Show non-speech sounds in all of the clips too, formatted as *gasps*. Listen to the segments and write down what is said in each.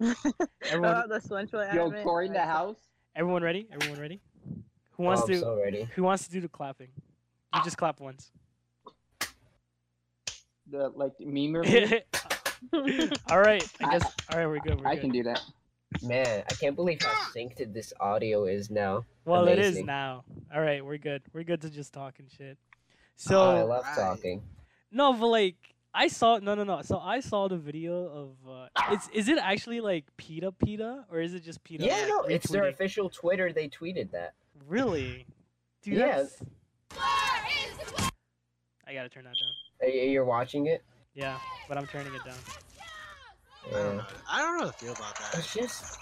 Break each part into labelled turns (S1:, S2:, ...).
S1: Everyone,
S2: oh, this one's really
S3: Yo,
S2: adamant.
S3: Corey in the house.
S1: everyone ready? Everyone ready? Who
S4: Oh,
S1: wants
S4: I'm
S1: to?
S4: so ready.
S1: Who wants to do the clapping? You just clap
S3: *laughs*
S1: once.
S3: The like
S1: *laughs*
S3: meme review.
S1: all right. I guess. All right. We're good. We're
S3: I
S1: good.
S3: can do that.
S4: Man, I can't believe how
S3: Ah!
S4: synced this audio is now.
S1: well, it is
S4: amazing.
S1: now. All right. We're good. We're good to just talk and shit. So.
S4: Oh, I love
S5: Right.
S4: talking.
S1: No, but like I saw no no no. So I saw the video of uh it's is it actually like PETA PETA or is it just PETA?
S4: yeah,
S1: like,
S4: no, it's their
S1: retweeting?
S4: official Twitter. They tweeted that.
S1: Really? Dude,
S4: Yeah.
S1: that's- I gotta turn that down.
S4: Uh, y- You're watching it.
S1: Yeah, but I'm turning it down.
S5: I don't know.
S4: Yeah.
S5: I don't know how to feel about that.
S4: It's just,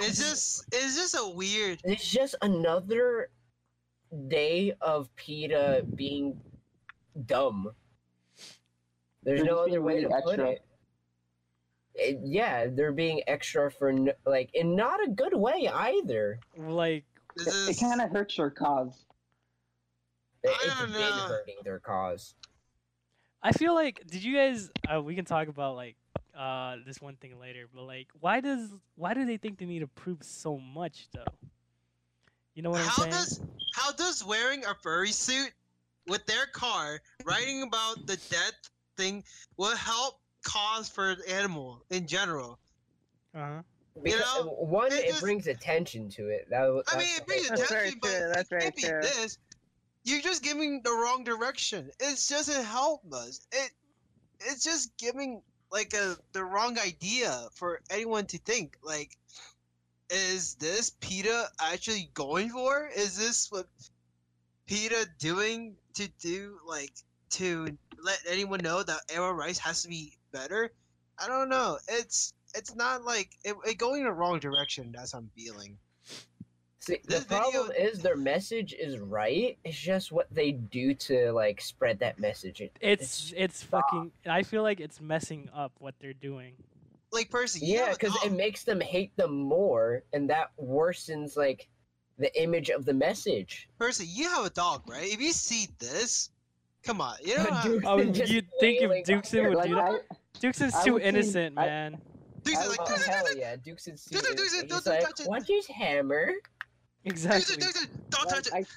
S5: It's just, it's just a weird.
S4: it's just another day of Peta being dumb. There's
S3: They're
S4: no
S3: just
S4: other
S3: being
S4: way to
S3: really
S4: put
S3: extra.
S4: it. It- Yeah, they're being extra for n like, in not a good way either.
S1: Like
S5: This
S3: It,
S5: is,
S3: it kind of hurts your cause.
S4: It-
S5: I
S4: It's
S5: don't
S4: been
S5: know.
S4: hurting their cause.
S1: I feel like did you guys uh, we can talk about like uh this one thing later, but like why does why do they think they need to prove so much though? You know what I'm
S5: how
S1: saying?
S5: does how does wearing a furry suit with their car writing about the death thing will help cause for the animal in general?
S1: Uh-huh.
S4: Because, uh,
S5: know,
S4: one,
S5: it
S4: it,
S5: just-
S4: brings attention to it. That, w-
S5: I
S4: that's
S5: mean,
S4: the
S5: it brings
S4: whole-
S2: That's very
S5: attention, but
S2: true, that's
S5: it
S2: very
S5: can't be
S2: true.
S5: this. You're just giving the wrong direction. It doesn't help us. It it's just giving like a the wrong idea for anyone to think. Like, is this PETA actually going for? Is this what PETA doing to do like to let anyone know that animal rights has to be better? I don't know. It's it's not like it, it going in the wrong direction. That's how I'm feeling.
S4: See, the
S5: This video-
S4: problem is their message is right. It's just what they do to like spread that message. It-
S1: It's it's fucking I feel like it's messing up what they're doing.
S5: Like person, you
S4: yeah,
S5: know,
S4: because
S5: oh,
S4: it makes them hate them more, and that worsens like the image of the message. *laughs*
S5: Percy, you have a dog, right? If you see this, come on,
S4: *laughs*
S5: you know,
S4: But
S5: how,
S4: Dukeson
S1: Oh,
S4: just
S1: you'd think if
S4: flailing out
S1: Dukeson
S4: there,
S1: would
S3: Like
S1: do that?
S3: I,
S1: Dukeson's
S3: I
S1: too
S3: would think-
S1: innocent,
S3: I-
S1: man.
S5: Duke's
S3: I
S5: like,
S3: love
S4: Oh,
S5: Duke's
S4: hell
S5: like,
S4: yeah, Dukeson's
S5: Dukeson,
S4: serious. He's
S5: Dukeson, don't- don't
S4: like,
S5: touch it.
S4: "What's his hammer?"
S1: Exactly.
S5: Duke's like, Duke's like, don't touch
S3: like,
S5: it.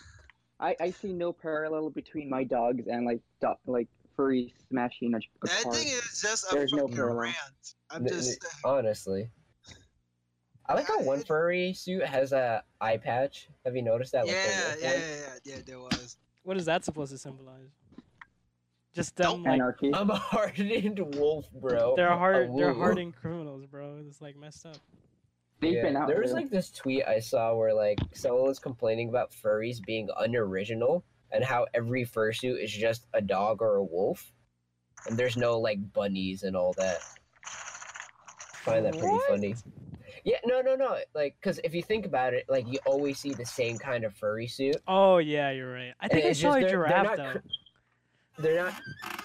S3: I, I I see no parallel between my dogs and like do, like furry smashing a, a
S5: That
S3: car.
S5: thing is just a
S3: There's no
S5: fucking
S3: parallel.
S5: rant. I'm
S4: Th-
S5: just,
S4: Honestly, I like how one furry suit has a eye patch. Have you noticed that?
S5: yeah,
S4: Like, the
S5: yeah,
S4: wolf
S5: yeah,
S4: one?
S5: yeah, yeah, there was.
S1: What is that supposed to symbolize? Just them
S5: Don't
S1: like oh,
S3: Anarchy.
S4: I'm a hardened wolf, bro.
S1: they're
S4: A
S1: hard they're
S4: wolf.
S1: hardened criminals, bro. It's like messed up.
S3: They've been out
S4: there was
S3: there.
S4: like this tweet I saw where like someone was complaining about furries being unoriginal and how every fursuit is just a dog or a wolf, and there's no like bunnies and all that. Find that pretty
S1: What?
S4: funny. Yeah, no, no, no. Like, cause if you think about it, like you always see the same kind of furry suit.
S1: Oh yeah, you're right. I think I
S4: it's
S1: saw
S4: just
S1: a
S4: they're- they're
S1: giraffe
S4: not
S1: though.
S4: cr- They're not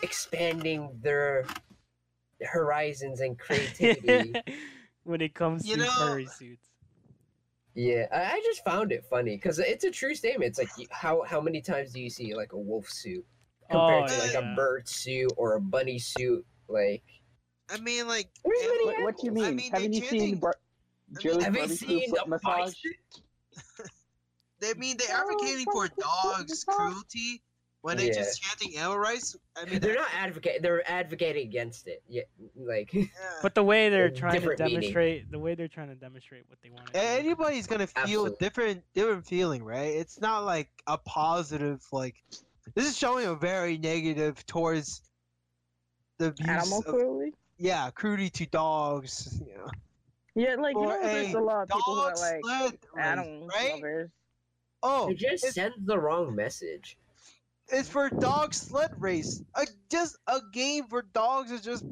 S4: expanding their horizons and creativity.
S1: *laughs* when it comes
S5: You
S1: to
S5: know-
S1: furry suits.
S4: Yeah, I, I just found it funny because it's a true statement. It's like you- how how many times do you see like a wolf suit compared
S1: Oh,
S4: to like
S1: yeah.
S4: a bird suit or a bunny suit? Like,
S5: I mean, like,
S4: Where's
S5: animal-
S4: Minnie?
S3: What, what do you
S4: I
S3: mean?
S5: mean,
S3: Haven't
S5: they
S3: you seen
S5: chanting-
S3: Bar-
S5: I
S3: Joe's
S4: have you
S3: barbecue
S4: seen
S3: foot
S4: the
S3: massage?
S4: bison?
S5: they mean they're
S3: No,
S5: advocating for
S3: don't touch it,
S5: dogs'
S3: don't-
S5: cruelty when they're
S4: Yeah.
S5: just chanting animal rights. I mean,
S4: They're not advocating. They're advocating against it. Yeah, like *laughs*
S5: yeah.
S1: But the way they're
S4: There's
S1: trying to
S4: different meaning.
S1: demonstrate the way they're trying to demonstrate what they want to
S5: A- anybody's gonna feel
S4: Absolutely.
S5: different different feeling right it's not like a positive like this is showing a very negative towards the abuse
S2: Animal
S5: of-
S2: cruelty?
S5: yeah cruelty to dogs you know
S2: Yeah, like, you
S5: Or
S2: know, there's
S5: a
S2: a lot of people who are
S5: dogs
S2: like
S5: led race,
S2: animal
S5: right
S2: lovers.
S5: oh
S4: you just
S5: it's-
S4: send the wrong message.
S5: it's for dog sled race a, just a game for dogs is just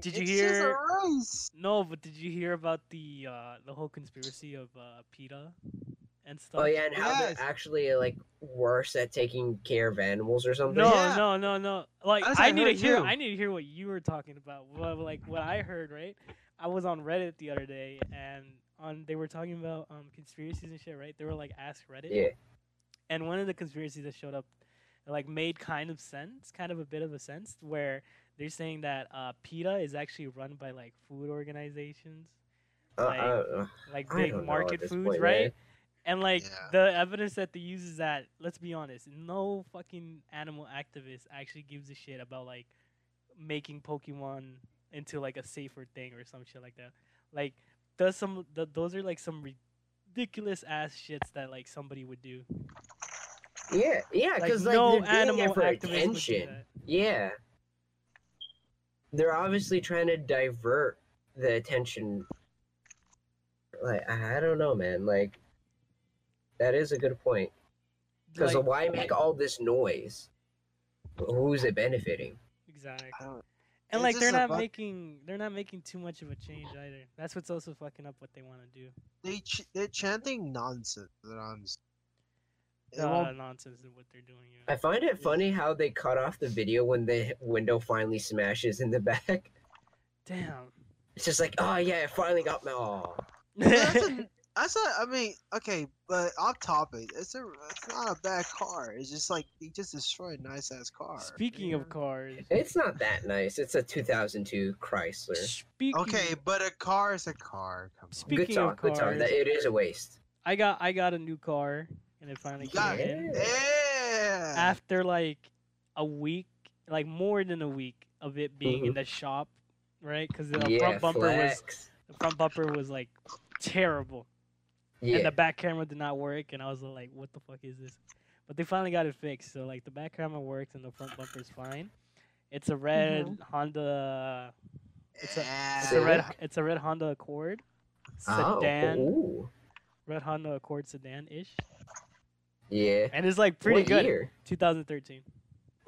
S1: Did you
S5: it's just
S1: hear
S5: a race
S1: No, but did you hear about the uh, the whole conspiracy of uh, PETA and stuff?
S4: Oh yeah, and how
S5: Yes.
S4: they're actually like worse at taking care of animals or something.
S1: No,
S5: Yeah.
S1: no, no, no. Like
S5: That's what
S1: I
S5: I
S1: need to
S5: heard,
S1: hear.
S5: too.
S1: I need to hear what you were talking about. What, like what I heard, right? I was on Reddit the other day, and on they were talking about um conspiracies and shit, right? They were like ask Reddit.
S4: Yeah.
S1: And one of the conspiracies that showed up, like made kind of sense, kind of a bit of a sense, where they're saying that uh, PETA is actually run by like food organizations.
S4: Uh,
S1: Like,
S4: I don't know.
S1: like
S4: I
S1: big
S4: don't know at
S1: market
S4: this
S1: foods,
S4: point, eh?
S1: right?
S4: man.
S1: And like
S5: Yeah.
S1: the evidence that they use is that let's be honest, no fucking animal activist actually gives a shit about like making Pokemon into like a safer thing or some shit like that. Like does some th- those are like some ridiculous ass shits that like somebody would do.
S4: Yeah, yeah,
S1: Like,
S4: because like,
S1: no
S4: they're doing
S1: animal
S4: it for
S1: activist would do
S4: attention.
S1: that.
S4: Yeah, they're obviously trying to divert the attention. Like I I don't know, man. Like that is a good point. Because
S1: Like,
S4: why make all this noise? Who's it benefiting?
S1: exactly.
S5: I don't-
S1: And
S5: It's
S1: like they're
S5: just a
S1: not
S5: fuck-
S1: making they're not making too much of a change either. That's what's also fucking up what they want to do.
S5: They ch- they're chanting nonsense. That I'm. s- It
S1: Uh,
S5: won't,
S1: nonsense is what they're doing. Yeah.
S4: I find it funny how they cut off the video when the window finally smashes in the *laughs* back.
S5: *laughs*
S1: Damn.
S4: It's just like, oh yeah, it finally got me. Aw.
S5: But *laughs*
S1: *laughs*
S5: that's, a, that's a. I mean, okay, but off topic. It's a. It's not a bad car. It's just like they just destroyed a nice ass car.
S1: Speaking of cars,
S4: It's not that nice. It's a 2002 Chrysler.
S1: speaking
S5: Okay, but a car is a car. Come on.
S1: Speaking
S4: good song,
S1: of
S4: good song.
S1: cars,
S4: That- It is a waste.
S1: I got I got a new car and it finally
S5: *laughs* Yeah.
S1: came in
S5: Yeah.
S1: after like a week, like more than a week of it being in
S4: Mhm.
S1: the shop, right? Because the
S4: yeah,
S1: front bumper was
S4: flex.
S1: the front bumper was like terrible,
S4: Yeah,
S1: and the back camera did not work, and I was like, "What the fuck is this?" But they finally got it fixed, so like the back camera works and the front bumper is fine. It's a red Honda. It's a, it's a red.
S4: Civic?
S1: It's a red Honda Accord
S4: Oh,
S1: sedan.
S4: ooh.
S1: red Honda Accord sedan ish,
S4: Yeah.
S1: and it's like pretty good.
S4: What Year?
S1: 2013.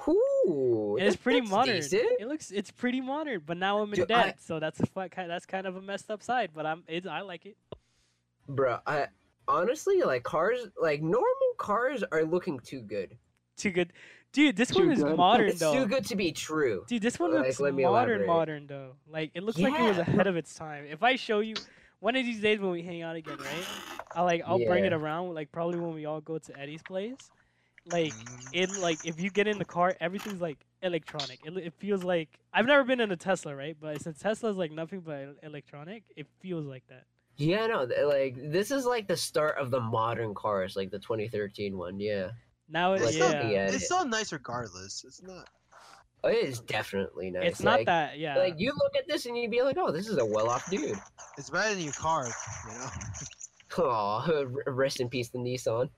S4: Ooh,
S1: And it's
S4: that-
S1: pretty
S4: that's
S1: modern.
S4: decent.
S1: It looks it's pretty modern, but now I'm in
S4: Dude, I-
S1: debt, so that's a fu- ki- that's kind of a messed up side. But I'm it's I like it.
S4: Bro, I honestly like cars. Like normal cars are looking too good.
S1: Too good, dude. This
S3: Too
S1: one is
S3: good.
S1: modern
S4: It's too
S1: though.
S4: good to be true.
S1: Dude, this one
S4: Like,
S1: looks
S4: let me
S1: modern,
S4: elaborate.
S1: modern though. Like it looks like it was
S4: Yeah.
S1: ahead of its time. If I show you one of these days when we hang out again, right? I like I'll bring it
S4: Yeah.
S1: around. Like probably when we all go to Eddie's place. Like it like if you get in the car, everything's like electronic. It, it feels like I've never been in a Tesla, right? But since Tesla's like nothing but el- electronic, it feels like that.
S4: Yeah, no, th- like this is like the start of the modern cars, like the 2013 one. Yeah,
S1: Now it,
S5: It's
S1: yeah,
S5: not
S4: yeah.
S5: It's still nice regardless. It's not.
S4: Oh, it is definitely nice.
S1: it's not
S4: like-
S1: that. Yeah, *laughs*
S4: Like you look at this and you'd be like, oh, this is a well-off dude.
S5: It's better than your car. You know.
S4: Aw, *laughs* rest in peace, the Nissan.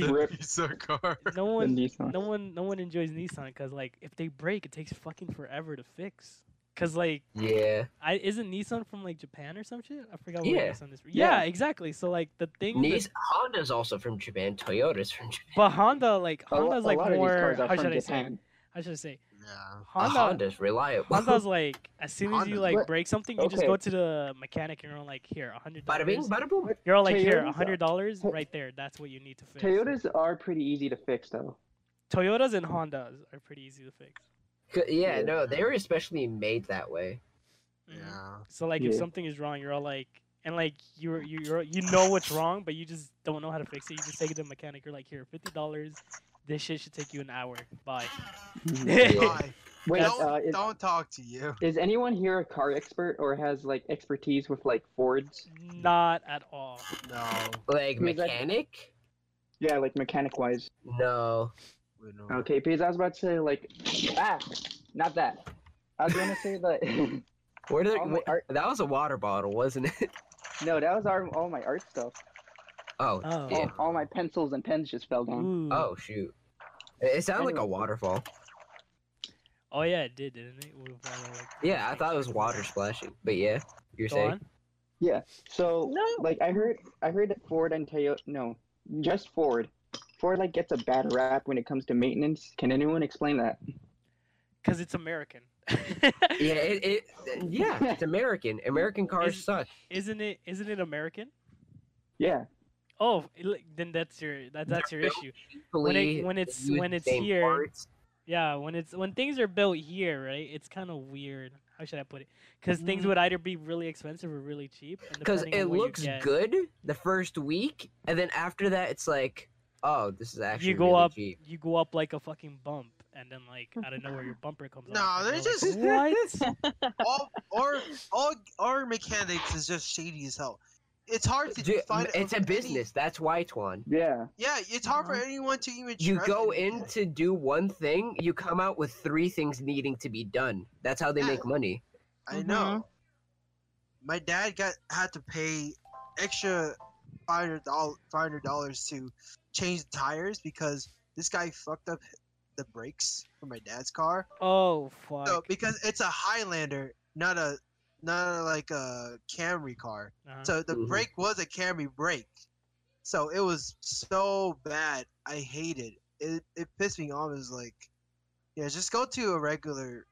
S3: Rip
S5: *laughs* It's a car.
S1: no
S3: the
S1: one,
S3: Nissan.
S1: no one, no one enjoys Nissan because like if they break, it takes fucking forever to fix. Cause like
S4: Yeah,
S1: I isn't Nissan from like Japan or some shit? I forgot where
S4: Yeah.
S1: Nissan is. From. Yeah,
S4: Yeah.
S1: exactly. So like the thing, that-
S4: Nis- Honda's also from Japan. Toyota's from Japan.
S1: but Honda like
S3: A, lo-
S1: Honda's like
S3: a lot
S1: more.
S3: of these cars
S1: how
S3: are
S1: should
S3: from
S1: I say?
S3: Japan.
S1: How should I say?
S5: Yeah.
S4: A
S1: Honda,
S4: Honda's reliable.
S3: *laughs*
S1: Honda's like as soon as you
S5: Honda.
S1: like
S3: What?
S1: break something, you just
S3: Okay.
S1: go to the mechanic and you're all like, here, a hundred
S4: Bada bing,
S1: dollars.
S4: bada boom.
S1: You're all like, here, a
S3: Toyotas
S1: hundred dollars,
S3: Ta-
S1: right there. That's what you need to fix.
S3: Toyotas are pretty easy to fix though.
S1: Toyotas and Hondas are pretty easy to fix.
S4: C- Yeah, no, they were especially made that way.
S1: Mhm.
S5: Yeah.
S1: So like, if
S3: Yeah.
S1: something is wrong, you're all like, and like you're you you're, you know what's wrong, but you just don't know how to fix it. You just take it to the mechanic. You're like, here, fifty dollars. This shit should take you an hour. *laughs* Bye.
S5: Why?
S3: Wait,
S1: That's-
S3: uh,
S5: don't,
S3: is,
S5: don't talk to you.
S3: is anyone here a car expert or has like expertise with like Fords?
S1: *laughs* Not at all.
S5: No.
S3: Who's
S4: Like
S3: that?
S4: mechanic?
S3: Yeah, like mechanic wise.
S4: No.
S5: we know.
S3: Okay, because I was about to say like, ah, not that. I was gonna say that. *laughs*
S4: Where did
S3: All my
S4: wh-
S3: art-
S4: that was a water bottle, wasn't it? *laughs*
S3: no, that was our all my art stuff.
S4: Oh,
S1: Oh.
S4: yeah.
S3: All, all my pencils and pens just fell down.
S1: Ooh.
S4: oh shoot. It it sounded like a
S3: Anyway.
S4: waterfall.
S1: Oh yeah, it did, didn't it? Would've been, like,
S4: Yeah, I
S1: like,
S4: thought it was water splashing, but yeah, you're
S1: Go
S4: saying.
S1: on.
S3: So like I heard I heard that Ford and Toyota no, just Ford. Ford like gets a bad rap when it comes to maintenance. Can anyone explain that?
S1: Because it's American.
S4: Yeah, it, it yeah,
S3: *laughs*
S4: it's American. American cars
S1: Is-
S4: suck.
S1: *laughs* Isn't it? Isn't it American?
S3: Yeah.
S1: Oh, it li- then that's your that, that's your
S4: built
S1: issue. When it-
S4: Equally,
S1: when
S4: they
S1: it's-
S4: use
S1: when
S4: the
S1: it's
S4: same
S1: here,
S4: parts.
S1: Yeah, when it's when things are built here, right? It's kind of weird. How should I put it? Because things would either be really expensive or really cheap. and
S4: because
S1: depending on
S4: Mm-hmm. it
S1: what you
S4: looks
S1: get-
S4: good the first week, and then after that, it's like, oh, this is actually
S1: You go
S4: really
S1: up,
S4: cheap.
S1: you go up like a fucking bump, and then like out of
S4: *laughs*
S1: nowhere your bumper comes
S5: No,
S1: off. and
S5: they're
S1: you're
S5: just-
S1: like, what?
S5: all our all our mechanics is just shady as hell. It's hard to
S4: Ju-
S5: find.
S4: it's a
S5: any-
S4: business. That's why, Twan.
S3: Yeah.
S5: yeah, it's hard for anyone to even.
S4: You
S5: try
S4: go
S5: to-
S4: in to do one thing, you come out with three things needing to be done. That's how they
S5: Yeah.
S4: make money.
S5: I know. My dad got had to pay extra five hundred dollars five hundred dollars to change the tires because this guy fucked up the brakes for my dad's car.
S1: Oh fuck!
S5: So because it's a Highlander, not a not a, like a Camry car.
S1: Uh-huh.
S5: So the
S4: Mhm.
S5: brake was a Camry brake. So it was so bad. I hated it. It, it pissed me off. It was like, yeah, just go to a regular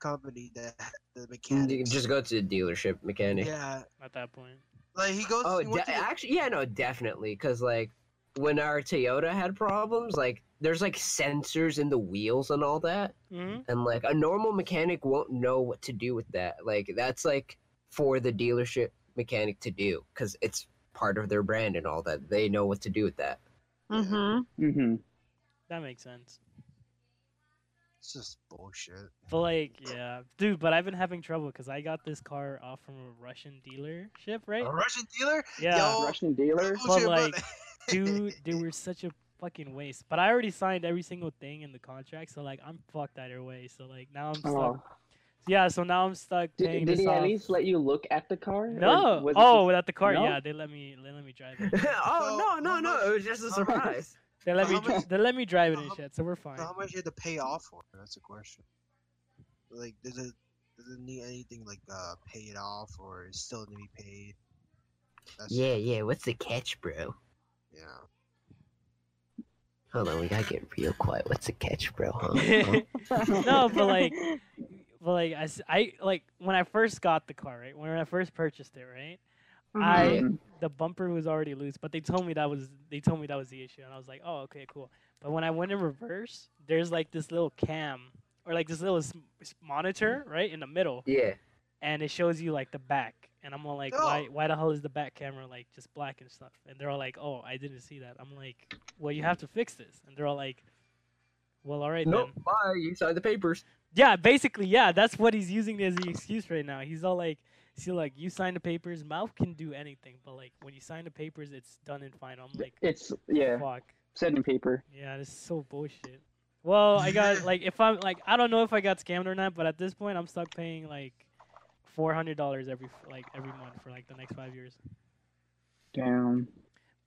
S5: company that
S4: Mm,
S5: the
S4: You
S5: mechanic.
S4: just go to the dealership mechanic.
S5: Yeah,
S1: At that point,
S5: like he goes.
S4: Oh,
S5: he went
S4: de-
S5: to the-
S4: actually, yeah, no, definitely. Because, like, when our Toyota had problems, like, there's, like, sensors in the wheels and all that.
S1: hmm
S4: And, like, a normal mechanic won't know what to do with that. Like, that's, like, for the dealership mechanic to do. Because it's part of their brand and all that. They know what to do with that.
S2: Mm-hmm.
S3: *laughs* Mm-hmm.
S1: that makes sense.
S5: it's just bullshit.
S1: But like, yeah, dude. But I've been having trouble because I got this car off from a Russian dealership, right?
S5: A Russian dealer?
S1: Yeah,
S5: Yo,
S3: Russian dealer.
S1: But,
S5: Bullshit, but- *laughs*
S1: like, dude, they were such a fucking waste. But I already signed every single thing in the contract, so like I'm fucked either way. So like now I'm stuck.
S3: Oh.
S1: Yeah, so now I'm stuck paying
S3: Did, did
S1: this
S3: he
S1: off.
S3: at least let you look at the car? Or
S1: no.
S3: was it
S1: Oh, without the car,
S3: No?
S1: yeah, they let me they let me drive it.
S5: So,
S4: *laughs* oh, no,
S5: how
S4: no,
S5: much-
S4: no. It was just a
S5: how much-
S4: surprise.
S1: They let
S5: So
S1: me
S5: how
S1: dri-
S5: much-
S1: they let me drive it
S5: so
S1: and
S5: how-
S1: shit, so we're fine.
S5: So how much you had to pay off for? That's the question. Like, does it does it need anything like uh paid off or is still to be paid? That's,
S4: Yeah, yeah. What's the catch, bro?
S5: Yeah.
S4: Hold on, we gotta get real quiet. What's the catch, bro? *laughs* Huh? Huh?
S1: no, *laughs* but like, but like I, s- I- like when I first got the car, right? When I first purchased it, right? I
S3: Mhm.
S1: the bumper was already loose, but they told me that was they told me that was the issue, and I was like, oh, okay, cool. But when I went in reverse, there's like this little cam or like this little s- s- monitor right in the middle,
S4: yeah.
S1: and it shows you like the back. And I'm all like, why, why the hell is the back camera like just black and stuff? And they're all like, oh, I didn't see that. I'm like, well, you have to fix this. And they're all like, well, all right
S4: Nope.
S1: then.
S4: Bye. You signed the papers.
S1: Yeah, basically, yeah. That's what he's using as the excuse right now. He's all like, "See, like you sign the papers. Mouth can do anything, but like when you sign the papers, it's done and final." I'm like,
S3: it's yeah,
S1: "Fuck,
S3: said in paper.
S1: yeah, this is so bullshit." Well, I got like, if I'm like, I don't know if I got scammed or not, but at this point, I'm stuck paying like four hundred dollars every like every month for like the next five years.
S3: Damn.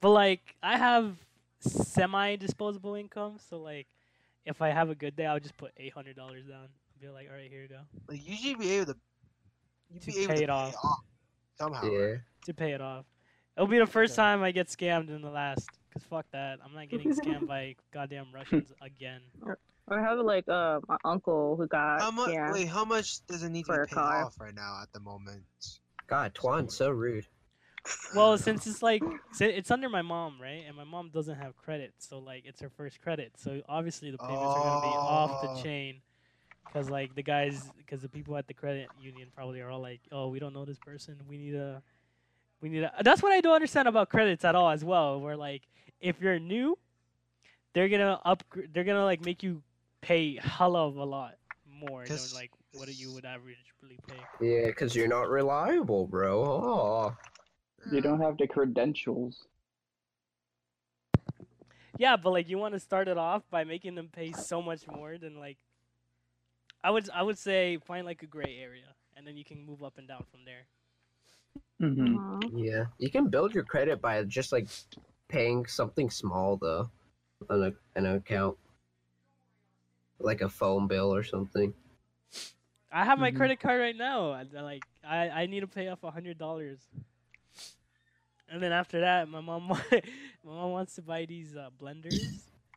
S1: But like, I have semi disposable income, so like, if I have a good day, I'll just put eight hundred dollars down. Be like, "All right, here you go."
S5: Like you should be able to, you
S1: To
S5: be able
S1: pay
S5: to
S1: it off.
S5: somehow. right?
S4: Yeah.
S1: to pay it off. It'll be the first time I get scammed and the last. Cause fuck that, I'm not getting scammed by goddamn Russians again.
S2: Or have like uh, my uncle who got
S5: How much?
S2: yeah.
S5: Wait, how much does it need
S2: For
S5: to
S2: a
S5: be paid
S2: car.
S5: off right now at the moment?
S4: God, Twan's so rude.
S1: Well, since it's like si- it's under my mom, right? And my mom doesn't have credit, so like it's her first credit. So obviously the payments are gonna be off
S5: Oh.
S1: the chain. Cause like the guys, cause the people at the credit union probably are all like, oh, we don't know this person. We need a, we need a. That's what I don't understand about credits at all as well. Where like if you're new, they're gonna up, they're gonna like make you pay hella of a lot more than
S5: 'Cause-
S1: like what you would average really pay.
S4: Yeah, because you're not reliable, bro. Oh.
S3: You don't have the credentials.
S1: Yeah, but like you want to start it off by making them pay so much more than like I would I would say find like a gray area and then you can move up and down from there.
S3: Mm-hmm.
S2: Mhm.
S4: Yeah. You can build your credit by just like paying something small though, on a, an account, like a phone bill or something. *laughs*
S1: I have my
S4: Mm-hmm.
S3: Mhm.
S1: credit card right now. and, uh, Like I, I need to pay off a hundred dollars, and then after that, my mom *laughs* wa- my mom wants to buy these uh, blenders.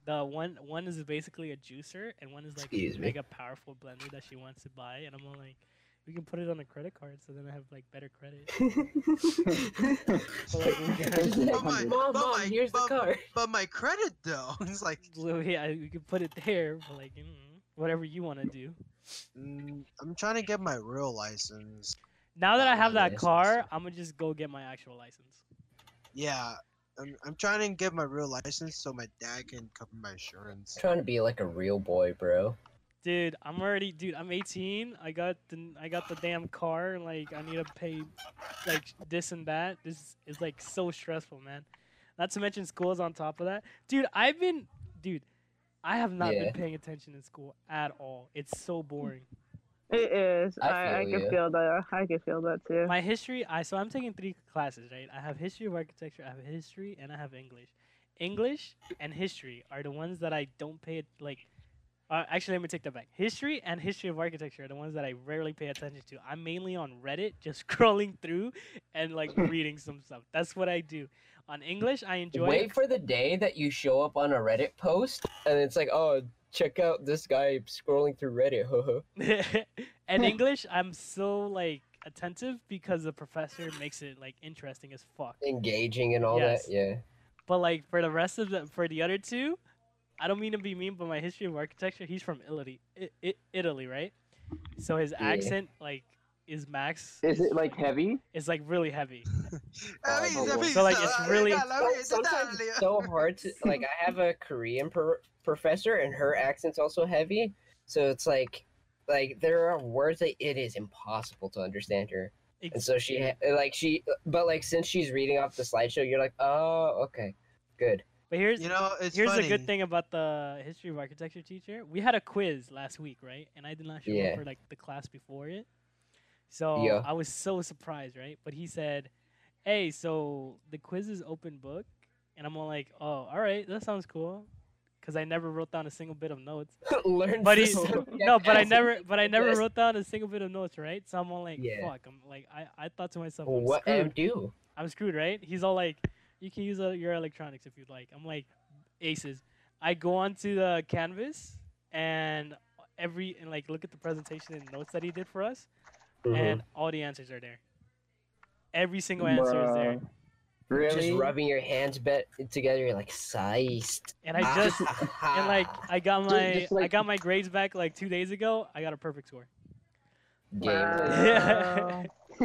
S1: The one one is basically a juicer, and one is like
S4: Excuse
S1: a
S4: me.
S1: mega powerful blender that she wants to buy. And I'm all like, we can put it on a credit card, so then I have like better credit. So, like, we can-
S4: Mom, mom, here's the car.
S5: But my credit though, *laughs* it's like
S1: Well, yeah, you can put it there, but like mm, whatever you want to do.
S5: mm, I'm trying to get my real license.
S1: Now that I
S4: Wow,
S1: have
S4: yeah,
S1: that
S4: that's
S1: car,
S4: awesome.
S1: I'm gonna just go get my actual license.
S5: Yeah, I'm, I'm trying to get my real license so my dad can cover my insurance.
S4: trying to be like a real boy, bro.
S1: Dude, I'm already dude. I'm 18. I got the I got the damn car. Like I need to pay, like this and that. This is like so stressful, man. Not to mention school is on top of that, dude. I've been, dude, I have not
S4: Yeah.
S1: been paying attention in school at all. It's so boring.
S2: It is.
S4: I
S2: I, I,
S4: feel
S2: can
S4: ya.
S2: feel that. I can feel that too.
S1: My history, I so I'm taking three classes, right? I have history of architecture, I have history, and I have English. English and history are the ones that I don't pay at- like. Uh, actually, let me take that back. History and history of architecture are the ones that I rarely pay attention to. I'm mainly on Reddit, *laughs* just scrolling through and
S4: *laughs*
S1: like reading some stuff. That's what I do. On English, I enjoy.
S4: Wait for the day that you show up on a Reddit post and it's like, oh, check out this guy scrolling through Reddit. *laughs* huh,
S1: *laughs*
S4: *laughs*
S1: and English, I'm so like attentive because the professor makes it like interesting as fuck.
S4: Engaging and all
S1: Yes.
S4: that. Yeah.
S1: But like for the rest of the for the other two, I don't mean to be mean, but my history of architecture, he's from Italy, I, I, Italy, right? So his
S4: Yeah.
S1: accent like is max.
S3: Is it like heavy?
S1: It's like really heavy.
S5: I mean,
S4: Oh,
S5: I
S4: no.
S5: mean,
S1: So, like, it's
S5: I mean,
S1: really-
S5: I mean, it's
S4: Sometimes
S5: Italian.
S4: it's so hard to like. I have a Korean per- professor, and her accent's also heavy, so it's like, like there are words that it is impossible to understand her. And
S1: Ex-
S4: so she, ha- like she, but like since she's reading off the slideshow, you're like, oh, okay, good. *laughs*
S1: But here's
S5: You know, it's
S1: here's
S5: funny.
S1: a good thing about the history of architecture teacher. We had a quiz last week, right? And I did not show
S4: Yeah.
S1: up for like the class before it. So
S4: Yeah.
S1: I was so surprised, right? But he said, "Hey, so the quiz is open book," and I'm all like, "Oh, all right, that sounds cool," because I never wrote down a single bit of
S4: *laughs*
S1: notes.
S4: Learn.
S1: But
S4: the
S1: he-
S4: subject
S1: *laughs* no, but I
S4: as-
S1: never,
S4: *laughs*
S1: but I never
S4: Yes.
S1: wrote down a single bit of notes, right? So I'm all like,
S4: Yeah.
S1: "Fuck!" I'm like, I, I thought to myself, I'm
S4: What
S1: screwed.
S4: am do?
S1: I'm screwed, right? He's all like, you can use uh, your electronics if you'd like. I'm like, aces. I go onto the canvas and every and like look at the presentation and notes that he did for us,
S4: Mm-hmm.
S1: and all the answers are there. Every single answer is there,
S3: Bruh. Really?
S4: Just rubbing your hands bet together, you're like Ah, sized.
S1: and I just and like I got
S3: Dude,
S1: my
S3: just
S1: I
S3: like-
S1: got my grades back like two days ago. I got a perfect score.
S4: game.
S1: Yeah.
S3: *laughs*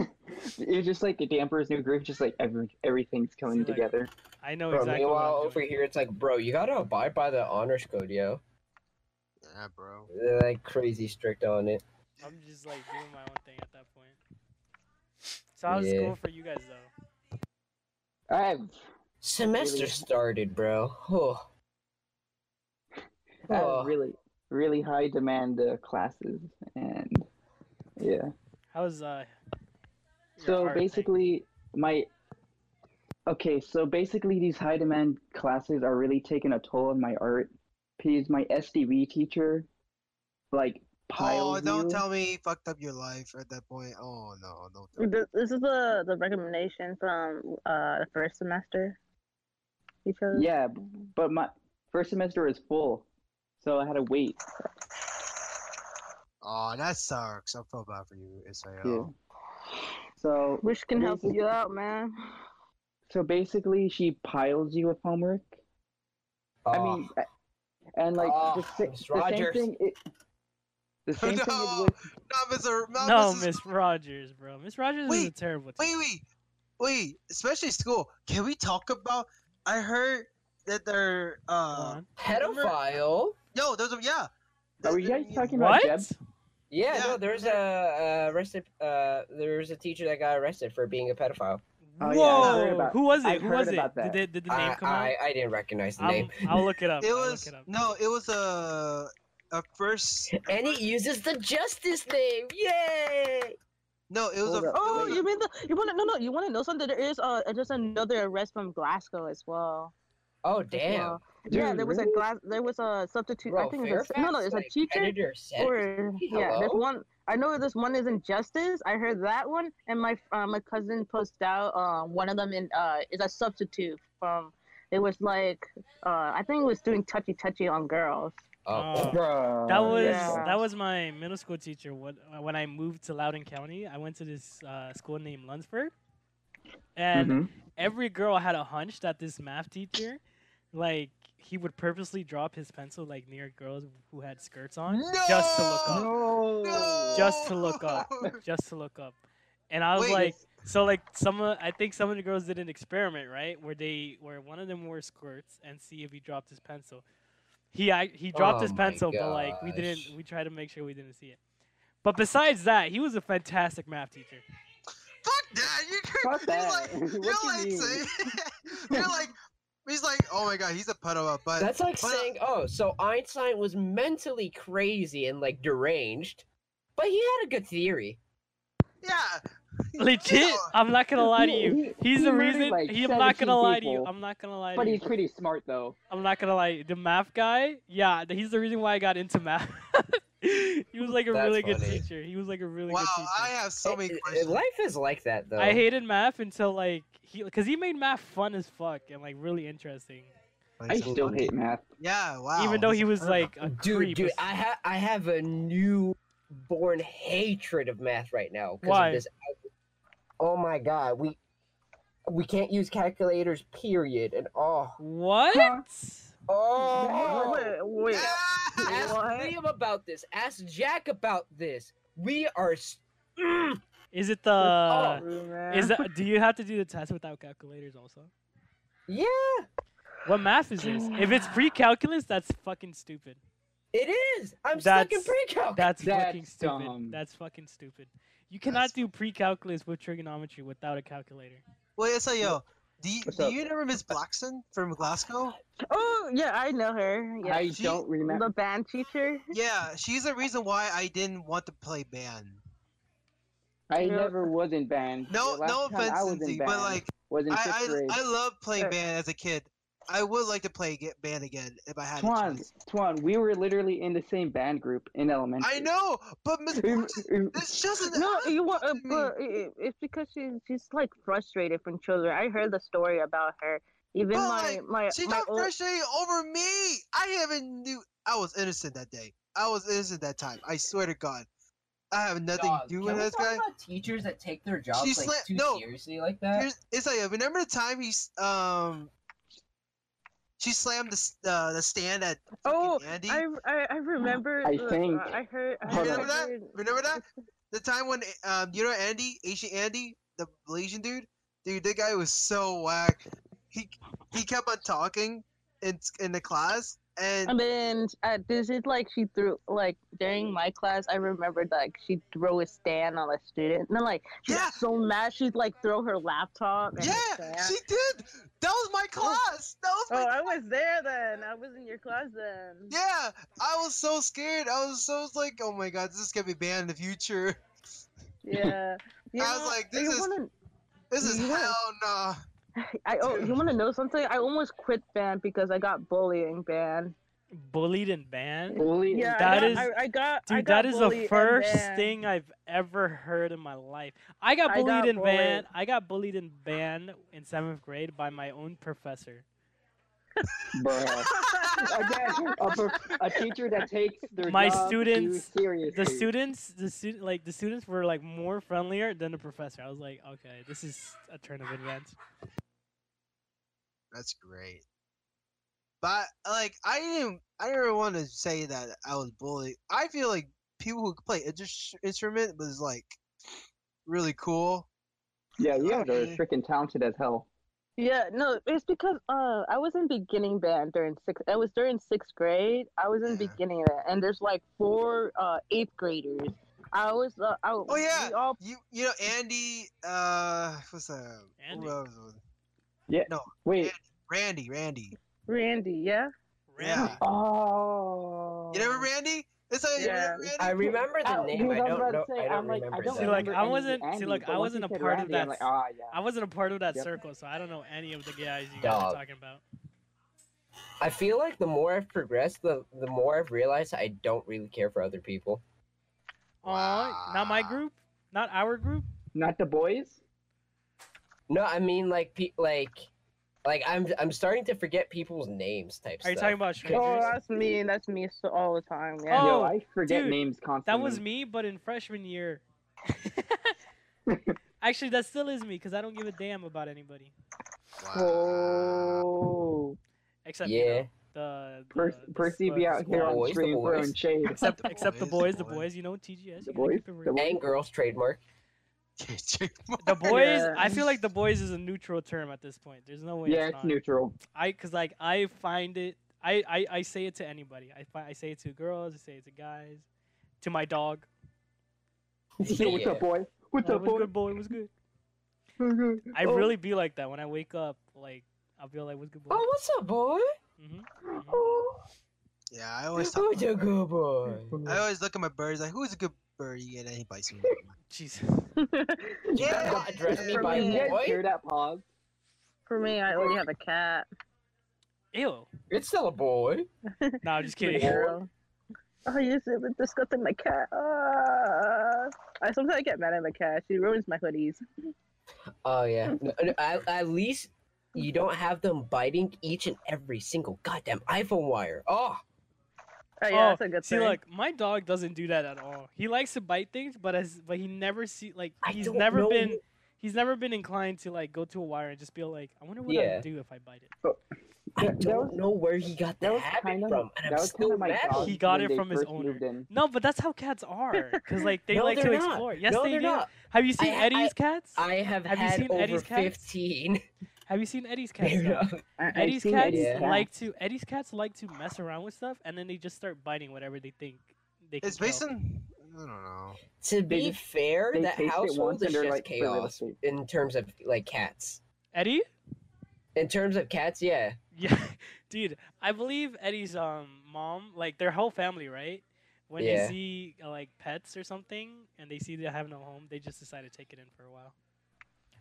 S3: It's just like a damper's new groove. Just like every everything's coming
S1: like-
S3: together.
S1: I know
S4: Bro,
S1: Oh, exactly. what I'm
S4: meanwhile,
S1: doing.
S4: over here, it's like, bro, you gotta abide by the honors code, yo.
S5: Yeah, bro.
S4: They're like crazy strict on it.
S1: I'm just like doing my own thing at that point. So how's
S4: Yeah.
S1: school for you guys though?
S3: I've
S4: Semester
S3: Really?
S4: started, bro. Oh.
S3: I
S4: Oh.
S3: have really really high demand uh, classes and yeah.
S1: How's uh? your
S3: So
S1: art thing?
S3: basically, my okay. So basically, these high demand classes are really taking a toll on my art. Because my SDV teacher, like
S5: Oh,
S3: piles
S5: don't
S3: you.
S5: tell me he fucked up your life at that point. Oh no, don't. Tell me.
S2: This, this is the the recommendation from uh the first semester. You chose.
S3: Yeah, b- but my first semester is full, so I had to wait.
S5: Oh, that sucks. I feel bad for you, Israel.
S3: Yeah. So
S2: Which can help
S3: Basically-
S2: you out, man.
S3: so basically, she piles you with homework. I
S4: Oh.
S3: mean, a- and like
S4: Ah,
S3: the, si-
S4: Miss
S3: the same
S4: Rogers.
S3: thing. It, the
S5: *laughs*
S3: same thing it
S5: No.
S3: was.
S5: Not Mr. Not
S1: No,
S5: Mrs.
S1: Miss Rogers, bro. Miss Rogers is a
S5: Wait,
S1: terrible. teacher.
S5: Wait, wait, wait. Especially school. Can we talk about? I heard that they're
S1: Go
S5: uh
S1: on.
S4: pedophile.
S5: no, those are yeah.
S3: Are
S5: Those
S3: we guys
S5: yeah.
S3: talking about
S1: What?
S3: Jeb?
S4: Yeah,
S5: Yeah.
S4: no, there's a uh, arrested. Uh, there was a teacher that got arrested for being a pedophile.
S3: Oh, yeah, I've
S1: Whoa!
S3: heard about-
S1: Who was it?
S3: I've
S1: Who
S3: heard
S1: was it?
S3: about
S1: Did,
S3: that.
S1: they, did the name
S4: I,
S1: come
S4: I, I didn't recognize the
S1: out?
S4: name.
S1: I'm, I'll look it up.
S5: It
S1: I'll
S5: was
S1: look it up.
S5: no, it was a a
S3: *laughs*
S5: first.
S4: And it uses the justice name. Yay!
S5: No, it was
S3: Hold
S5: a.
S3: up,
S2: Oh,
S3: wait.
S2: you mean the you want to no no you want to know something? There is uh just another arrest from Glasgow as well.
S4: Oh
S2: as
S4: damn!
S2: well. yeah,
S3: Dude,
S2: there was
S3: really?
S2: a glass. There was a substitute.
S4: Bro,
S2: I think it was a, no no.
S4: Fairfax,
S2: It's
S4: like,
S2: a teacher
S4: editor said-
S2: or yeah. There's
S4: Hello?
S2: one. I know this one is injustice. I heard that one, and my uh, my cousin posted out um one of them in uh is a substitute from. It was like uh I think it was doing touchy touchy on girls.
S4: Oh,
S3: Bruh,
S1: That was
S2: yeah.
S1: that was my middle school teacher. When when I moved to Loudoun County, I went to this uh, school named Lunsford, and
S3: Mhm.
S1: every girl had a hunch that this math teacher, like he would purposely drop his pencil like near girls who had skirts on, just to look up,
S3: No.
S5: No. *laughs*
S1: Just to look up. just to look up, and I was
S5: Wait,
S1: like, So like some, of, I think some of the girls did an experiment, right, where they where one of them wore skirts and see if he dropped his pencil. He I, he dropped
S4: Oh
S1: his
S4: my
S1: pencil, but like we didn't.
S4: gosh.
S1: We tried to make sure we didn't see it. But besides that, he was a fantastic math
S3: *laughs*
S1: teacher.
S5: Fuck that! You're, *laughs*
S3: Fuck
S5: you're
S3: that. *laughs* What
S5: like, you're
S3: you
S5: like,
S3: mean?
S5: saying,
S3: *laughs*
S5: you're like, he's like, oh my god, he's a pedo up, but
S4: That's like
S5: but, uh,
S4: saying, oh, so Einstein was mentally crazy and like deranged, but he had a good theory.
S5: yeah,
S1: Legit, I'm not *laughs* gonna lie to
S3: He-
S1: you.
S3: he-
S1: He's
S3: he
S1: the
S3: murdered,
S1: reason.
S3: like,
S1: he, I'm not gonna
S3: 17
S1: lie to you.
S3: people,
S1: I'm not gonna lie
S3: But
S1: to
S3: he's
S1: you.
S3: pretty smart though.
S1: I'm not gonna lie. The math guy, yeah, th- he's the reason why I got into math. *laughs* he was like a
S4: That's
S1: really good
S4: funny.
S1: teacher. He was like a really
S5: wow,
S1: good teacher.
S5: I have so many
S4: It- it-
S5: questions.
S4: Eh, life is like that though.
S1: I hated math until like he, cause he made math fun as fuck and like really interesting.
S3: I still hate math.
S5: Yeah, wow.
S1: Even though
S5: he's
S1: he
S5: a
S1: was
S5: pervert.
S1: like a
S4: dude,
S1: creep.
S4: dude,
S1: as-
S4: I have I have a newborn hatred of math right now. 'cause
S1: Why?
S4: Of this outfit. oh my god, we we can't use calculators. Period. And oh,
S1: what?
S3: Huh?
S4: oh.
S2: Wait, wait.
S5: Ah! *laughs*
S4: Ask
S2: What?
S4: Liam about this. Ask Jack about this. We are. s- Mm.
S1: Is it the?
S2: Oh, man.
S1: Uh, Is that? Do you have to do the test without calculators also?
S4: Yeah,
S1: What math is this? If it's pre-calculus, that's fucking stupid.
S4: it is. I'm stuck in
S1: That's-
S4: pre-calc.
S1: That's,
S3: That's
S1: fucking stupid.
S3: dumb.
S1: That's fucking stupid. You cannot
S5: That's-
S1: do pre-calculus with trigonometry without a calculator.
S5: Wait, so yo, do you,
S3: What's
S5: do
S3: up?
S5: you remember Miss Blackson from Glasgow?
S2: Oh yeah, I know her. Yeah.
S3: I
S5: She-
S3: don't remember.
S2: the band teacher.
S5: Yeah, she's the reason why I didn't want to play band.
S3: I
S2: No.
S3: never was in band.
S5: No,
S3: The last
S5: no
S3: time I
S5: offense,
S3: was in
S5: Lindsay,
S3: band
S5: but like,
S3: was in fifth
S5: I,
S3: grade.
S5: I I love playing
S2: Uh,
S5: band as a kid. I would like to play get band again if I had a
S3: Twan,
S5: chance.
S3: Twan, we were literally in the same band group in elementary. *laughs*
S5: I know, but Miss
S3: Um,
S5: Blackson,
S3: um,
S5: this doesn't.
S2: No,
S5: happen
S2: you want,
S5: to
S2: uh,
S5: me.
S2: but it, it's because she's she's like frustrated from children. I heard the story about her. Even my
S5: But, like,
S4: Uh,
S2: my
S5: She
S2: my
S5: got
S2: old,
S5: frustrated over me. I haven't knew. I was innocent that day. I was innocent that time. I swear to God, I have nothing
S4: Dog,
S5: to do
S4: can
S5: with
S4: we
S5: this
S4: talk
S5: guy.
S4: about teachers that take their jobs
S5: She
S4: like
S5: sla-
S4: too
S5: no.
S4: seriously like that.
S5: Here's, it's like remember the time he's um. She slammed the s- uh, the stand at fucking
S2: Oh,
S5: Andy.
S2: I, I I remember.
S3: I
S2: uh,
S3: think-
S2: I heard. I
S3: You
S2: heard,
S3: remember
S5: that?
S4: *laughs*
S5: Remember that? The time when um you know Andy, Asian Andy, the Malaysian dude, dude, that guy was so whack. He he kept on talking in in the class,
S2: And
S5: and
S2: then uh, this is like she threw like during my class. I remember like she threw a stand on a student, and then like she
S5: Yeah.
S2: was so mad she'd like throw her laptop. And
S5: yeah,
S2: stand. Oh,
S5: she did. That was my class. That was my.
S2: I was there then. I was in your class then.
S5: Yeah, I was so scared. I was so like, oh my god, this is gonna be banned in the future. *laughs*
S2: Yeah. You
S5: I was like, this
S2: you
S5: is-
S2: wanna-
S5: This is
S2: You
S5: hell
S2: were-
S5: nah.
S2: I oh, you *laughs* want to know something? I almost quit band because I got bullying band.
S1: Bullied and banned.
S3: bullying.
S1: I That got- is-
S2: I, I got. I
S1: Dude,
S2: got
S1: that is
S2: bullied
S1: the
S2: and
S1: first
S2: banned.
S1: thing I've ever heard in my life. I got
S2: I got
S1: bullied in
S2: bullied.
S1: band. I got bullied in band in seventh grade by my own professor.
S3: Bruh.
S5: *laughs*
S3: Again, a, per- a teacher that takes their
S1: My
S3: job too
S1: students-
S3: seriously.
S1: The students, the student, like the students were like more friendlier than the professor. I was like, okay, this is a turn of events.
S5: That's great. But like, I didn't. I didn't really want to say that I was bullied. I feel like people who play instru- instrument was like really cool.
S3: Yeah, you guys are
S5: Okay.
S3: freaking talented as hell.
S2: Yeah, no, it's because uh, I was in beginning band during sixth. I was during sixth grade. I was in
S5: Yeah.
S2: beginning band, and there's like four uh, eighth graders. I was. Uh, I,
S5: Oh, yeah.
S2: We all
S5: You you know Andy. Uh, what's that?
S1: Andy?
S3: Wait,
S5: Randy. Randy.
S2: Randy. Yeah.
S1: Randy.
S5: Yeah.
S3: oh.
S5: You remember Randy? It's like you
S2: Yeah.
S5: remember Randy?
S4: I remember the
S3: Oh,
S4: name.
S3: because
S4: I
S3: was
S4: don't
S3: about to
S4: know.
S3: say,
S4: I don't
S3: I'm like,
S4: remember.
S3: don't
S4: that.
S1: See, like, I
S3: remember
S1: wasn't-
S3: any
S1: see,
S3: Andy,
S1: look,
S3: but
S1: I
S3: once
S1: wasn't
S3: you
S1: a
S3: said
S1: part of
S3: Randy, I'm
S1: that
S3: like, ah, yeah.
S1: I wasn't a part of that
S3: Yep.
S1: circle, so I don't know any of the guys you guys are
S4: Dog.
S1: talking about.
S4: I feel like the more I've progressed, the the more I've realized I don't really care for other people.
S1: Aw, not my
S5: Wow.
S1: group, not our group.
S3: Not the boys?
S4: No, I mean like pe- like like I'm I'm starting to forget people's names type
S1: Are you
S4: stuff.
S1: talking about
S2: Oh,
S1: strangers?
S2: that's me. That's me so, all the time.
S1: Oh,
S2: Yeah.
S3: Yo, I forget
S1: dude,
S3: names constantly.
S1: That was me, but in freshman year. *laughs* Actually, that still is me because I don't give a damn about anybody
S5: Wow. *laughs*
S3: Oh.
S1: except you know,
S4: yeah.
S1: the, the
S3: Per-
S1: the s-
S3: Percy
S1: uh,
S3: be
S1: the
S3: out here
S1: squad.
S3: on
S4: boys, the
S3: stream
S4: boys.
S3: throwing shade.
S1: *laughs* Except
S5: The
S1: except the
S5: boys,
S1: boys,
S5: the
S1: the
S5: boys.
S1: boys. You know, TGS.
S3: The
S1: you gotta
S3: boys,
S1: keep it
S3: the
S1: real.
S3: boys.
S4: *laughs* And girls trademark.
S5: KJ Moore.
S1: The boys,
S2: Yeah.
S1: I feel like the boys is a neutral term at this point. There's no way.
S3: yeah,
S1: it's
S3: it's
S1: not.
S3: neutral.
S1: I because like I find it. I, I, I say it to anybody. I fi- I say it to girls. I say it to guys. To my dog.
S3: Yo, what's
S4: Yeah.
S3: up, boy? What's
S1: Oh,
S3: up,
S1: it was
S3: boy?
S1: good, boy. It was good. I
S3: Oh,
S1: really be like that when I wake up. Like I'll be like, "What's good, boy?"
S4: Oh, what's up, boy?
S1: hmm
S3: oh.
S5: Yeah, I always talk.
S4: Who's a good boy?
S5: I always look at my birds like, who's a good bird? You get
S4: *laughs*
S5: anybody soon.
S1: Jesus.
S4: Yeah, not address me
S2: For
S4: by
S2: me,
S3: You guys
S4: boy.
S3: hear that pause?
S2: *laughs* For me, I already have a cat.
S1: Ew.
S4: It's still a boy.
S1: No, I'm just kidding.
S2: Girl. Oh, you just disgusting my cat. Ah. I sometimes get mad at my cat. She ruins my hoodies.
S4: Oh
S3: Hmm.
S4: yeah. No, no, at, at least you don't have them biting each and every single goddamn iPhone wire. Oh,
S2: Oh yeah,
S1: Oh,
S2: that's a good
S1: *laughs*
S4: eh?
S1: see,
S2: thing.
S1: look, my dog doesn't do that at all. He likes to bite things, but as but he never see like
S4: I
S1: he's
S4: don't
S1: never
S4: know.
S1: been he's never been inclined to like go to a wire and just be like, I wonder what
S4: Yeah.
S1: I'd do if I bite it.
S4: I
S3: That- that
S4: don't
S3: was-
S4: know where he got
S3: that
S4: that
S3: was
S4: habit
S3: kinda-
S4: from, and
S3: that
S4: I'm
S3: was kinda
S4: still
S3: my
S4: mad.
S3: dog
S1: He got
S3: when
S1: it
S3: they
S1: from his
S3: first
S1: owner.
S3: moved in.
S1: No, but that's how cats are, because like they
S4: *laughs* No,
S1: like to
S4: they're not.
S1: explore. Yes,
S4: no,
S1: they
S4: they're
S1: do.
S4: not.
S1: Have you
S4: I-
S1: seen
S4: I-
S1: Eddie's cats?
S4: I have
S1: Have you
S4: had
S1: seen
S4: over
S1: Eddie's cats? *laughs*
S4: fifteen.
S1: Have you seen Eddie's cats?
S4: Fair
S1: though?
S4: enough.
S3: I- I've
S1: Eddie's
S3: seen
S1: cats
S3: Eddie's
S4: cat.
S1: like to Eddie's cats like to mess around with stuff, and then they just start biting whatever they think they can.
S5: It's
S1: kill.
S5: based on. I don't know.
S4: *laughs* To be
S3: just-
S4: fair,
S3: they
S4: that
S3: taste it
S4: household
S3: once and
S4: is
S3: they're
S4: just
S3: like, for real
S4: chaos
S3: estate.
S4: in terms of like cats.
S1: Eddie.
S4: In terms of cats, yeah.
S1: Yeah, *laughs* dude, I believe Eddie's um mom, like their whole family, right? When
S4: Yeah.
S1: they see uh, like pets or something, and they see they have no home, they just decide to take it in for a while.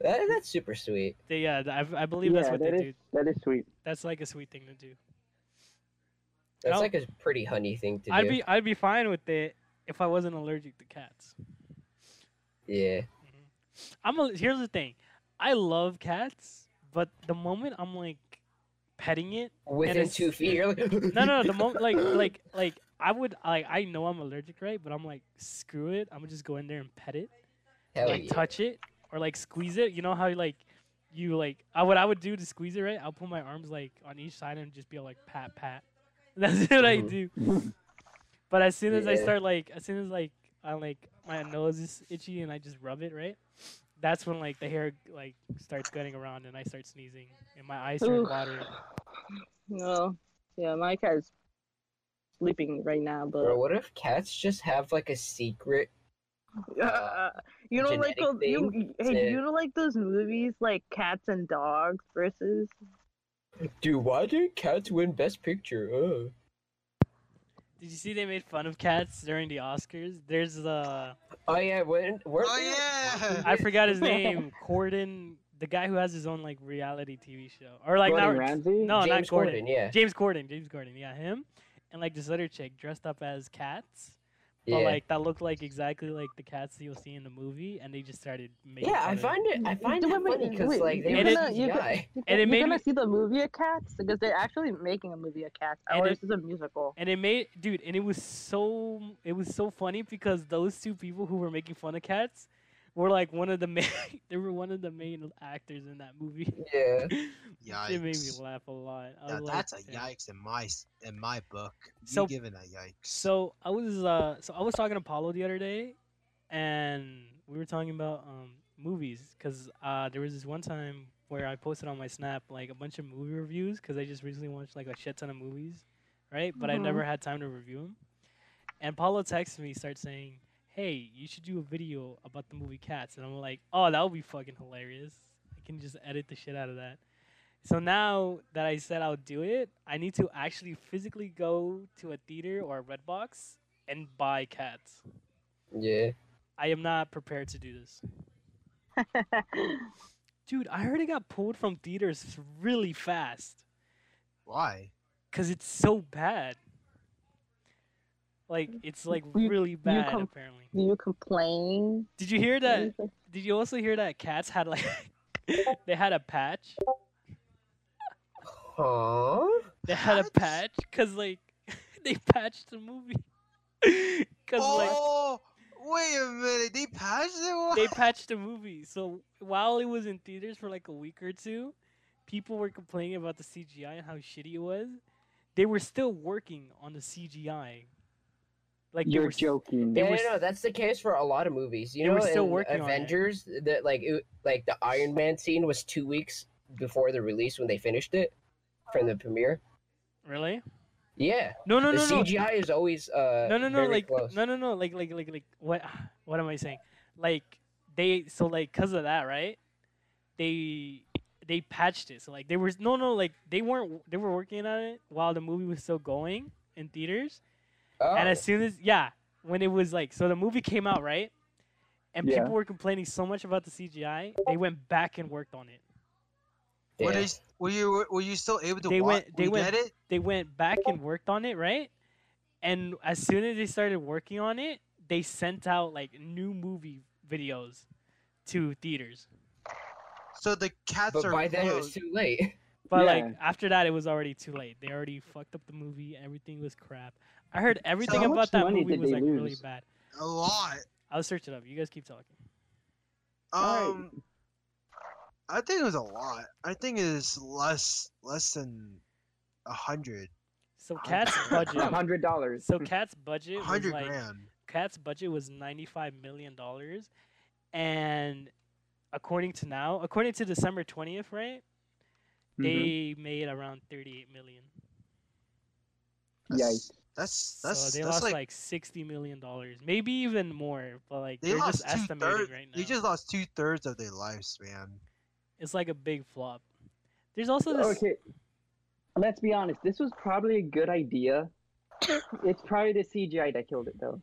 S4: That, that's super sweet.
S1: They, yeah, th- I, I believe that's
S3: Yeah,
S1: what
S3: that
S1: they
S3: is-
S1: do.
S3: That is sweet.
S1: That's like a sweet thing to do.
S4: That's
S1: Oh.
S4: like a pretty honey thing to
S1: I'd
S4: do.
S1: be I'd be fine with it if I wasn't allergic to cats.
S4: Yeah.
S1: Mhm. I'm a, here's the thing, I love cats, but the moment I'm like petting it,
S4: Within
S1: it's-
S4: two feet, you're like
S1: no, no,
S4: *laughs*
S1: no the moment like like like I would like I know I'm allergic, right? But I'm like screw it, I'm gonna just go in there and pet it.
S4: Hell
S1: like
S4: yeah.
S1: touch it or like squeeze it. You know how like you like I what I would do to squeeze it, right? I'll put my arms like on each side and just be like pat pat. *laughs* That's what I
S4: Mhm.
S1: do. But as soon as I
S4: Yeah.
S1: start like as soon as like I like my nose is itchy and I just rub it, right? That's when like the hair like starts getting around and I start sneezing and my eyes start
S2: Oof.
S1: watering.
S2: *sighs* No, yeah, my cat is sleeping right now, but *laughs*
S4: Bro, what if cats just have like a secret?
S2: Uh, you know, like
S4: genetic
S2: those, you,
S4: thing
S2: hey,
S4: to-
S2: you know, like those movies, like cats and dogs versus.
S4: Dude, why did cats win Best Picture? Uh.
S1: Did you see they made fun of cats during the Oscars? There's uh
S4: Oh yeah, when weren't
S5: Oh
S4: they, like,
S5: yeah.
S1: I forgot his name, Corden, the guy who has his own like reality TV show or like
S3: Gordon
S1: not
S3: Ramsay?
S1: No, not
S4: James
S1: Gordon.
S4: Corden,
S1: *laughs*
S4: yeah,
S1: James Corden. James Corden. Yeah, him and like this other chick dressed up as cats, but
S4: yeah.
S1: like that looked like exactly like the cats you'll see in the movie, and they just started making.
S4: yeah,
S1: fun
S4: I
S1: of
S4: find it. I
S2: You
S4: find it
S2: don't
S4: funny
S2: make-
S4: because
S2: wait,
S4: like they
S1: you're
S4: were
S1: gonna-
S4: CGI.
S2: you're gonna-
S1: And it
S2: You're
S1: made
S2: gonna
S1: me-
S2: see the movie of Cats because they're actually making a movie of Cats.
S1: And
S2: Ours
S1: it-
S2: is a
S1: *laughs*
S2: musical. *laughs*
S1: And it made dude, and it was so it was so funny because those two people who were making fun of cats were like one of the *laughs* main. they were one of the main actors in that movie. *laughs*
S4: Yeah,
S1: It made me
S5: Yikes.
S1: laugh a lot. I
S5: Now
S1: was like,
S5: that's a
S1: "Damn."
S5: yikes in my s- in my book. You
S1: So-
S5: giving that yikes?
S1: So I was uh, so I was talking to Paulo the other day, and we were talking about um, movies because uh, there was this one time where I posted on my Snap like a bunch of movie reviews because I just recently watched like a shit ton of movies, right? But
S2: Mhm.
S1: I never had time to review them. And Paulo texts me, starts saying, "Hey, you should do a video about the movie Cats," and I'm like, "Oh, that would be fucking hilarious! I can just edit the shit out of that." So now that I said I'll do it, I need to actually physically go to a theater or a Redbox and buy cats.
S4: yeah.
S1: I am not prepared to do this. Dude, I heard it got pulled from theaters really fast
S5: Why?
S1: because it's so bad. Like, it's like
S2: You-
S1: really bad,
S2: com-
S1: apparently.
S2: Do you complain?
S1: Did you hear that? Did you also hear that cats
S2: *laughs*
S1: had like. they had a patch?
S4: Huh?
S1: They had a patch
S5: Patch?
S1: because, like, *laughs* they patched the movie. Because, like.
S5: Oh, wait a minute. They patched it. What?
S1: they patched the movie. So while it was in theaters for like a week or two, people were complaining about the CGI and how shitty it was. They were still working on the CGI. Like they
S3: You're
S1: were s-
S3: joking.
S1: They
S4: yeah,
S1: were
S4: no, no,
S1: s-
S4: that's the case for a lot of movies. You
S1: They
S4: know,
S1: were still
S4: in
S1: working on it.
S4: Avengers, that like it, like the Iron Man scene was two weeks before the release when they finished it from the premiere.
S1: Really?
S4: Yeah,
S1: No, no,
S4: the
S1: no, no.
S4: CGI is always uh
S1: no no no
S4: very
S1: like
S4: close.
S1: no no no like like like like what *sighs* what am i saying like they so like because of that right they they patched it so like they were no no like they weren't they were working on it while the movie was still going in theaters
S4: oh,
S1: and as soon as yeah when it was like so the movie came out right and
S3: Yeah.
S1: people were complaining so much about the cgi they went back and worked on it
S5: Were,
S4: damn.
S5: they, were you were you still able to
S1: They
S5: wa-
S1: went- they
S5: we
S1: went-
S5: get it?
S1: they went back and worked on it, right? And as soon as they started working on it, they sent out like new movie videos to theaters.
S5: So the cats
S4: but
S5: are
S4: by then it was
S5: closed.
S4: too
S1: *laughs*
S4: late.
S1: But
S3: Yeah.
S1: like after that, it was already too late. They already fucked up the movie. Everything was crap. I heard everything
S3: how
S1: about
S3: much
S1: that
S3: money
S1: movie
S3: did
S1: was
S3: they
S1: like really
S3: lose?
S1: bad.
S5: a lot.
S1: I'll search it up. You guys keep talking.
S3: Alright.
S5: Um, I think it was a lot. I think it is less less than a hundred.
S3: *laughs*
S1: So Cat's budget.
S3: hundred dollars.
S1: So Cat's budget
S5: A
S1: was
S5: hundred
S1: like
S5: grand.
S1: Cat's budget was ninety-five million dollars, and according to now, according to December twentieth, right?
S5: Mm-hmm.
S1: they made around 38 million.
S5: That's that's that's,
S1: so they
S5: that's
S1: lost like,
S5: like,
S1: 60 million dollars, maybe even more. But like
S5: they
S1: are
S5: lost
S1: just
S5: two
S1: estimating
S5: thirds.
S1: right now.
S5: They just lost two thirds of their lives, man.
S1: It's like a big flop. There's also this.
S3: Oh, Okay. Let's be honest. This was probably a good idea. *coughs* it's probably the CGI that killed it, though.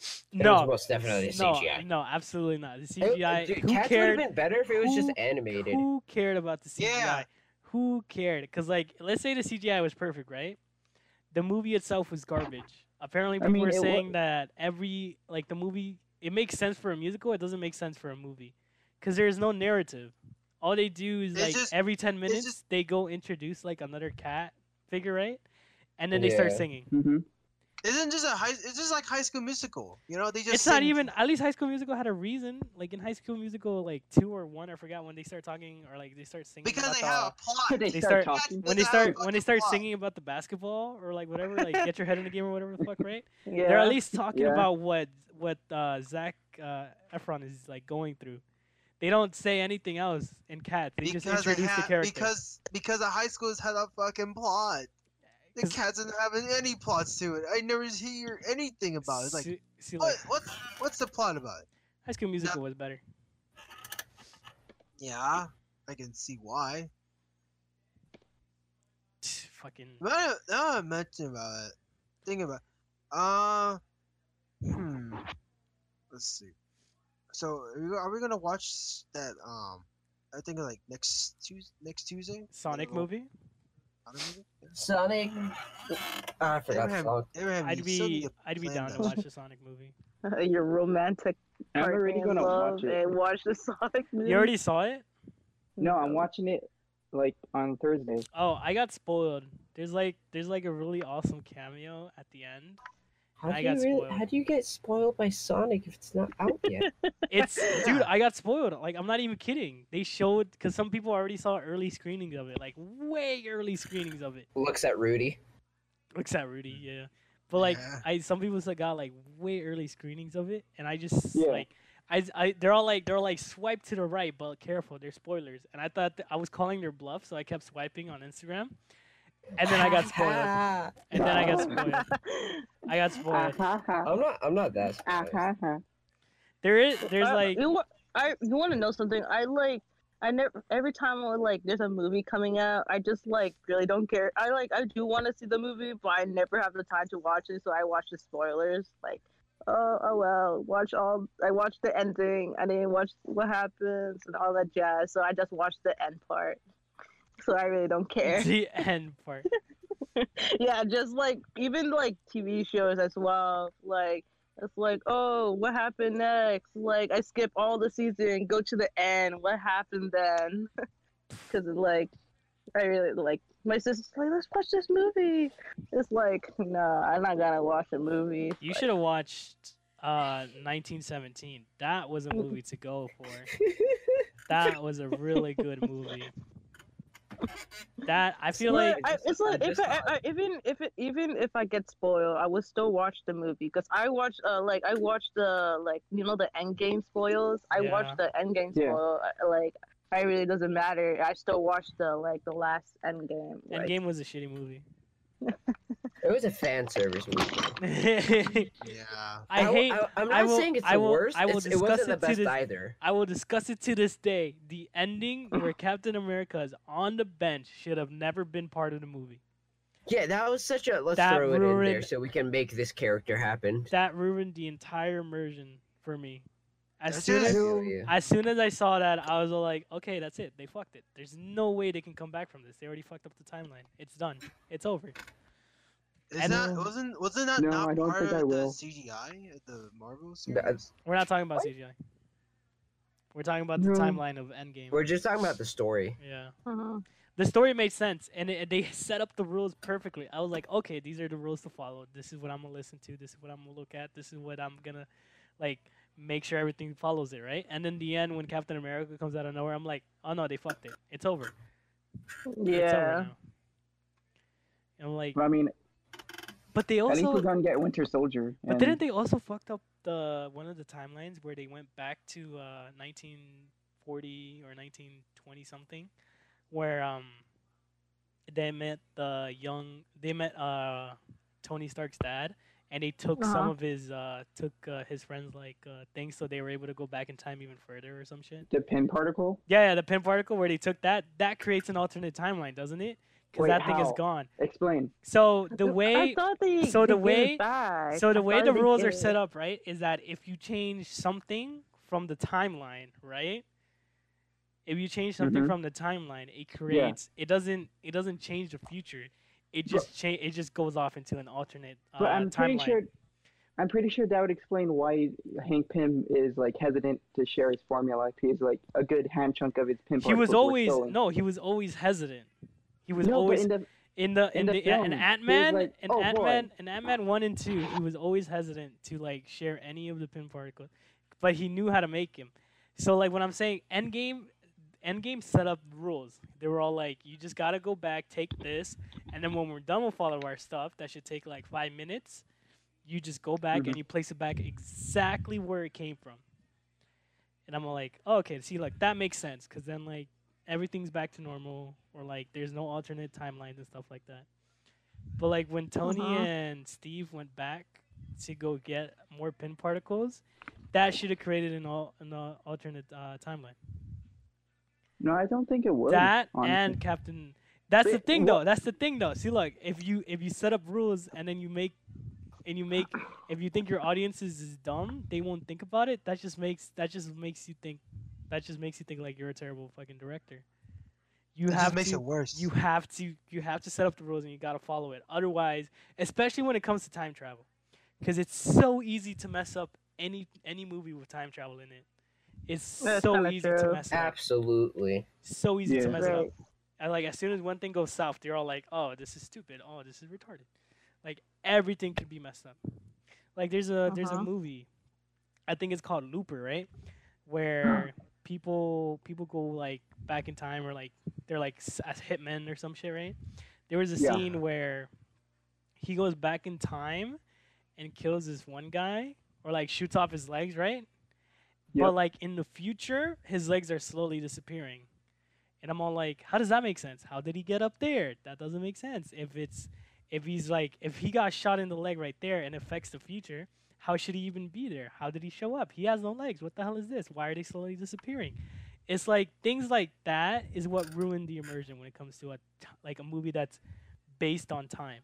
S4: It
S1: No,
S4: was most definitely
S1: s- no,
S4: CGI.
S1: no, absolutely not. The
S4: It-
S1: CGI.
S4: dude,
S1: who
S4: Cats
S1: cared?
S4: would have been better if it was just
S1: who-
S4: animated.
S1: Who cared about the CGI?
S5: Yeah.
S1: Who cared? Because like, let's say the CGI was perfect, right? The movie itself was garbage. Apparently,
S3: I
S1: people
S3: mean,
S1: were
S3: it wa-
S1: saying that every like the movie, it makes sense for a musical. It doesn't make sense for a movie, because there is no narrative. All they do is
S5: It's
S1: like
S5: just-
S1: every ten minutes
S5: just-
S1: they go introduce like another cat figure, right? And then they start
S4: Yeah.
S1: singing.
S3: Mm-hmm.
S5: Isn't just a high. It's just like High School Musical. You know, they just.
S1: it's not
S5: sing-
S1: even at least high school musical had a reason like in high school musical like two or one i forgot when they start talking or like they start singing
S5: because
S1: about
S5: they
S1: the-
S5: have
S1: *laughs*
S5: a plot.
S3: they,
S1: They
S3: start,
S1: start-
S3: talking.
S1: when they
S5: Without
S1: start
S5: fucking
S1: when they start
S5: plot.
S1: singing about the basketball or like whatever, like get your head in the game or whatever the fuck,
S5: *laughs*
S1: right?
S3: Yeah.
S1: They're at least talking
S3: Yeah.
S1: about what what uh, Zach uh, Efron is like going through. They don't say anything else in Cats. They just
S5: Because they
S1: introduce the
S5: have
S1: character.
S5: because because the high schools had a fucking plot. The
S1: 'Cause
S5: cats didn't have any plots to it. I never hear anything about it. It's like
S1: see- see,
S5: what
S1: like,
S5: what what's the plot about? it?
S1: High School Musical was better. *sniffs*
S5: Yeah, I can see why.
S1: Fucking
S5: Now now I mention about it, think about. It. Uh, hmm. Let's see. So are we, are we gonna watch that? Um, I think like next Tuesday. Next Tuesday.
S1: Sonic
S5: Little
S1: movie.
S5: Sonic movie?
S4: Sonic. Ah, I forgot the
S5: Abraham,
S4: song.
S5: Abraham,
S1: I'd
S5: you still need
S1: be
S5: to
S1: I'd be
S5: plan
S1: down
S5: that.
S1: to watch the Sonic
S5: *laughs*
S1: movie.
S2: *laughs* Your romantic.
S3: I'm
S2: part
S3: already
S2: in
S3: gonna
S2: love
S3: watch it.
S2: And watch the *laughs* Sonic movie.
S1: You already saw it?
S3: No, I'm watching it like on Thursday.
S1: Oh, I got spoiled. There's like there's like a really awesome cameo at the end.
S4: How
S1: I
S4: do you
S1: got
S4: really,
S1: spoiled.
S4: how do you get spoiled by Sonic if it's not out *laughs* yet?
S1: It's dude,
S5: Yeah.
S1: I got spoiled. Like I'm not even kidding. They showed because some people already saw early screenings of it, like way early screenings of it.
S4: Looks at Rudy.
S1: Except Rudy, yeah. But like
S5: Yeah.
S1: I, some people still got like way early screenings of it, and I just
S3: Yeah.
S1: like. I, I, they're all like they're all like swipe to the right, but careful, they're spoilers. And I thought th- I was calling their bluff, so I kept swiping on Instagram, and then I got spoiled. And then I got
S2: *laughs*
S1: spoiled. I got spoiled.
S4: I'm not. I'm not that. surprised.
S1: There is
S2: *laughs*
S1: there's
S2: Uh,
S1: like
S2: you wa- I you want to know something? I like I never every time I like there's a movie coming out, I just like really don't care. I like I do want to see the movie, but I never have the time to watch it, so I watch the spoilers. Like, oh oh well, watch all. I watched the ending. I didn't watch what happens and all that jazz. So I just watched the end part. So I really don't care.
S1: the end part.
S2: yeah, just like even like TV shows as well. Like it's like, oh, what happened next? Like I skip all the season, go to the end. What happened then? *laughs* Because like I really like my sister's like, let's watch this movie. It's like, no, I'm not gonna watch a movie.
S1: You should have watched uh 1917. That was a movie to go for. That was a really good movie. That I feel
S2: Well,
S1: like
S4: It's
S2: I, it's
S4: just a-
S2: like
S4: I'm
S2: if
S4: just
S2: I,
S4: not-
S2: I, even if it, even if I get spoiled, I will still watch the movie because I watch uh like I watch the like you know the end game spoils. I watch
S1: Yeah.
S2: the end game
S3: Yeah.
S2: spoil. uh, Like I really doesn't matter. I still watch the like the last end game. Like,
S1: Endgame was a shitty movie. *laughs*
S4: It was a fan service movie.
S1: I
S4: w-
S5: Yeah.
S1: hate.
S4: I, am not
S1: I will-
S4: saying it's
S1: I
S4: the
S1: will-
S4: worst.
S1: I will
S4: it's, it
S1: discuss
S4: wasn't
S1: it
S4: the
S1: to
S4: best
S1: this-
S4: either.
S1: I will discuss it to this day. The ending where Captain America is on the bench should have never been part of the movie.
S4: Yeah, that was such a. Let's
S1: That
S4: throw it in there
S1: ruined-
S4: so we can make this character happen.
S1: That ruined the entire immersion for me. As
S5: That's
S1: soon
S5: it.
S4: I
S1: as,
S4: feel you.
S1: as soon as I saw that, I was all like, okay, that's it. They fucked it. There's no way they can come back from this. They already fucked up the timeline. It's done. It's over.
S5: Is
S1: And-
S5: that wasn't wasn't that
S3: No,
S5: not
S3: I don't
S5: part
S3: think
S5: of
S3: I
S5: the
S3: will.
S5: CGI at the Marvel
S4: That-
S5: series?
S1: We're not talking about CGI. We're talking about the
S3: No.
S1: timeline of Endgame.
S4: We're just talking about the story.
S1: yeah.
S2: mhm.
S1: the story made sense and it, they set up the rules perfectly i was like okay these are the rules to follow this is what i'm gonna listen to this is what i'm gonna look at this is what i'm gonna like make sure everything follows it right and then the end when captain america comes out of nowhere i'm like oh no they fucked it it's over it's over
S2: yeah.
S1: now and i'm like
S3: I mean,
S1: but they
S3: at least we're
S1: also
S3: gonna get Winter Soldier.
S1: but
S3: and-
S1: didn't they also fucked up the one of the timelines where they went back to uh 1940 or 1920 something where um they met the young they met uh Tony Stark's dad and they took some
S2: Uh-huh.
S1: of his uh took uh, his friends like uh things so they were able to go back in time even further or some shit.
S3: the pin particle?
S1: Yeah, yeah, the pin particle where they took that that creates an alternate timeline, doesn't it? Cuz
S3: Wait,
S1: that thing is
S3: how?
S1: gone.
S3: Explain.
S1: So the
S2: I
S1: way
S2: thought they,
S1: so the
S2: they gave
S1: way-
S2: it back.
S1: so
S2: I
S1: the way
S2: thought
S1: the
S2: they
S1: rules are
S2: gave-
S1: set up, right, is that if you change something from the timeline, right? If you change something
S3: Mhm.
S1: from the timeline, it creates it doesn't it doesn't change the future. It just cha- it just goes off into an alternate uh,
S3: But I'm pretty
S1: timeline.
S3: sure. I'm pretty sure that would explain why Hank Pym is like hesitant to share his formula. He's like a good hand chunk of his pin.
S1: he was
S3: particles were
S1: always
S3: stolen.
S1: no, he was always hesitant. He was
S3: No, but
S1: always
S3: in
S1: in
S3: the
S1: the in,
S3: in the
S1: the, yeah, in
S3: film, he was
S1: Ant Man
S3: like,
S1: and
S3: "Oh, boy."
S1: Ant Man and Ant Man one and two, he was always hesitant to like share any of the pin particles, but he knew how to make him. So like when I'm saying Endgame, Endgame set up rules. They were all like, you just gotta go back, take this, and then when we're done with all of our stuff, that should take like five minutes. You just go back
S3: Mhm.
S1: and you place it back exactly where it came from. And I'm all like, oh, okay, see, like that makes sense, because then like everything's back to normal, or like there's no alternate timelines and stuff like that. But like when Tony
S2: Uh-huh.
S1: and Steve went back to go get more pin particles, that should have created an, al- an al- alternate uh, timeline.
S3: No, I don't think it would.
S1: that
S3: honestly.
S1: and Captain. That's the
S3: Wait,
S1: thing,
S3: wha-
S1: though. That's the thing, though. See, look, if you if you set up rules and then you make and you make if you think your audience is, is dumb, they won't think about it. That just makes that just makes you think. That just makes you think like you're a terrible fucking director. You
S5: it
S1: have
S5: just makes
S1: to
S5: it worse.
S1: you have to you have to set up the rules and you got to follow it otherwise especially when it comes to time travel because it's so easy to mess up any any movie with time travel in it it's
S2: That's
S1: so
S2: kinda
S1: easy to
S2: true.
S1: mess it up
S4: Absolutely.
S1: so easy
S3: Yeah.
S1: to mess it up
S2: Right.
S1: and like as soon as one thing goes south they're all like oh this is stupid oh this is retarded like everything could be messed up like there's a there's a
S2: Uh-huh.
S1: movie i think it's called looper right where people people go like back in time or like they're like s- as hitmen or some shit right there was a
S3: Yeah.
S1: scene where he goes back in time and kills this one guy or like shoots off his legs right
S3: Yep.
S1: but like in the future his legs are slowly disappearing and i'm all like how does that make sense how did he get up there that doesn't make sense if it's if he's like if he got shot in the leg right there and affects the future how should he even be there how did he show up he has no legs what the hell is this why are they slowly disappearing it's like things like that is what ruined the immersion when it comes to a t- like a movie that's based on time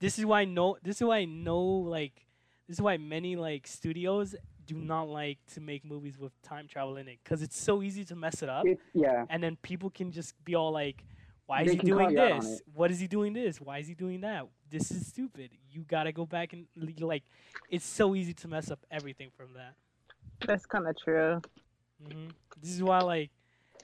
S1: this is why no this is why no like this is why many like studios do not like to make movies with time travel in it because it's so easy to mess it up
S3: It, yeah.
S1: and then people can just be all like why is
S3: They
S1: he
S3: can call
S1: doing
S3: you out on
S1: this what is he doing this why is he doing that this is stupid you gotta go back and l- like it's so easy to mess up everything from that
S2: That's kind of true.
S1: hmm this is why like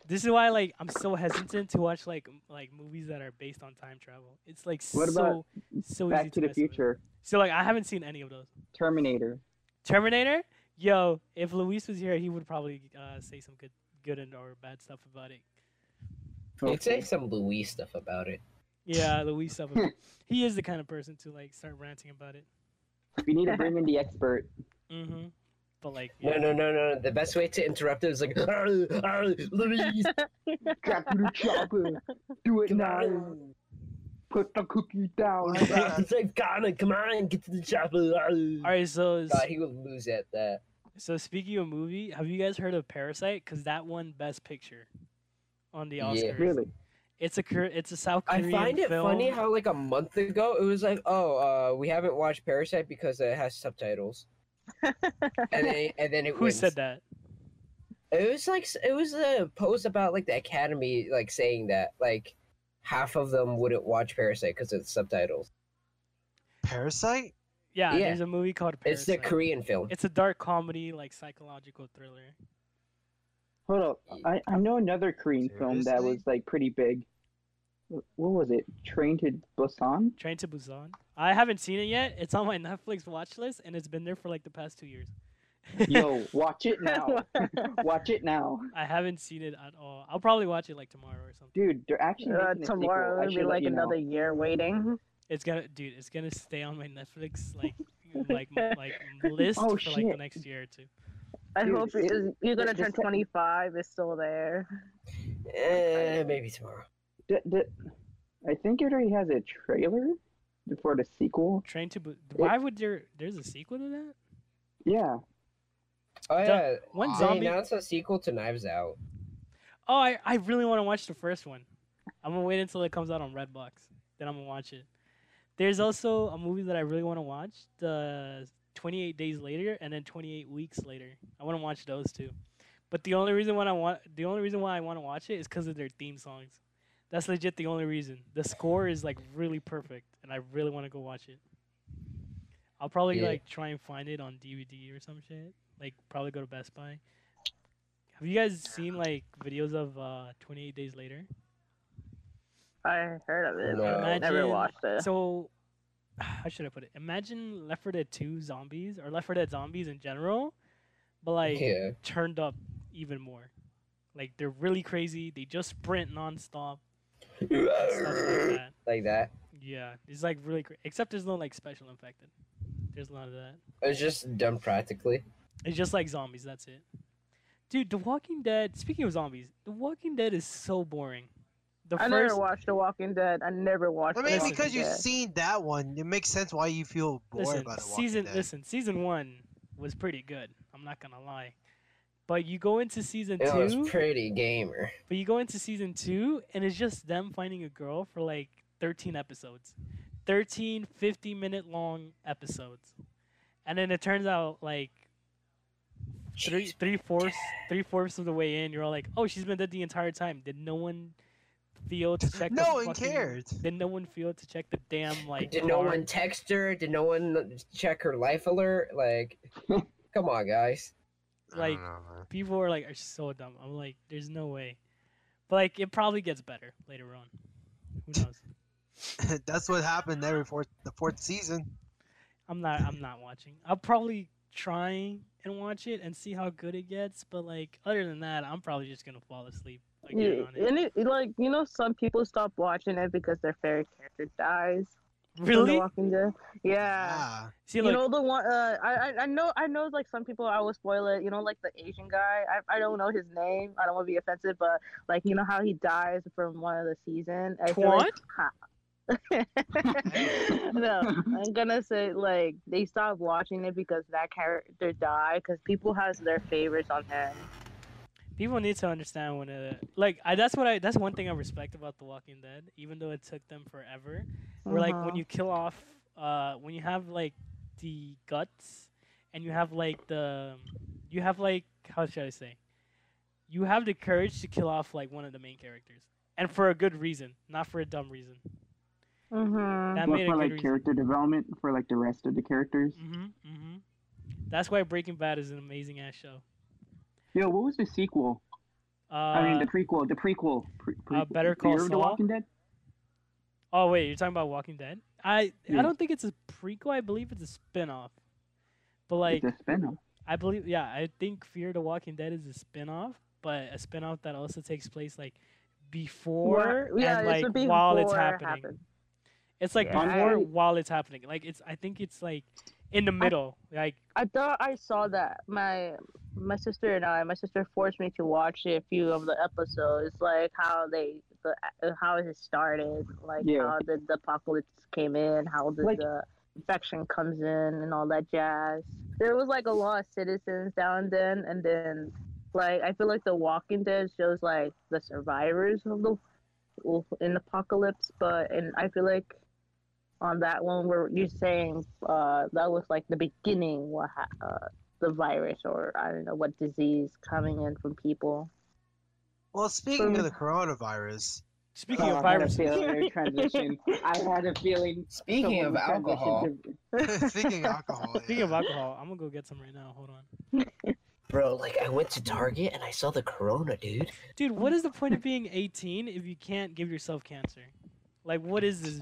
S1: this is why like i'm so hesitant to watch like m- like movies that are based on time travel it's like
S3: What
S1: so
S3: about
S1: so easy
S3: Back to the
S1: mess up with.
S3: Future,
S1: so like i haven't seen any of those
S3: Terminator.
S1: Terminator, yo, if Luis was here, he would probably uh, say some good, good and or bad stuff about it.
S4: You could say some Louis stuff about it.
S1: Yeah, Luis stuff.
S4: *laughs*
S1: about- he is the kind of person to like start ranting about it.
S3: We need to bring in the expert.
S1: Mm-hmm. But like,
S4: No,
S1: yeah.
S4: no, no, no. The best way to interrupt it is like, "Arr, arr, Louis.
S3: Trap to the chopper. Do it
S4: Come
S3: now.
S4: on.
S3: Put the cookie down.
S5: What?
S4: Save Ghana. Come on, get to the chopper. Arr."
S1: All right, so
S4: God, he would lose at that.
S1: so speaking of movie, have you guys heard of Parasite? Because that won Best Picture on the
S4: Yeah.
S1: Oscars.
S3: Really?
S1: It's a Kor- it's a South
S4: I
S1: Korean
S4: find it
S1: film.
S4: funny how like a month ago it was like, oh, uh, we haven't watched Parasite because it has subtitles. and then and then it
S1: Who
S4: wins.
S1: said that?
S4: It was like s- it was a post about like the Academy like saying that like half of them wouldn't watch Parasite because it's subtitles.
S5: Parasite?
S1: Yeah,
S4: Yeah.
S1: there's a movie called
S4: It's a
S1: Parasite.
S4: Korean film.
S1: It's a dark comedy, like psychological thriller.
S3: Hold up. I, I know another Korean film that
S5: Seriously?
S3: was like pretty big. What was it? Train to Busan?
S1: Train to Busan. I haven't seen it yet. It's on my *laughs* Netflix watch list, and it's been there for like the past two years.
S3: Yo, watch
S2: *laughs*
S3: it now. *laughs* watch it now.
S1: *laughs* I haven't seen it at all. I'll probably watch it like tomorrow or something.
S3: Dude, they're actually
S2: Uh,
S3: making a
S2: tomorrow
S3: sequel. I
S2: it'll be
S3: should let
S2: like
S3: you know.
S2: another year waiting.
S1: It's gonna, dude. It's gonna stay on my Netflix
S3: *laughs*
S1: like like like list
S3: Oh,
S1: for like the
S3: shit.
S1: next year or two.
S2: I
S3: Dude,
S2: hope
S3: it-
S2: it, you're gonna
S3: it- it's
S2: turn
S3: like-
S2: 25. It's still there.
S4: Eh, maybe tomorrow.
S3: D- d- I think it already has a trailer for the sequel.
S1: Train to Bu- Why would there? There's a sequel to that?
S3: Yeah.
S4: Oh
S1: Zo-
S4: yeah,
S1: One
S4: they
S1: zombie.
S4: announced a sequel to Knives Out.
S1: Oh, I I really want to watch the first one. I'm gonna wait until it comes out on Redbox. Then I'm gonna watch it. There's also a movie that I really want to watch. The 28 Days Later and then 28 Weeks Later. I want to watch those too. But the only reason why I want the only reason why I want to watch it is because of their theme songs. That's legit the only reason. The score is like really perfect, and I really want to go watch it. I'll probably
S4: Yeah.
S1: like try and find it on DVD or some shit. Like probably go to Best Buy. Have you guys seen like videos of uh, 28 Days Later?
S2: I heard of it.
S4: No.
S2: but I never
S1: Imagine-
S2: watched it.
S1: So, *sighs* how should I put it? Imagine Left 4 Dead 2 zombies or Left 4 Dead zombies in general, but like
S4: yeah,
S1: turned up even more. Like they're really crazy. They just sprint nonstop. Stuff like
S4: *laughs*
S1: that.
S4: like that.
S1: Yeah, it's like really cra Except there's no like special infected. There's none of that.
S4: It's just done practically.
S1: It's just like zombies. That's it. Dude, The Walking Dead. Speaking of zombies, The Walking Dead is so boring. The
S2: I never
S1: first,
S2: watched The Walking Dead. I never watched.
S5: I mean,
S1: Listen.
S2: The
S5: because
S2: Walking
S5: you've
S2: Dead.
S5: seen that one, it makes sense why you feel bored
S1: listen,
S5: about the Walking
S1: season.
S5: Dead.
S1: Listen, season one was pretty good. I'm not gonna lie. But you go into season
S4: It was
S1: two.
S4: pretty gamer.
S1: But you go into season two, and it's just them finding a girl for like 13 episodes. 13 50 minute long episodes. And then it turns out like three
S4: Jeez.
S1: three fourths three fourths of the way in, you're all like, oh, she's been dead the entire time. Did no one feel to check? the
S5: No one
S1: fucking- *laughs*
S5: cared.
S1: Did no one feel to check the damn like?
S4: Did no
S1: car?
S4: one text her? Did no one check her life alert?
S1: *laughs*
S4: Like, come on, guys.
S5: I don't
S1: like-
S5: know, man.
S1: People are like are so dumb. I'm like, there's no way. But like, it probably gets better later on. Who knows?
S5: *laughs* That's what happened every fourth, the fourth season.
S1: I'm not. I'm not watching. I'll probably try and watch it and see how good it gets. But like, other than that, I'm probably just gonna fall asleep again
S2: Yeah,
S1: on it.
S2: and it, like you know, some people stop watching it because their favorite character dies. from The
S1: Really?
S2: Walking Dead. Yeah.
S5: Ah,
S1: See,
S2: you
S1: look,
S2: know the one. Uh, I I- I know I know like some people I will spoil it. You know like the Asian guy. I, I don't know his name. I don't want to be offensive, but like you know how he dies from one of the season. I feel like- *laughs* no, I'm gonna say like they stopped watching it because that character died because people has their favorites on him.
S1: people need to understand when uh, like I, that's what I. That's one thing I respect about The Walking Dead, even though it took them forever. Where like when
S2: Uh-huh.
S1: you kill off, uh, when you have like the guts, and you have like the, you have like how should I say, you have the courage to kill off like one of the main characters, and for a good reason, not for a dumb reason.
S2: Mhm.
S1: That
S3: Well,
S1: made a
S3: Uh-huh. for
S1: good
S3: like
S1: reason.
S3: character development for like the rest of the characters.
S1: hmm hmm That's why Breaking Bad is an amazing ass show.
S3: Yo, what was the sequel?
S1: Uh,
S3: I mean, the prequel. The prequel. Pre-
S1: uh,
S3: prequel.
S1: Better Call
S3: Fear of The
S1: Saul?
S3: Walking Dead.
S1: oh wait, you're talking about Walking Dead? I I
S3: Yeah.
S1: don't think it's a prequel. I believe it's a spin-off. But like
S3: it's a spin-off.
S1: I believe yeah, I think Fear the Walking Dead is a spin-off, but a spin-off that also takes place like before
S2: Wha- yeah,
S1: and
S2: it
S1: like
S2: should be
S1: while it's
S2: before
S1: happening.
S2: happened.
S1: It's like
S4: Yeah.
S1: before
S2: I-
S1: while it's happening. Like it's I think it's like in the middle. like
S2: I thought I saw that. My my sister and I, my sister forced me to watch a few of the episodes, like how they, the how it started, like
S3: Yeah.
S2: how the, the apocalypse came in, how the,
S3: Like-
S2: the infection comes in, and all that jazz. There was like a lot of citizens down then, and then like I feel like The Walking Dead shows like the survivors of the in the apocalypse, but and I feel like on that one where you're saying uh, that was like the beginning what ha- uh, the virus or I don't know what disease coming in from people.
S5: Well, speaking
S2: Um,
S5: of the coronavirus, *laughs*
S1: speaking
S3: Oh,
S1: of
S3: I had a
S1: viruses, *laughs*
S3: feeling they were transitioning. I had a feeling.
S4: Speaking
S3: someone
S4: of
S3: transitioned
S4: alcohol,
S3: to-
S5: speaking of
S1: *laughs*
S5: alcohol.
S1: speaking
S5: yeah.
S1: of alcohol, I'm gonna go get some right now. Hold on,
S4: bro, like I went to Target and I saw the Corona, dude.
S1: dude. What is the point of being 18 if you can't give yourself cancer? Like what is this?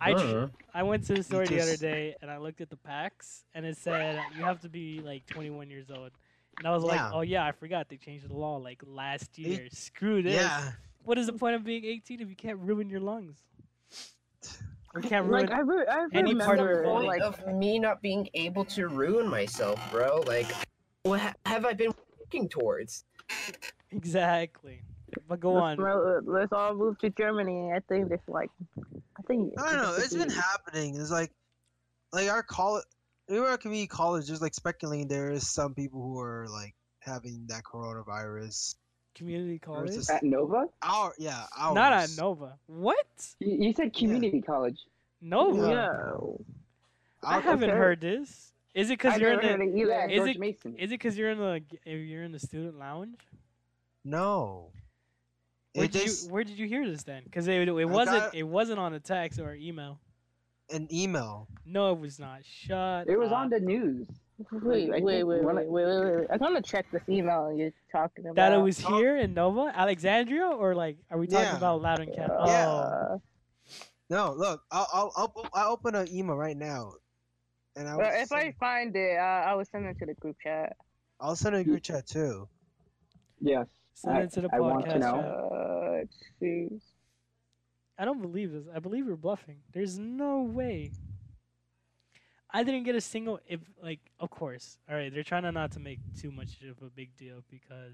S1: I tr-
S4: Uh-huh.
S1: I went to the store the other
S5: just-
S1: day and I looked at the packs and it said you have to be like 21 years old. And I was like,
S5: Yeah.
S1: oh yeah, I forgot they changed the law like last
S5: They-
S1: year. Screw this.
S5: yeah.
S1: What is the point of being 18 if you can't ruin your
S5: *laughs*
S1: lungs? Or can't ruin.
S2: Like I, re- I
S1: any
S2: remember
S1: part of
S4: the point
S2: like
S4: of me not being able to ruin myself, bro. Like, what ha- have I been working towards?
S1: *laughs* Exactly. But go
S2: let's,
S1: on.
S2: mo- let's all move to Germany. I think it's like I think
S5: I don't know.
S2: it *laughs*
S5: It's been
S2: should
S5: happening. It's like, like our college, we were at community college, just like speculating there is some people who are like having that coronavirus.
S1: Community college.
S5: Versus-
S3: At Nova?
S5: Our yeah, ours.
S1: Not at Nova. What?
S3: You, you said community college.
S2: be-
S1: Nova.
S5: Yeah.
S2: No.
S1: I
S5: Our-
S1: haven't
S2: Okay.
S1: heard this. Is it because
S2: I've
S1: you're
S2: never
S1: in
S2: heard
S1: the?
S2: it either.
S3: Yeah,
S1: Is
S3: George
S1: it-
S3: Mason.
S1: Is it because you're in the? If you're in the student lounge.
S5: No.
S1: Where
S5: It
S1: did
S5: is
S1: you Where did you hear this then? Because it, it
S5: I
S1: wasn't
S5: got-
S1: it wasn't on a text or email.
S5: an email.
S1: No, it was not. Shut.
S3: It was
S1: up.
S3: on the news.
S2: Wait, wait,
S3: I think
S2: wait, wait,
S3: one of-
S2: wait, wait, wait, wait. I'm gonna check this email you're talking about.
S1: that it was
S5: Oh.
S1: here in Nova, Alexandria, or like are we talking
S5: Yeah.
S1: about Loudoun County? Oh,
S2: Uh,
S5: No, look, I'll I'll I'll, I'll open an email right now, and I'll
S2: well, if I
S5: send,
S2: find it, uh, I will send it to the group chat.
S5: I... will send it a group chat too.
S3: Yes.
S1: send
S3: I-
S1: it to the
S3: I want to
S1: podcast.
S3: know.
S1: chat.
S2: Uh, let's see.
S1: I don't believe this. I believe you're bluffing. There's no way. I didn't get a single. If like, of course. All right, they're trying to not to make too much of a big deal because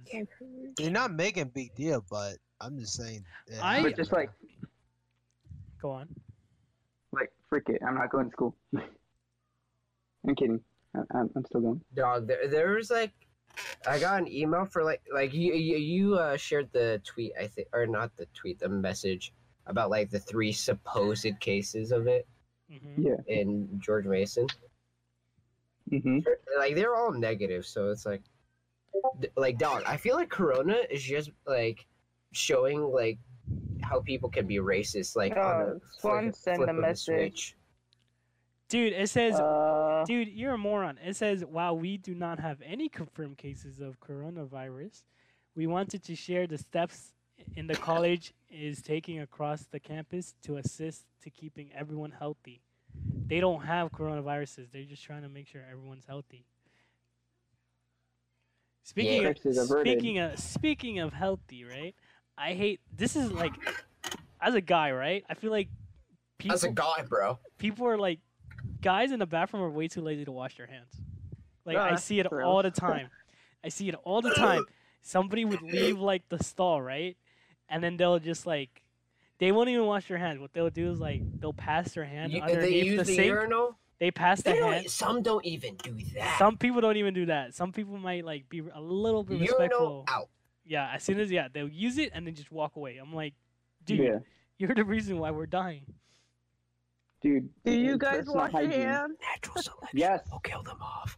S5: They're not making a big deal, but I'm just saying. eh, it
S1: I-
S3: But
S5: happened.
S3: just like,
S1: go on.
S3: like, frick it. I'm not going to school. *laughs* I'm kidding. I, I'm, I'm still going.
S4: Dog, there, there was like, I got an email for like, like you, you, you uh, shared the tweet, I think, or not the tweet, the message about like the three supposed cases of it
S1: hmm
S3: Yeah.
S4: in George Mason.
S3: Mm-hmm.
S4: Like they're all negative, so it's like, d- like dog. I feel like Corona is just like showing like how people can be racist. Like,
S2: Oh,
S4: on a flip,
S2: Swan sent a
S4: flip of
S2: message.
S4: switch.
S1: Dude, it says
S2: Uh,
S1: Dude, you're a moron. It says, while we do not have any confirmed cases of coronavirus, we wanted to share the steps in the college is taking across the campus to assist to keeping everyone healthy. They don't have coronaviruses. They're just trying to make sure everyone's healthy. Speaking
S3: Yeah. Crisis
S1: of
S3: averted.
S1: speaking of speaking of healthy, right? I hate this is like as a guy, right? I feel like people
S4: That's a god, bro.
S1: people are like guys in the bathroom are way too lazy to wash their hands like
S2: No,
S1: i
S2: that's
S1: see it
S2: true.
S1: all the time i see it all the time somebody would leave like the stall right and then they'll just like they won't even wash their hands what they'll do is like they'll pass their hand
S4: You- they
S1: underneath
S4: use
S1: the
S4: the,
S1: sink
S4: urinal.
S1: they pass
S4: They
S1: their
S4: don't- e,
S1: hand
S4: some don't even do that.
S1: some people don't even do that some people might like be a little bit
S4: urinal
S1: respectful
S4: out.
S1: yeah as soon as yeah they'll use it and then just walk away i'm like dude
S3: Yeah.
S1: you're the reason why we're dying
S3: Dude.
S2: do you
S3: it's
S2: guys
S3: personal
S2: wash your
S3: hygiene.
S2: hands?
S4: Natural selection
S3: Yes.
S4: will kill them off.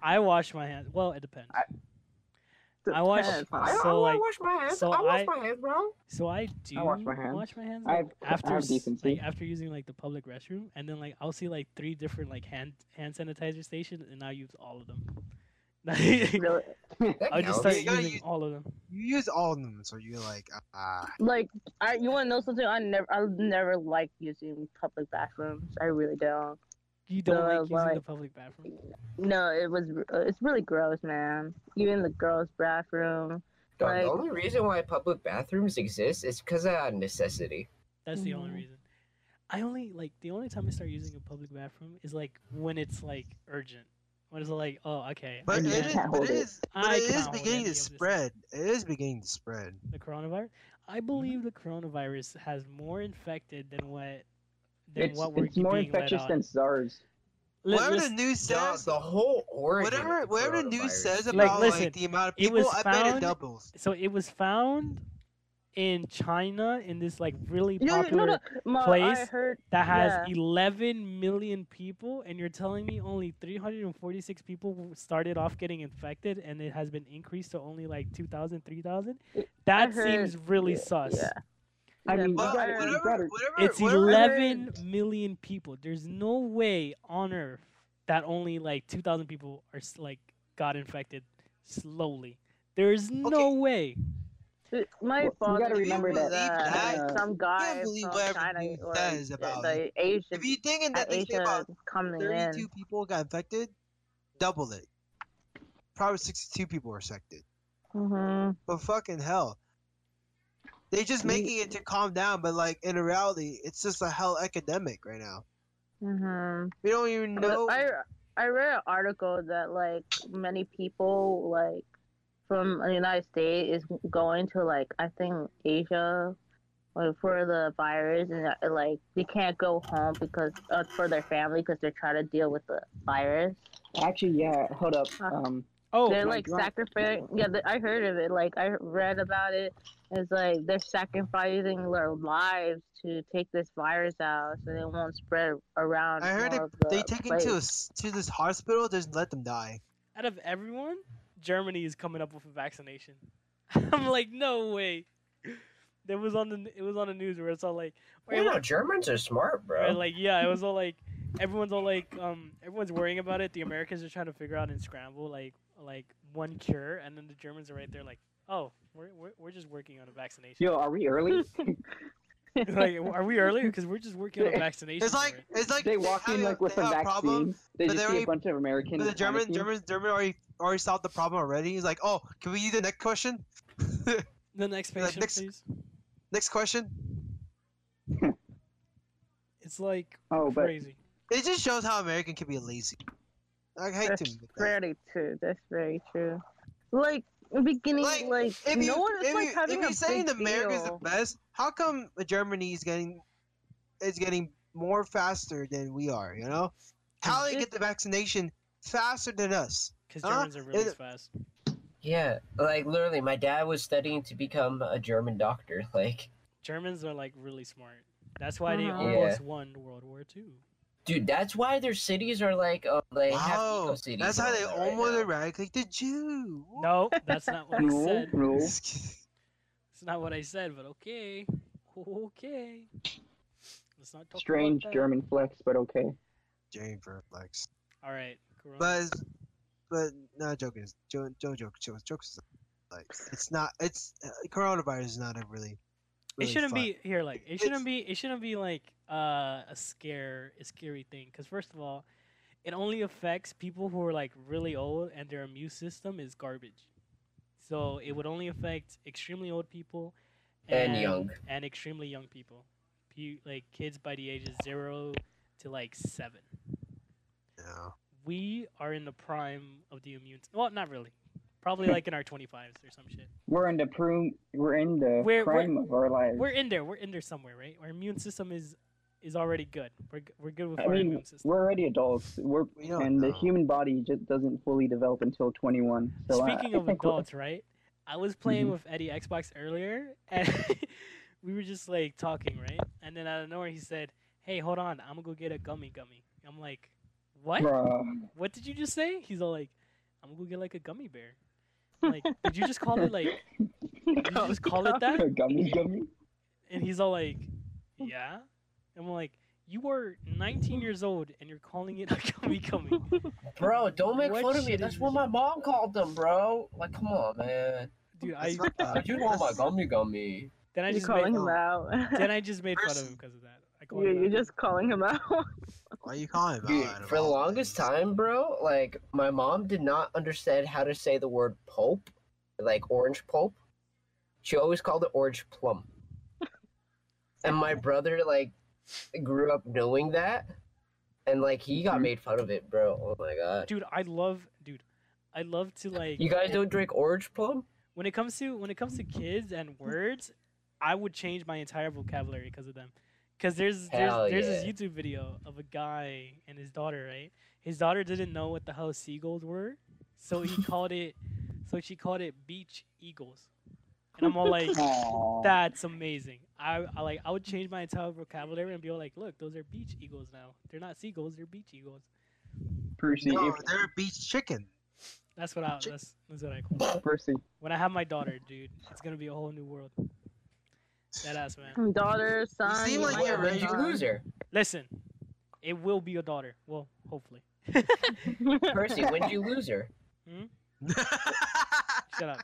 S1: i wash my hands well it depends
S3: I-
S1: I wash-
S2: Depends.
S4: I
S1: So,
S4: don't, I don't
S1: like-
S4: wash my hands.
S1: so
S4: I wash
S1: I-
S4: my hands, bro.
S1: So I do
S3: wash my hands.
S1: wash my hands,
S3: I
S1: like,
S3: have- I
S1: after
S3: have
S1: s-
S3: decency.
S1: like after using like the public restroom, and then like I'll see like three different like hand hand sanitizer stations, and I use all of them. *laughs*
S2: Really?
S4: That
S1: I'll just
S4: counts.
S1: start
S5: You gotta
S1: using
S5: use-
S1: all of them.
S5: You use all of them, so you're like, ah.
S2: Like, I you want to know something? I never, I never like using public bathrooms. I really don't.
S1: You don't
S2: So,
S1: like using the
S2: like-
S1: public bathroom.
S2: No, it was, uh, it's really gross, man. Even the girls' bathroom.
S4: Dog,
S2: Like-
S4: the only reason why public bathrooms exist is because of necessity.
S1: That's the
S3: Mm-hmm.
S1: only
S2: Mhm.
S1: reason. I only like the only time I start using a public bathroom is like when it's like urgent. When it's like, oh, okay,
S5: But
S1: I
S5: it
S1: can't-
S5: is,
S3: can't
S5: but
S3: hold
S5: it
S3: it.
S5: is, but
S1: I
S5: it
S1: cannot
S5: is
S1: hold
S5: beginning
S1: any
S5: to
S1: of this.
S5: spread. It is beginning to spread.
S1: the coronavirus. I
S3: Mm-hmm.
S1: believe the coronavirus has more infected than what than
S3: It's,
S1: what we're
S3: it's more
S1: being
S3: infectious
S1: let on.
S3: than SARS.
S1: Li-
S5: whatever
S1: lis-
S5: the news
S4: Dog,
S5: says,
S4: the whole origin. of
S5: whatever
S4: the
S5: whatever the news
S4: coronavirus
S5: says
S4: is-
S1: Like,
S5: about like,
S1: listen,
S5: the amount of
S1: it
S5: people,
S1: was
S5: I bet
S1: found-
S5: it doubles.
S1: so it was found in China in this like really
S2: You know, you
S1: popular
S2: know the- Ma, I
S1: place
S2: heard
S1: that has
S2: yeah.
S1: 11 million people and you're telling me only 346 people w- started off getting infected and it has been increased to only like 2,000 3,000
S2: I-
S1: that
S2: heard-
S1: seems really
S2: yeah,
S1: sus
S2: yeah.
S3: I mean, you
S5: Well,
S3: gotta- you
S5: whatever,
S3: gotta-
S5: whatever,
S1: it's
S5: whatever-
S1: 11 million people there's no way on earth that only like 2,000 people are s- like got infected slowly there's no way
S2: It- My
S3: Well, you
S2: father
S3: gotta
S2: told
S3: remember
S2: me
S5: that-
S2: that,
S3: that-
S2: some guy
S5: believe
S2: from
S5: whatever
S2: China
S5: news
S2: or
S5: says
S2: the-
S5: about
S2: the Asian,
S5: If you're thinking
S2: an
S5: that they say
S2: Asian
S5: about
S2: coming in.
S5: thirty-two people got infected, double it. Probably sixty-two people were infected.
S2: Mhm.
S5: But fucking hell. They just
S3: Me-
S5: making it to calm down, but like in reality, it's just a hell epidemic right now.
S2: Mhm.
S5: We don't even
S2: But
S5: know.
S2: I I read an article that like many people like from the United States is going to like I think Asia like, for the virus and uh, like they can't go home because uh, for their family because they're trying to deal with the virus.
S3: Actually, yeah. Hold up.
S2: Uh,
S3: Um,
S1: oh
S2: they're
S3: my
S2: like
S3: God.
S2: sacrificing. Yeah, th- I heard of it. Like I read about it. It's like they're sacrificing their lives to take this virus out so they won't spread around.
S5: I heard
S2: more
S5: it,
S2: of the
S5: they take him
S2: place.
S5: to, a s- to this hospital, just let them die.
S1: out of everyone, Germany is coming up with a
S5: *laughs*
S1: vaccination. I'm like, no way. It was on the it was on the news where it's all like, wait,
S4: You know,
S1: what-
S4: Germans are smart, bro.
S1: where, like yeah, it was all like, everyone's all like, um, everyone's worrying about it. The Americans are trying to figure out and scramble like like one cure, and then the Germans are right there like, oh, we're we're, we're just working on a vaccination.
S3: yo, are we early?
S1: *laughs* like, are we early? Because we're just working on a vaccination.
S5: It's
S1: for
S5: like
S1: it.
S5: it's like
S3: they walk
S5: have
S3: in
S5: a-
S3: like with
S5: they
S3: a
S5: have
S3: vaccine.
S5: problem,
S3: they
S5: but
S3: just
S5: they
S3: see
S5: already-
S3: a bunch of Americans.
S5: but the German
S3: panicking.
S5: German German already already solved the problem already. He's like, oh, can we do the next question?
S1: the next
S5: like,
S1: patient,
S5: next-
S1: please.
S5: Next question.
S1: It's like
S3: Oh, but
S1: crazy.
S5: It just shows how American can be lazy. I hate to
S2: That's
S5: admit that.
S2: very true. That's very true. Like in the beginning,
S5: Like,
S2: like,
S5: If
S2: no
S5: you
S2: one is
S5: if
S2: like
S5: you,
S2: having
S5: if you're
S2: a
S5: saying
S2: big
S5: America's the
S2: deal.
S5: best, how come Germany is getting is getting more faster than we are? You know, how they get the vaccination faster than us?
S1: Because
S5: Huh?
S1: Germans are really
S5: It-
S1: fast.
S4: yeah, like literally, my dad was studying to become a German doctor. *laughs* Like,
S1: Germans are like really smart. That's why they
S2: Mhm.
S1: almost won World War Two.
S4: dude, that's why their cities are like, uh, they have
S5: wow,
S4: eco cities.
S5: that's how
S4: and
S5: they
S4: all that right
S5: almost
S4: now.
S5: eradicate the Jew.
S1: No, that's not
S3: *laughs*
S1: what I
S3: no,
S1: said.
S3: no.
S1: It's not what I said, but okay. *laughs* Okay. Let's not talk about
S3: Strange
S1: that.
S3: German flex, but okay.
S5: Jerry Verflex.
S1: All right. Corona.
S5: But it's- but no joking. It's jo- no joke. Jokes jokes. Like it's not. It's uh, coronavirus is not a really.
S1: it
S5: really
S1: shouldn't
S5: fun-
S1: be here like it
S5: It's-
S1: shouldn't be it shouldn't be like uh, a scare a scary thing cuz first of all, it only affects people who are like really old and their immune system is garbage. So it would only affect extremely old people
S4: And young.
S1: and extremely young people. Pe- like kids by the ages 0 to like 7.
S5: No.
S1: we are in the prime of the immune. Well, not really.
S5: *laughs*
S1: Probably like in our 25s or some shit.
S3: We're in the prune. We're in the
S1: We're- we're-
S3: prime of our lives.
S1: We're in there. We're in there somewhere, right? Our immune system is is already good. We're g- we're good with
S3: I
S1: our
S3: mean,
S1: immune system.
S3: we're already adults. We're
S5: We don't
S3: and the
S5: know.
S3: human body just doesn't fully develop until 21. So I-
S1: Speaking
S3: I
S1: of
S3: think we're- *laughs*
S1: adults, right? I was playing
S3: Mhm.
S1: with Eddie Xbox earlier, and *laughs* we were just like talking, right? And then out of nowhere, he said, "Hey, hold on, I'm gonna go get a gummy gummy." I'm like, "What?
S3: Bruh. *laughs*
S1: What did you just say?" He's all like, "I'm gonna go get like a gummy
S3: *laughs*
S1: bear." I'm like, did you just call it like? Did you just call it that?
S3: gummy, gummy.
S1: And he's all like, "Yeah." I'm like, "You are 19 years old, and you're calling it a *laughs* gummy gummy."
S2: *laughs*
S4: Bro, don't make
S1: What
S4: fun of me.
S1: shit
S4: That's
S1: is
S4: what
S1: this?
S4: my mom called them, bro. Like, come on, man.
S1: Dude, I
S5: That's not bad.
S4: But you know my gummy gummy.
S1: then I
S2: You're
S1: just
S2: calling
S1: made,
S2: him out.
S1: *laughs* then I just made fun of him
S5: Person.
S1: because of that.
S2: *laughs*
S1: I called
S2: you're,
S1: him out.
S2: you're just calling him out. *laughs*
S5: Why are you calling about
S4: Dude,
S5: it?
S4: for the longest time, bro, like my mom did not understand how to say the word pulp, like orange pulp. She always called it orange plum. And my brother like grew up knowing that, and like he got made fun of it, bro. Oh my god.
S1: dude. I love, dude. I love to like.
S4: You guys don't drink orange plum?
S1: when it comes to when it comes to kids and words, I would change my entire vocabulary because of them. Because there's there's,
S4: Hell
S1: there's this YouTube video of a guy and his daughter, right? His daughter didn't know what the hell seagulls were, so he called it, so she called it beach eagles, and I'm all
S3: *laughs*
S1: like, that's amazing. I, I like I would change my entire vocabulary and be all like, look, those are beach eagles now. They're not seagulls, they're beach eagles.
S3: Percy,
S5: No,
S3: if,
S5: they're beach chicken. *laughs*
S1: That's what I
S5: Chi-
S1: that's, that's what I call. It.
S3: Percy,
S1: When I have my daughter, dude, it's gonna be a whole new world. That ass man.
S2: Daughter, son.
S5: seem like
S2: wife,
S5: you're
S4: Well, then
S5: already-
S4: you
S2: son. *laughs*
S4: loser.
S1: Listen, it will be a daughter. Well, hopefully.
S4: Percy, when did you lose her?
S1: Shut up.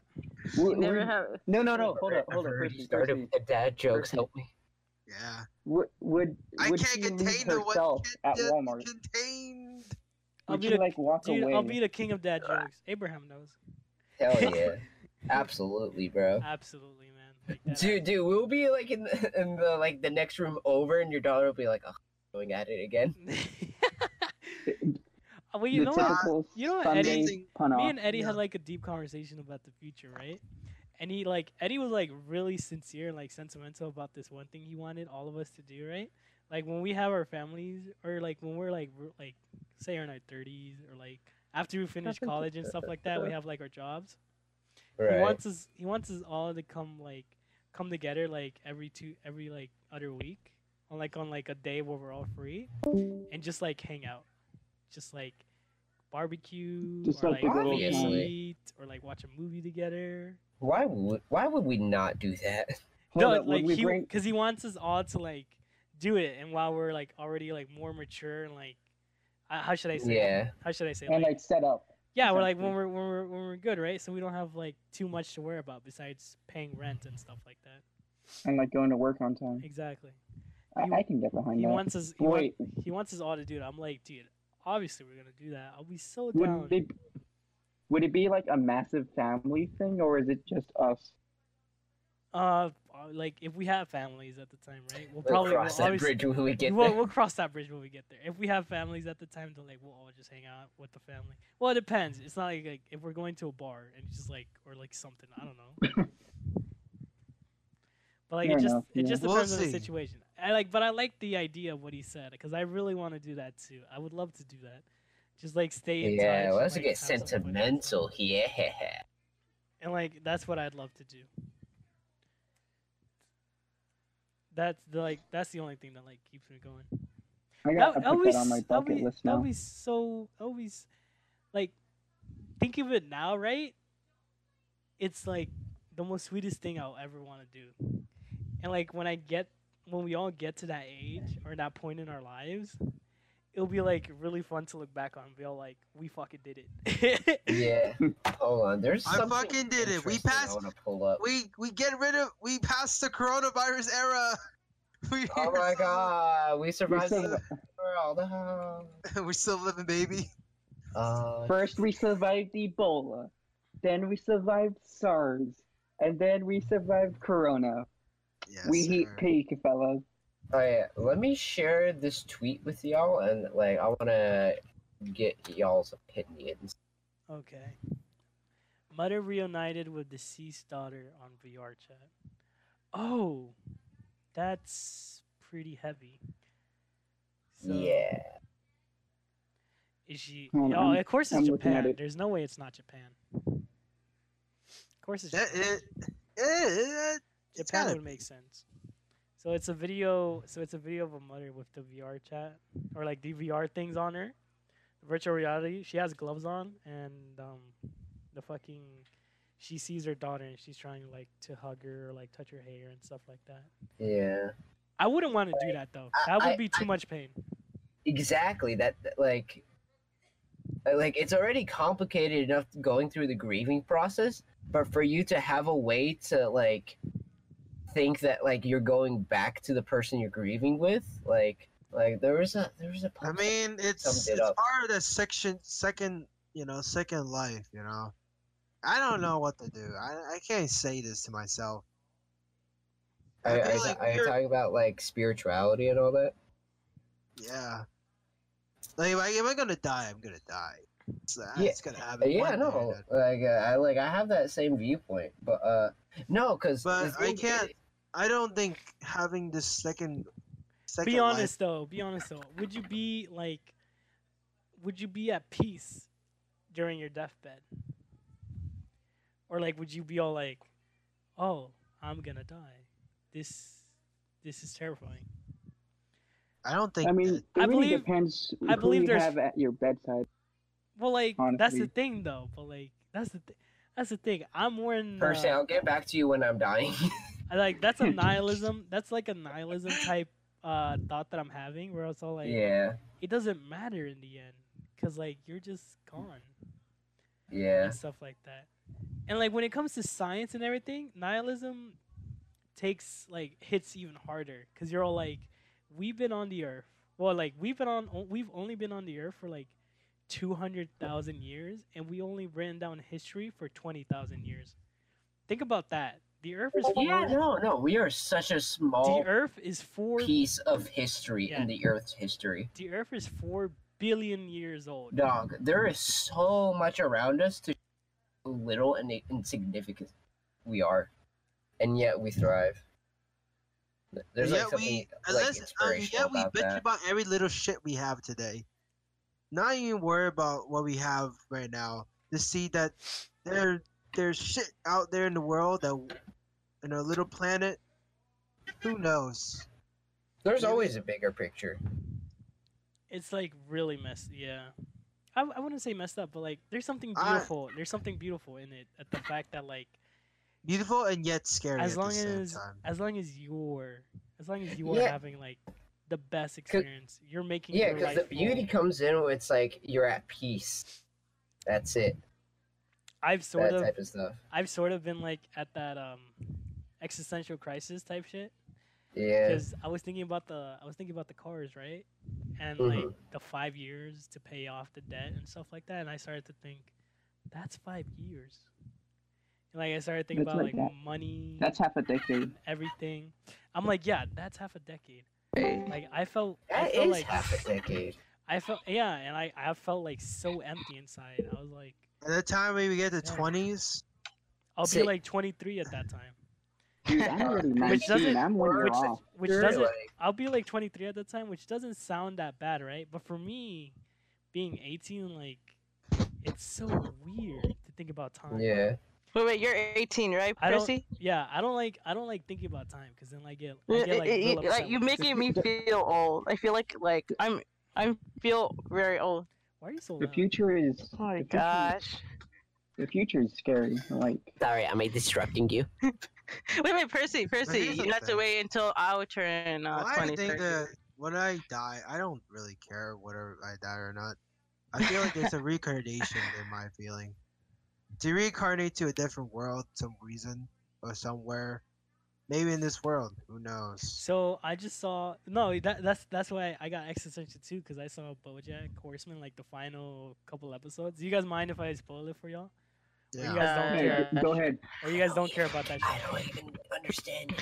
S3: we,
S2: You never
S3: we-
S2: have.
S3: no, no, no, hold up,
S4: I've
S3: hold up,
S4: already
S3: Percy,
S4: started
S3: Percy.
S4: with the dad jokes.
S3: Percy.
S4: Help me.
S5: yeah.
S3: Would would,
S5: I
S3: would
S5: can't
S3: she leave
S5: contain the what
S3: herself at
S5: can-
S3: Walmart?
S5: contained.
S1: I'll
S3: Would
S1: be
S3: she
S1: the
S3: like walk
S1: Dude,
S3: away?
S1: I'll be the king of dad jokes. Abraham knows.
S4: Hell *laughs* yeah, absolutely, bro.
S1: Absolutely, man. Like that
S4: Dude, dude, we'll be like in the, *laughs* in the like the next room over, and your daughter will be like, oh, going at it again.
S1: ass- Uh, *laughs* well, you
S3: the
S1: know what?
S3: typical
S1: You know what,
S3: Sunday
S5: Eddie-
S3: pun
S1: Me
S3: off.
S1: and Eddie
S5: yeah.
S1: had like a deep conversation about the future, right? And he like Eddie was like really sincere and like sentimental about this one thing he wanted all of us to do, right? Like when we have our families, or like when we're like r- like say in our thirties, or like after we finish college and stuff like that, we have like our jobs. He
S4: Right.
S1: wants us. He wants us all to come like come together like every two every like other week on like on like a day where we're all free and just like hang out, just like barbecue
S3: Just
S1: or
S3: like
S1: like,
S3: the
S4: little Obviously.
S1: eat or like watch a movie together.
S4: Why would why would we not do that? *laughs*
S3: Hold
S1: no,
S3: up, would
S1: like
S3: we
S1: he
S3: bring-
S1: because he wants us all to like do it, and while we're like already like more mature and like uh, how should I say? it?
S4: Yeah.
S1: How should I say? it?
S3: and
S1: Like-
S3: like set up.
S1: Yeah, we're like when
S3: Something.
S1: we're when we're when we're good, right? So we don't have like too much to worry about besides paying rent and stuff like that.
S3: and like going to work on time.
S1: Exactly. He-
S3: I, I can get behind
S1: He
S3: that.
S1: wants us. He, want-
S3: Wait,
S1: he wants us all to do it. I'm like, dude. Obviously, we're gonna do that. I'll be so down.
S3: would it would it be like a massive family thing, or is it just us?
S1: Uh, uh, like if we have families at the time, right? We'll
S4: We'll
S1: probably we'll
S4: cross that
S1: obviously-
S4: bridge when we get
S1: we'll,
S4: there.
S1: we'll cross that bridge when we get there. If we have families at the time, then like we'll all just hang out with the family. Well, it depends. It's not like, like if we're going to a bar and just like or like something. I don't
S3: *laughs*
S1: know. but like
S3: Fair
S1: it just
S3: enough,
S1: it
S3: yeah.
S1: just
S5: We'll
S1: depends on
S5: see.
S1: the situation. I like, but I like the idea of what he said because I really want to do that too. I would love to do that. Just like stay in touch.
S4: Yeah,
S1: and,
S4: let's
S1: like, have
S4: get
S1: some fun and stuff.
S4: sentimental. Yeah.
S1: *laughs* And like that's what I'd love to do. That's the, like that's the only thing that like keeps me going.
S3: I
S1: That,
S3: gotta
S1: that'll
S3: put
S1: be,
S3: that on my
S1: s- that'll
S3: bucket
S1: be-
S3: list
S1: that'll
S3: now.
S1: be so. That'll be s- like, think of it now, right? It's like the most sweetest thing I'll ever want to do. And like when I get, when we all get to that age or that point in our lives, it'll be like really fun to look back on and be all like, we fucking did it. *laughs*
S4: Yeah. Hold on. There's
S5: I
S4: something
S5: fucking did it. We
S4: interesting I
S5: passed-
S4: wanna pull up.
S5: We we get rid of we passed the coronavirus era. *laughs* We
S4: *laughs* Oh
S5: *laughs*
S4: my god, we survived
S3: still-
S4: the world. *laughs* Oh.
S5: *laughs* We're still living, baby.
S4: Oh,
S3: First, we survived Ebola, then we survived SARS, and then we survived Corona.
S5: Yes,
S3: we heat
S5: sir.
S3: peak, fellas.
S4: Oh yeah, let me share this tweet with y'all, and like I wanna get y'all's opinions.
S1: Okay. Mother reunited with deceased daughter on VR chat. Oh, that's pretty heavy. So
S4: yeah,
S1: Is she?
S3: Hold
S1: oh,
S3: on,
S1: of course it's
S3: I'm looking at
S1: Japan.
S3: it.
S1: There's no way it's not Japan. Of course it's
S5: That-
S1: Japan.
S5: it- it- it's
S1: Japan
S5: gotta
S1: would make sense. So it's a video. So it's a video of a mother with the VR chat or like the VR things on her, virtual reality. She has gloves on and um, the fucking. She sees her daughter and she's trying like to hug her or like touch her hair and stuff like that.
S4: yeah,
S1: I wouldn't want to do that though.
S4: I-
S1: That
S4: I-
S1: would be too much pain.
S4: exactly. That that, like, uh, like it's already complicated enough going through the grieving process, but for you to have a way to like think that like you're going back to the person you're grieving with, like, like there was a there was a.
S5: I mean, it's
S4: summed it
S5: it's
S4: up.
S5: part of the section second, you know, second life, you know. I don't know what to do. I, I can't say this to myself.
S4: Are,
S5: I
S4: are,
S5: feel like
S4: are you
S5: we're-
S4: talking about like spirituality and all that?
S5: Yeah. Like, if I, if I'm gonna die, I'm gonna die. So that's
S4: Yeah.
S5: gonna happen.
S4: Uh, Yeah,
S5: one day or
S4: no.
S5: another.
S4: Like uh, I like I have that same viewpoint, but uh no, because
S5: But I can't- I don't think having this second, second
S1: be
S5: life-
S1: honest though. Be honest though. Would you be like, would you be at peace during your deathbed, or like, would you be all like, "Oh, I'm gonna die. This, this is terrifying."
S5: I don't think.
S3: I mean,
S5: that-
S3: it
S1: I
S3: really
S1: believe-
S3: depends
S1: I
S3: who
S1: believe
S3: you
S1: there's-
S3: have at your bedside.
S1: Well, like that's the
S3: Honestly.
S1: thing though. But like that's the th- that's the thing. I'm more in uh,
S4: Percy, I'll get back to you when I'm dying. *laughs*
S1: I like that's a nihilism. That's like a nihilism type uh thought that I'm having, where it's all like,
S4: yeah,
S1: it doesn't matter in the end, cause like you're just gone.
S4: yeah.
S1: and stuff like that. And like when it comes to science and everything, nihilism takes like hits even harder because you're all like, we've been on the earth. Well, like we've been on, o- we've only been on the earth for like two hundred thousand years, and we only ran down history for twenty thousand years. Think about that. The earth is four,
S4: Yeah, no, no. We are such a small
S1: the earth is four.
S4: piece of history
S1: Yeah.
S4: in the Earth's history.
S1: The earth is four billion years old.
S4: Dog, there is so much around us to how little and i- insignificant we are, and yet we thrive. There's
S5: yet
S4: like something
S5: we,
S4: like
S5: unless, uh,
S4: inspirational
S5: yet we
S4: about
S5: bitch
S4: that.
S5: about every little shit we have today. Not even worry about what we have right now. To see that there, there's shit out there in the world that, in our little planet, who knows?
S4: There's
S5: Maybe-
S4: always a bigger picture.
S1: It's like really messed. Yeah, I, I wouldn't say messed up, but like there's something
S5: I-
S1: beautiful. there's something beautiful in it at the fact that like
S5: Beautiful and yet scary
S1: as
S5: at
S1: long
S5: the same
S1: as
S5: time.
S1: as long as you're as long as you are
S4: Yeah.
S1: having like the best experience, you're making
S4: Yeah,
S1: your
S4: because
S1: life
S4: the beauty
S1: full.
S4: comes in when it's like you're at peace. That's it.
S1: I've sort
S4: that
S1: of
S4: type of stuff.
S1: I've sort of been like at that um existential crisis type shit
S4: Yeah.
S1: because I was thinking about the I was thinking about the cars right and
S4: Mhm.
S1: like the five years to pay off the debt and stuff like that, and I started to think that's five years. And, like I started thinking
S3: That's
S1: about like,
S3: like that.
S1: money,
S3: That's half a decade.
S1: everything. I'm like, yeah, that's half a decade. Like I felt, I
S4: That
S1: felt
S4: is
S1: like
S4: half a decade.
S1: I felt yeah, and I I felt like so empty inside. I was like,
S5: At the time when we get to
S1: Yeah.
S5: twenties,
S1: I'll
S4: See-
S1: be like 23 at that time,
S3: Dude, I'm already
S1: Which
S3: 19.
S1: doesn't-
S3: I'm one year
S1: which
S3: off.
S1: which
S4: Sure,
S1: doesn't.
S4: like-
S1: I'll be like 23 at that time, which doesn't sound that bad, right? But for me, being 18, like, it's so weird to think about time.
S4: yeah.
S2: Wait, wait, you're 18, right,
S1: I don't-
S2: Percy?
S1: Yeah, I don't like I don't like thinking about time because then I get, I
S2: Yeah,
S1: get like,
S2: it-
S1: real
S2: it-
S1: upset
S2: like you
S1: with myself.
S2: making me feel old. I feel like like I'm I feel very old.
S1: Why are you so
S3: The
S1: loud?
S3: future is.
S2: Oh my
S3: the future-
S2: gosh.
S3: The future is scary. Like,
S4: Sorry, am I disrupting you?
S2: Wait, wait, Percy, Percy,
S5: here's the
S2: you have to
S5: thing.
S2: wait until our turn. Uh,
S5: Well, I
S2: 20,
S5: think
S2: 30.
S5: that when I die, I don't really care whether I die or not. I feel like
S1: *laughs*
S5: there's a reincarnation in my feeling. To reincarnate to a different world, some reason or somewhere, maybe in this world, who knows?
S1: So I just saw no that that's that's why I got existential too because I saw BoJack Horseman like the final couple episodes. Do you guys mind if I spoil it for y'all? Or you
S5: Yeah.
S1: guys don't
S2: Uh,
S3: hey,
S1: care?
S3: go ahead.
S1: Or you guys don't care about that?
S4: I
S1: Show?
S4: don't even understand it.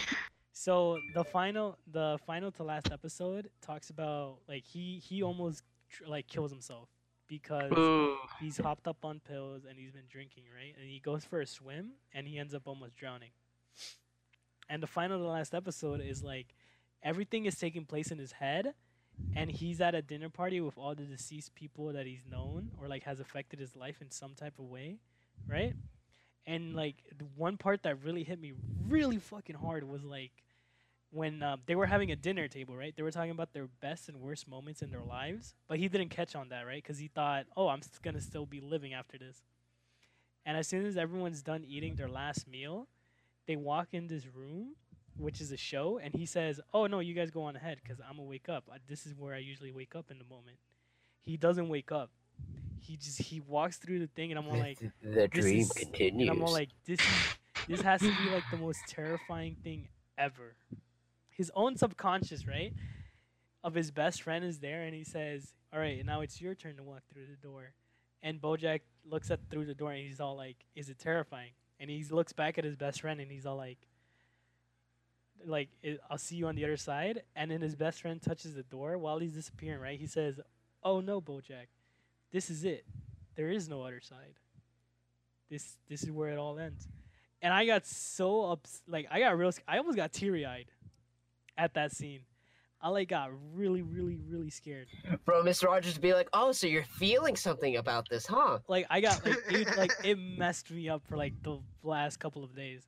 S1: So the final the final to last episode talks about like he he almost tr- like kills himself because
S2: Ooh.
S1: he's hopped up on pills and he's been drinking, right? And he goes for a swim and he ends up almost drowning. And the final to last episode is like everything is taking place in his head and he's at a dinner party with all the deceased people that he's known or like has affected his life in some type of way, right? And like the one part that really hit me really fucking hard was like when um, they were having a dinner table, right? They were talking about their best and worst moments in their lives, but he didn't catch on that, right? Because he thought, "Oh, I'm s- gonna still be living after this." And as soon as everyone's done eating their last meal, they walk in this room, which is a show, and he says, "Oh no, you guys go on ahead, because I'm gonna wake up. Uh, This is where I usually wake up in the moment." He doesn't wake up. He just he walks through the thing, and I'm all like,
S4: the
S1: this
S4: dream
S1: is-
S4: continues.
S1: and I'm all like, this is- this has to be like the most terrifying thing ever. His own subconscious, right? Of his best friend is there and he says, Alright, now it's your turn to walk through the door. and Bojack looks at through the door and he's all like, "Is it terrifying?" And he looks back at his best friend and he's all like, "Like "I- I'll see you on the other side." And then his best friend touches the door while he's disappearing. Right? He says, "Oh no, Bojack, this is it. There is no other side. This this is where it all ends." And I got so ups, like I got real, sc- I almost got teary eyed at that scene. I like got really, really, really scared.
S4: Bro, Mr. Rogers be like, oh, so you're feeling something about this, huh?
S1: like I got like dude, like it messed me up for like the last couple of days,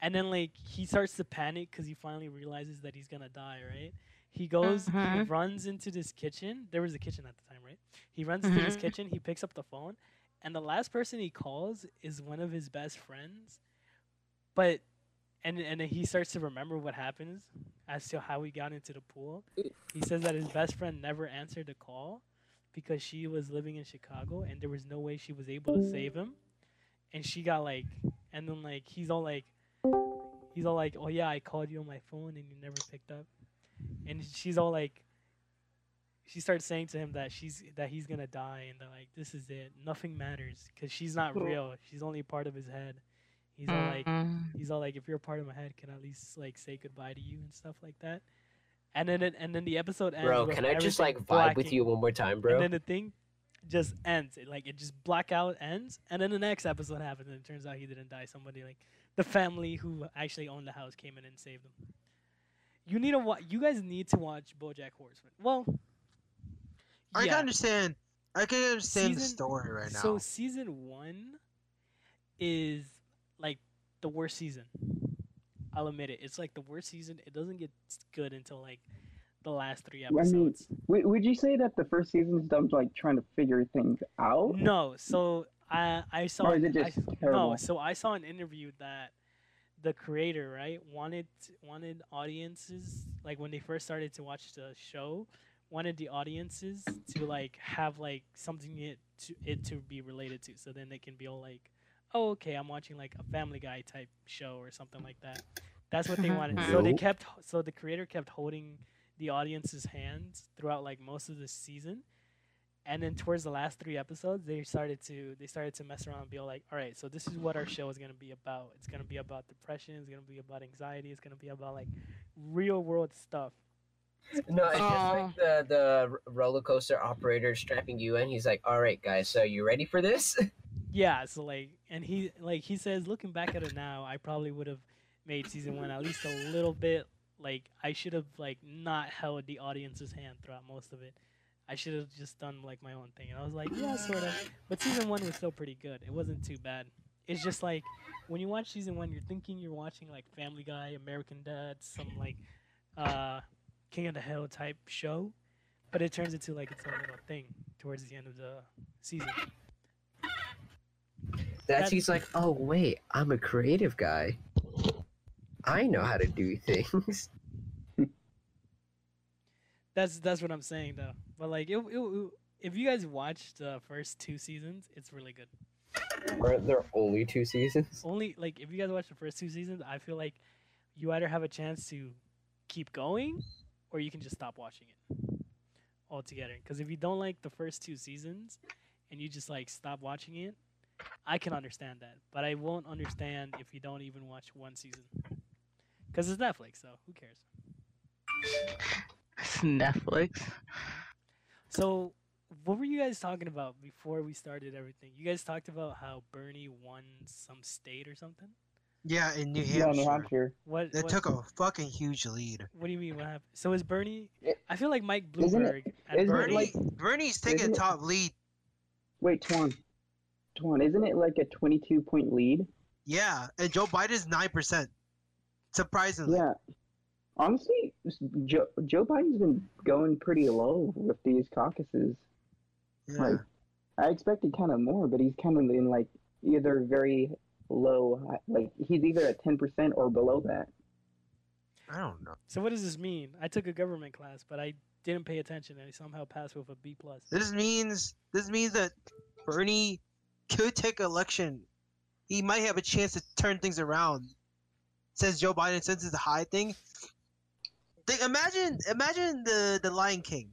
S1: and then like he starts to panic because he finally realizes that he's gonna die. Right? He goes, he
S2: Mhm.
S1: runs into this kitchen. There was a kitchen at the time, right? He runs into this
S2: Mhm.
S1: kitchen. He picks up the phone, and the last person he calls is one of his best friends, but. And, and then he starts to remember what happens as to how he got into the pool. He says that his best friend never answered the call because she was living in Chicago and there was no way she was able to save him. And she got like, and then like he's all like, he's all like, oh yeah, I called you on my phone and you never picked up. And she's all like, she starts saying to him that she's that he's gonna die and that like this is it, nothing matters because she's not
S2: Cool. Mm-hmm.
S1: real. She's only part of his head. He's all like, he's all like, if you're a part of my head, can I at least like say goodbye to you and stuff like that. And then it, and then the episode ends.
S4: Bro,
S1: with
S4: can I just like
S1: everything
S4: vibe with
S1: blacking-
S4: you one more time, bro?
S1: And then the thing just ends. It like it just blackout ends, and then the next episode happens, and it turns out he didn't die. Somebody like the family who actually owned the house came in and saved him. You need to wa- You guys need to watch BoJack Horseman. Well,
S5: I
S1: yeah.
S5: can understand. I can understand the
S1: Season-
S5: story right now.
S1: So season one is like the worst season. I'll admit it. It's like the worst season. It doesn't get s- good until like the last three
S3: mean,
S1: episodes.
S3: Would, would you say that the first season's them like trying to figure things out?
S1: No, so I I saw
S3: Or is it
S1: I-
S3: just
S1: no.
S3: terrible?
S1: So I saw an interview that the creator right wanted wanted audiences like when they first started to watch the show wanted the audiences to like have like something it to it to be related to so then they can be all like oh okay i'm watching like a family guy type show or something like that that's what they wanted so they
S4: Nope.
S1: kept so the creator kept holding the audience's hands throughout like most of the season and then towards the last three episodes they started to they started to mess around and be all like all right so this is what our show is going to be about it's going to be about depression it's going to be about anxiety it's going to be about like real world stuff *laughs*
S4: No, it's just
S2: Aw.
S4: like the the r- roller coaster operator strapping you in. He's like, "All right, guys, so you ready for this?" *laughs*
S1: yeah so like and he like he says looking back at it now i probably would have made season one at least a little bit like i should have like not held the audience's hand throughout most of it i should have just done like my own thing and i was like yeah sort of but season one was still pretty good it wasn't too bad it's just like when you watch season one you're thinking you're watching like family guy american dad some like uh king of the hill type show but it turns into like its own little thing towards the end of the season
S4: That's he's like, "Oh wait, I'm a creative guy. I know how to do things." *laughs*
S1: That's that's what I'm saying though. But like, it, it, it- if you guys watched the first two seasons, it's really good.
S4: Aren't there only two seasons?
S1: Only like if you guys watch the first two seasons, I feel like you either have a chance to keep going or you can just stop watching it altogether. Because if you don't like the first two seasons and you just like stop watching it, I can understand that. But I won't understand if you don't even watch one season. Because it's Netflix, so who cares?
S2: Netflix.
S1: So, what were you guys talking about before we started everything? You guys talked about how Bernie won some state or something.
S5: yeah, in New
S3: Yeah,
S5: Hampshire,
S3: New Hampshire.
S1: What?
S5: they
S1: what,
S5: took a fucking huge lead.
S1: what do you mean? What happened? So is Bernie?
S3: It-
S1: I feel like Mike
S3: isn't it-
S1: Bloomberg at Bernie.
S3: isn't it
S5: Bernie,
S3: like-
S5: Bernie's taking
S3: isn't it-
S5: top lead.
S3: Wait, Twan. Twan, isn't it like a 22 point lead?
S5: Yeah, and Joe Biden's nine percent. Surprisingly,
S3: Yeah. Honestly, s- Joe, Joe Biden's been going pretty low with these caucuses.
S5: Yeah.
S3: Like, I expected kind of more, but he's kind of in like either very low, hi- like he's either at 10% or below that.
S5: I don't know.
S1: so what does this mean? I took a government class, but I didn't pay attention, and I somehow passed with a B plus.
S5: This means this means that Bernie could take election. He might have a chance to turn things around. Since Joe Biden since it's a high thing. Think, imagine imagine the the Lion King.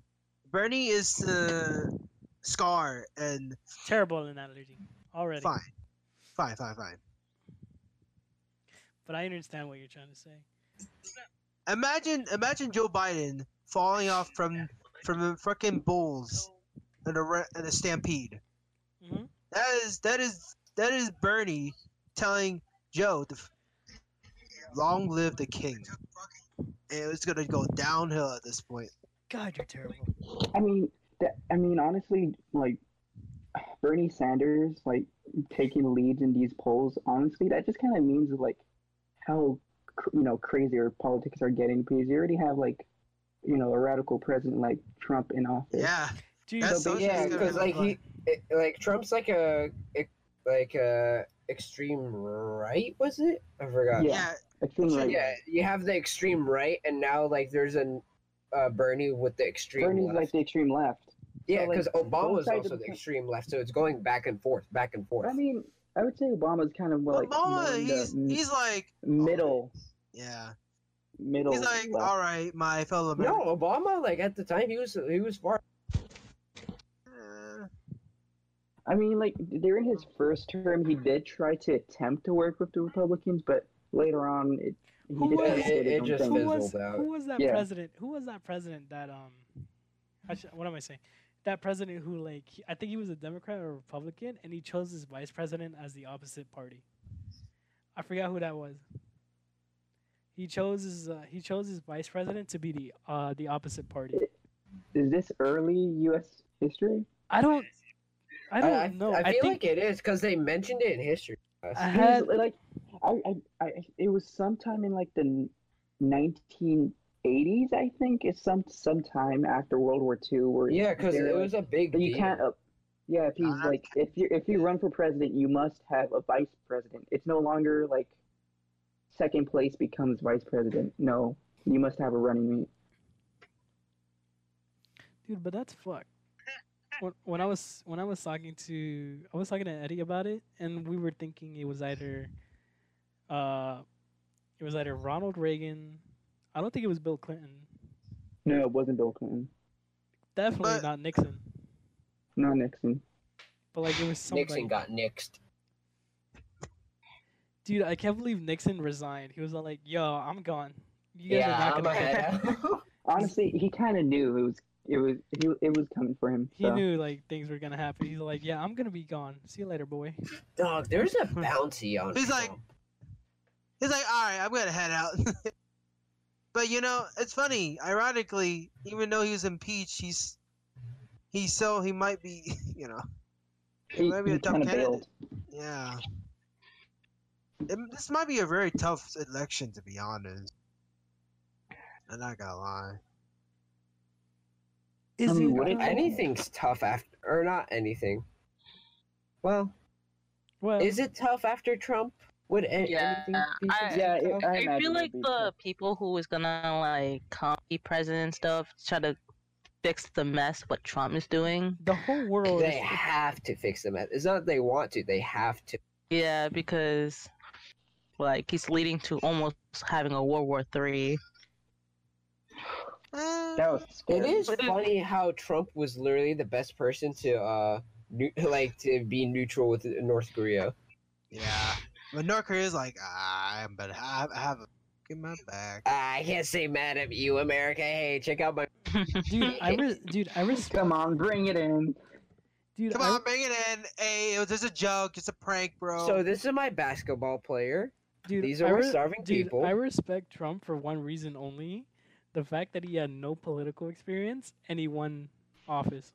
S5: Bernie is the Scar and
S1: Terrible in that allergy already.
S5: fine, fine, fine, fine.
S1: But I understand what you're trying to say.
S5: Imagine, imagine Joe Biden falling off from from the freaking bulls in a re- in a stampede.
S1: hmm
S5: That is that is that is Bernie telling Joe to f- long live the king. And it's gonna go downhill at this point.
S1: God, you're terrible.
S3: I mean, that, I mean, honestly, like Bernie Sanders, like taking leads in these polls. Honestly, that just kind of means like how cr- you know crazier politics are getting because you already have like you know a radical president like Trump in office.
S5: Yeah,
S1: Dude,
S5: That's
S1: but-
S5: so-
S4: yeah,
S5: gonna
S4: because
S5: be
S4: like he,
S5: fun.
S4: it, like Trump's like a ex- like a extreme right, was it? I forgot.
S5: yeah.
S3: Yeah. I think
S5: Sure,
S3: like
S4: yeah. You have the extreme right, and now like there's an uh, Bernie with the extreme
S3: Bernie's
S4: left.
S3: like the extreme left.
S4: yeah,
S3: so, like,
S4: because Obama's
S3: both sides
S4: also
S3: of
S4: the
S3: the-
S4: extreme left, so it's going back and forth, back and forth.
S3: I mean, I would say Obama's kind of well, like more
S5: Obama,
S3: in the
S5: he's
S3: m-
S5: he's like
S3: middle,
S5: yeah,
S3: middle.
S5: he's like
S3: left.
S5: all right, my fellow Americans.
S4: no, Obama like at the time he was he was far.
S5: Uh,
S3: I mean, like during his first term, he did try to attempt to work with the Republicans, but later on, it he
S1: Who
S3: just
S1: was-
S3: kind of did
S4: It- it
S3: his own
S4: just
S3: thing.
S1: who
S4: fizzled
S1: was
S4: out.
S1: who was that
S3: Yeah.
S1: president? Who was that president that um? I should- what am I saying? That president who like he- I think he was a Democrat or Republican, and he chose his vice president as the opposite party. I forgot who that was. He chose his uh, he chose his vice president to be the uh, the opposite party.
S3: Is this early U.S. history?
S1: I don't I don't
S4: I,
S1: know.
S4: I,
S1: I,
S4: feel
S1: think
S4: like it is because they mentioned it in history. class.
S1: I
S3: He
S1: had
S3: was, like, I, I, I, it was sometime in like the 1980s, I think. It's some sometime after World War II, where
S4: yeah, because
S3: they're
S4: it
S3: like,
S4: was a big.
S3: But you
S4: deal.
S3: can't. Uh, yeah, if he's
S5: Uh-huh.
S3: like, if you if you run for president, you must have a vice president. It's no longer like second place becomes vice president. No, you must have a running mate.
S1: dude, but that's fucked. When, when I was when I was talking to I was talking to Eddie about it, and we were thinking it was either, uh, it was either Ronald Reagan. I don't think it was Bill Clinton.
S3: No, it wasn't Bill Clinton,
S1: Definitely
S5: But-
S1: not Nixon.
S3: not Nixon.
S1: But like it was somebody.
S4: Nixon got nixed.
S1: Dude, I can't believe Nixon resigned. He was all like, "Yo, I'm gone. You guys are
S4: Yeah,
S1: not
S4: I'm
S1: gonna." fuck with
S4: ahead. *laughs*
S3: Honestly, he kind of knew it was it was he, it was coming for him.
S1: He
S3: so.
S1: knew like things were gonna happen. He's like, "Yeah, I'm gonna be gone. See you later, boy."
S4: Dog, there's a bounty on.
S5: He's like-
S4: Trump.
S5: he's like all right, I'm gonna head out. *laughs* but you know, it's funny. Ironically, even though he was impeached, he's he's so he might be *laughs* you know
S3: He,
S5: might be a
S3: he
S5: tough
S3: kind of
S5: candidate.
S3: bailed.
S5: Yeah. It, this might be a very tough election, to be honest. I'm not gonna lie.
S1: Is
S3: mean,
S1: it,
S3: what if
S1: uh,
S4: anything's tough after, or not anything. Well,
S1: well,
S4: is it tough after Trump? Would a-
S2: Yeah,
S4: anything be
S2: I-
S4: considered
S3: Yeah, it,
S4: tough?
S3: I,
S2: I
S3: imagine
S2: feel
S3: it'd
S2: like
S3: be
S2: the people who is gonna like come be president and stuff try to fix the mess what Trump is doing.
S1: the whole world?
S4: they
S1: is-
S4: have to fix the mess. It's not that they want to; they have to.
S2: Yeah, because like he's leading to almost having a World War Three.
S5: Eh,
S3: tough. that was
S4: It
S3: scary.
S4: is funny how Trump was literally the best person to, uh, nu- *laughs* like to be neutral with North Korea.
S5: Yeah. But North Korea's like, ah, I'm better. I I have a in my back.
S4: I can't say mad at you, America. Hey, check out my.
S1: dude, I re- dude, I respect.
S3: Come on, bring it in.
S1: Dude,
S5: Come
S1: I,
S5: on, bring it in. Hey, it was just a joke. It's a prank, bro.
S4: So this is my basketball player.
S1: dude,
S4: These
S1: I
S4: are
S1: re-
S4: starving
S1: dude,
S4: people.
S1: I respect Trump for one reason only: the fact that he had no political experience and he won office.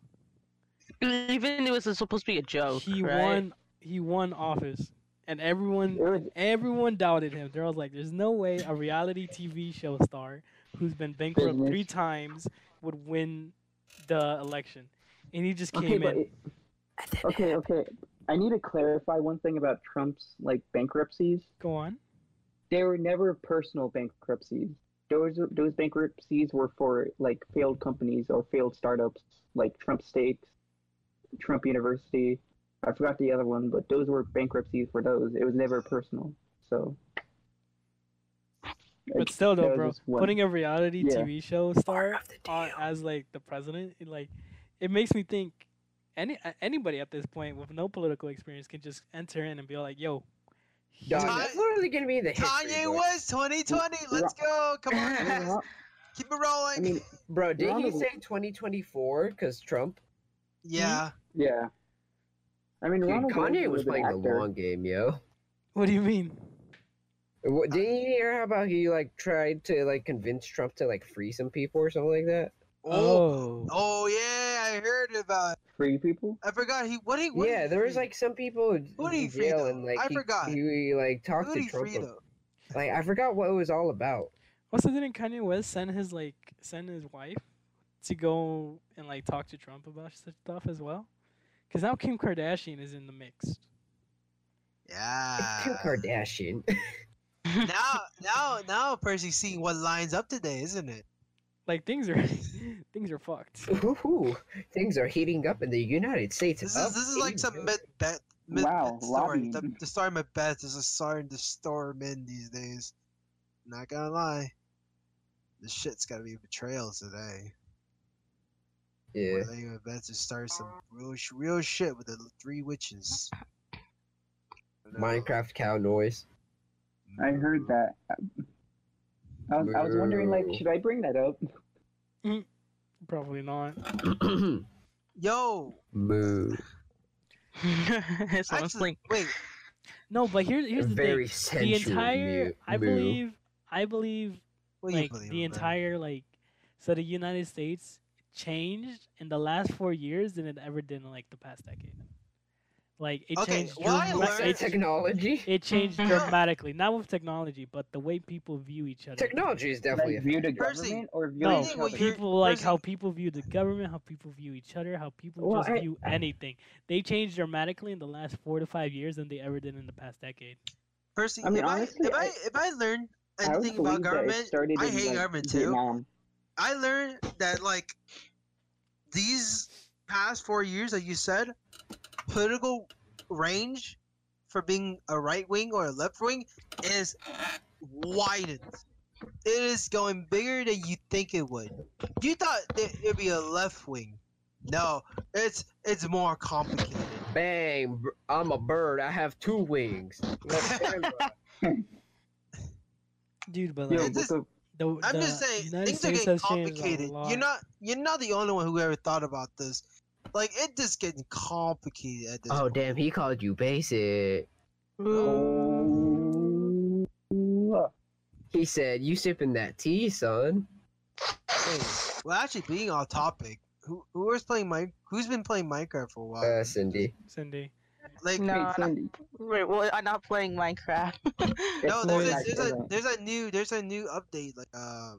S2: Even it was supposed to be a joke.
S1: he
S2: Oh, right?
S1: won. He won office, and everyone
S3: It was
S1: everyone doubted him. They're all like, "There's no way a reality TV show star who's been bankrupt
S3: Business.
S1: three times would win the election," and he just
S3: Okay,
S1: came
S3: but
S1: in.
S3: it- okay, okay. I need to clarify one thing about Trump's like bankruptcies.
S1: Go on.
S3: They were never personal bankruptcies. Those those bankruptcies were for like failed companies or failed startups, like Trump Stakes, Trump University. I forgot the other one, but those were bankruptcies for those. It was never personal. So,
S1: But still,
S3: that
S1: though,
S3: was
S1: bro,
S3: just one-
S1: putting a reality
S3: Yeah.
S1: TV show star
S4: of the
S1: on,
S4: deal.
S1: as like the president, it, like it makes me think. any a- anybody at this point with no political experience can just enter in and be like, "Yo,
S4: Dog,
S5: Kanye-
S4: that's literally gonna be in the history *laughs*
S5: Kanye
S4: books.
S5: West 2020. Let's go. Come on,
S3: *laughs*
S5: guys.
S3: Ron-
S5: Keep it rolling.
S3: I
S4: *laughs*
S3: mean,
S4: Bro, did
S3: Ronald-
S4: he say 2024? Because Trump?
S5: yeah.
S3: yeah. I mean,
S4: Dude,
S3: Ronald
S4: Kanye
S3: Reagan
S4: was
S3: an
S4: playing the
S3: actor.
S4: long game, yo.
S1: what do you mean?"
S4: What, did you hear how about he like tried to like convince Trump to like free some people or something like that?
S5: Oh.
S1: Oh,
S5: Oh yeah, I heard about. It.
S3: Free people.
S5: I forgot he. What he? What did
S4: yeah,
S5: he
S4: there was
S5: free?
S4: like some people in
S5: Who did he
S4: in
S5: free,
S4: jail
S5: though?
S4: and like
S5: I
S4: he,
S5: forgot.
S4: he like talked
S5: Who did
S4: to
S5: he
S4: Trump.
S5: free
S4: ab-
S5: though?
S4: Like I forgot what it was all about.
S1: also didn't Kanye West send his like send his wife to go and like talk to Trump about such stuff as well? Because now Kim Kardashian is in the mix.
S5: Yeah.
S4: It's
S5: Ah.
S4: Kim Kardashian. *laughs*
S5: now, now, now, Percy's seeing what lines up today, isn't it?
S1: Like things are *laughs* things are fucked.
S4: Ooh, things are heating up in the United States.
S5: This
S4: of
S5: is this is like some
S4: England.
S5: mid bet. Mid
S3: Wow,
S5: wow, story.
S3: lobbying.
S5: The, the story of Beth is a starting to storm in these days. Not gonna lie, this shit's gotta be betrayal today.
S4: Yeah.
S5: We're laying in bed to start some real, sh- real shit with the l- three witches.
S4: Minecraft cow noise.
S5: *clears throat*
S3: I heard that. I was, I was wondering, like,
S4: Boo.
S3: should I bring that up?
S1: Probably not.
S5: Yo,
S4: Moo.
S2: *laughs* it's
S5: actually, wait,
S1: No, but here, here's the
S4: Very
S1: thing. The
S4: sensual.
S1: entire,
S4: moo.
S1: I
S4: moo.
S1: believe, I believe,
S5: what do you
S1: like
S5: believe?
S1: the
S5: in, man?
S1: entire, like, so the United States changed in the last four years than it ever did in like the past decade. Like it
S5: Okay,
S1: changed.
S5: what I
S1: drama-
S5: learned-
S1: it-
S4: technology.
S1: It
S5: *laughs*
S1: changed
S2: Yeah.
S1: dramatically, not with technology, but the way people view each other.
S4: Technology is
S3: Like,
S4: definitely a
S3: view the
S5: Percy,
S3: government or view
S1: No,
S5: Reading
S3: each
S5: what
S3: other?
S5: you're-
S1: people like
S5: Percy-
S1: how people view the government, how people view each other, how people
S3: Well,
S1: just
S3: I-
S1: view anything. They changed dramatically in the last four to five years than they ever did in the past decade.
S5: Percy,
S3: I mean,
S5: if,
S3: honestly,
S5: I,
S3: I-
S5: if I if I learn
S3: I always
S5: anything about
S3: believed that it
S5: government,
S3: started
S5: I
S3: in,
S5: hate
S3: like,
S5: government too.
S3: Vietnam.
S5: I learned that like these past four years that you said political range for being a right wing or a left wing is widened. It is going bigger than you think it would. You thought that it'd be a left wing. No, it's it's more complicated.
S4: bang. br- I'm a bird. I have two *laughs* wings. Left and right.
S1: Dude, but
S3: Yo,
S1: like
S5: It's
S3: what's
S5: just-
S3: up?
S1: the,
S5: I'm
S1: the
S5: just saying
S1: United
S5: things
S1: States
S5: are getting
S1: has changed a
S5: complicated.
S1: lot.
S5: You're not you're not the only one who ever thought about this. Like it just getting complicated at this
S4: oh damn, he called you basic.
S3: Oh,
S4: He said, "You sipping that tea, son?"
S5: Hey, well, actually, being off topic, who who is playing Mine? Who's been playing Minecraft for a while?
S4: Uh, Cindy.
S1: Cindy.
S5: like,
S2: No,
S3: Hey,
S5: no,
S2: I-
S3: Cindy.
S2: Wait, well, I'm not playing Minecraft. *laughs*
S3: it's more
S5: there's a,
S3: like
S5: there's
S3: a-
S5: a there's a new there's a new update like uh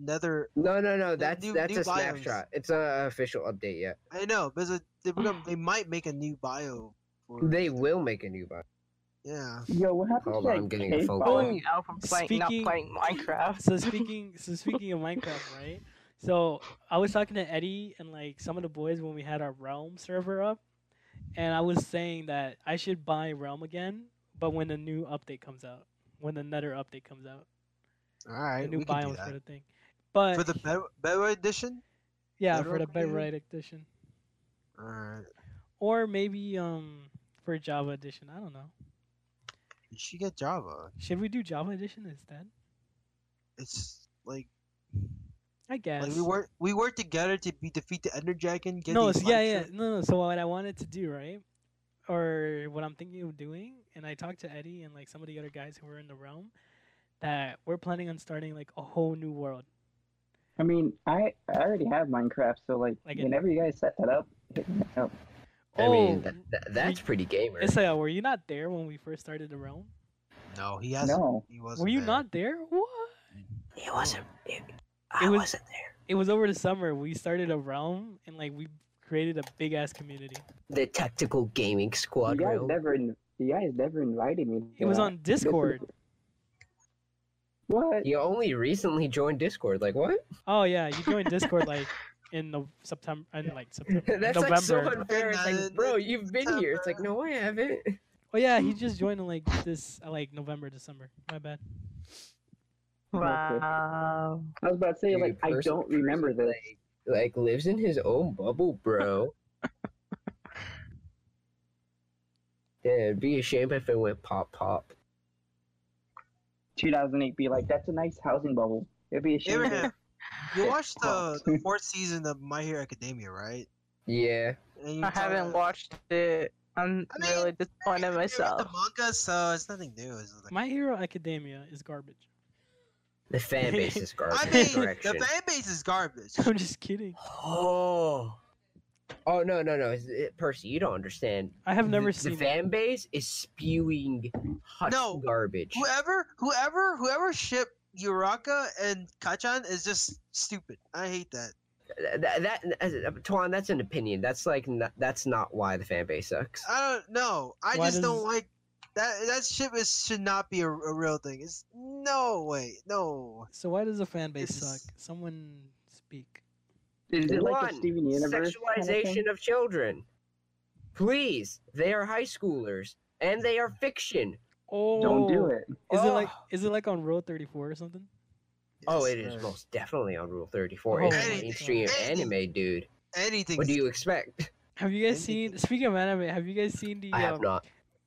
S5: Nether.
S4: No, no, no. That's
S5: new-
S4: that's
S5: new
S4: a
S5: biomes.
S4: snapshot. It's not an official update yet.
S5: I know, but it's a,
S4: *sighs*
S5: they become, they might make a new bio. For,
S4: They will make a new one.
S5: yeah.
S3: Yo, what happened
S4: Hold
S3: to
S4: on,
S3: that
S4: I'm getting a
S3: K-pop?
S4: phone call.
S2: Calling you out from playing, not
S1: Speaking-
S2: playing Minecraft.
S1: So speaking, so speaking of Minecraft, right? So I was talking to Eddie and like some of the boys when we had our Realm server up, and I was saying that I should buy Realm again, but when the new update comes out, when the Nether update comes out,
S5: All right,
S1: the new
S5: we can do
S1: biomes for the
S5: that.
S1: thing. But
S5: For the Bed- Bedrock edition.
S1: yeah, for
S5: Bedrock
S1: the
S5: edition?
S1: Bedrock edition,
S5: All right,
S1: or maybe um for Java edition. I don't know.
S5: you should get Java.
S1: Should we do Java edition instead?
S5: It's like
S1: I guess.
S5: like we work we work together to be defeat the Ender Dragon. Get
S1: no,
S5: these
S1: so- yeah, yeah,
S5: Minecraft-
S1: no, no. So what I wanted to do, right, or what I'm thinking of doing, and I talked to Eddie and like some of the other guys who were in the realm, that we're planning on starting like a whole new world.
S3: I mean, I I already have Minecraft, so like,
S1: Like it-
S3: whenever you guys set that up, hit me up.
S4: I mean, that,
S1: Oh,
S4: that, that's pretty gamer.
S1: it's like, Eh, were you not there when we first started the realm?
S5: No, he hasn't.
S3: No,
S5: He
S1: Were
S5: wasn't
S1: you
S5: there.
S1: not there? What?
S4: It
S5: wasn't-
S1: I was- wasn't
S4: there.
S1: It was over the summer. We started a realm and like we created a big ass community.
S4: The tactical gaming
S3: you
S4: squad.
S3: guys
S4: realm.
S3: never in- you guys never invited me. to
S1: It was
S3: that.
S1: on
S3: This is-
S1: Discord.
S3: What?
S4: You only recently joined Discord. Like what?
S1: Oh yeah, you joined Discord like in the September and like September in
S4: *laughs* That's
S1: November.
S4: like so unfair. It's
S5: Uh,
S4: like, bro, you've been here. It's like, no, I haven't. *laughs*
S1: oh yeah, he just joined in like this uh, like November December. My bad.
S2: Wow.
S3: I was about to say
S4: Dude,
S3: like I
S4: person-
S3: don't remember
S4: person,
S3: this.
S5: *laughs*
S4: Like, like lives in his own bubble, bro. Yeah, it'd be a shame if it went pop pop.
S3: 2008 be like, that's a nice housing bubble. It'd be a shame.
S1: *laughs*
S3: if-
S5: Abraham, you
S3: Yeah,
S5: watched the,
S3: fuck.
S5: the fourth season of My Hero Academia, right?
S4: Yeah.
S5: And you
S2: I
S5: kinda-
S2: haven't watched it. I'm
S5: I mean,
S2: really
S5: I mean,
S2: disappointed
S5: I
S2: in
S5: read
S2: myself.
S5: The manga, so it's nothing new. It's like-
S1: My Hero Academia is garbage. *laughs*
S4: The fan base is garbage.
S5: *laughs* I mean,
S4: correction.
S5: the fan base is
S1: *laughs*
S5: garbage.
S1: I'm just kidding.
S4: *gasps* Oh. Oh no no no, it's- it, Percy, you don't understand.
S1: I have never
S4: the,
S1: seen
S4: the
S1: it.
S4: fan base is spewing hot
S5: No.
S4: garbage.
S5: Whoever, whoever, whoever shipped Yuraka and Kachan is just stupid. I hate that.
S4: That, that, as- uh, Tuan, that's an opinion. That's like n- that's not why the fan base sucks.
S5: I don't know. I
S1: Why
S5: just don't
S1: does-
S5: like that. That ship is should not be a, a real thing. It's no way, no.
S1: So why does the fan base
S5: It's-
S1: suck? Someone speak.
S3: Is it like
S4: One,
S3: the Steven Universe? kind of thing?
S4: Sexualization of children. Please, they are high schoolers and they are fiction.
S1: Oh,
S3: Don't do it.
S1: Is it
S4: Oh.
S1: like is it like on Road 34 or something?
S4: Oh,
S5: Yes,
S4: it is
S5: uh,
S4: most definitely on Rule 34.
S1: Oh
S4: it's
S1: my
S5: God.
S4: mainstream
S5: Anything-
S4: anime, dude.
S5: anything.
S4: What do you expect? *laughs*
S1: Have you guys
S5: Anything.
S1: seen? Speaking of anime, have you guys seen the?
S4: I have
S1: um,
S4: not.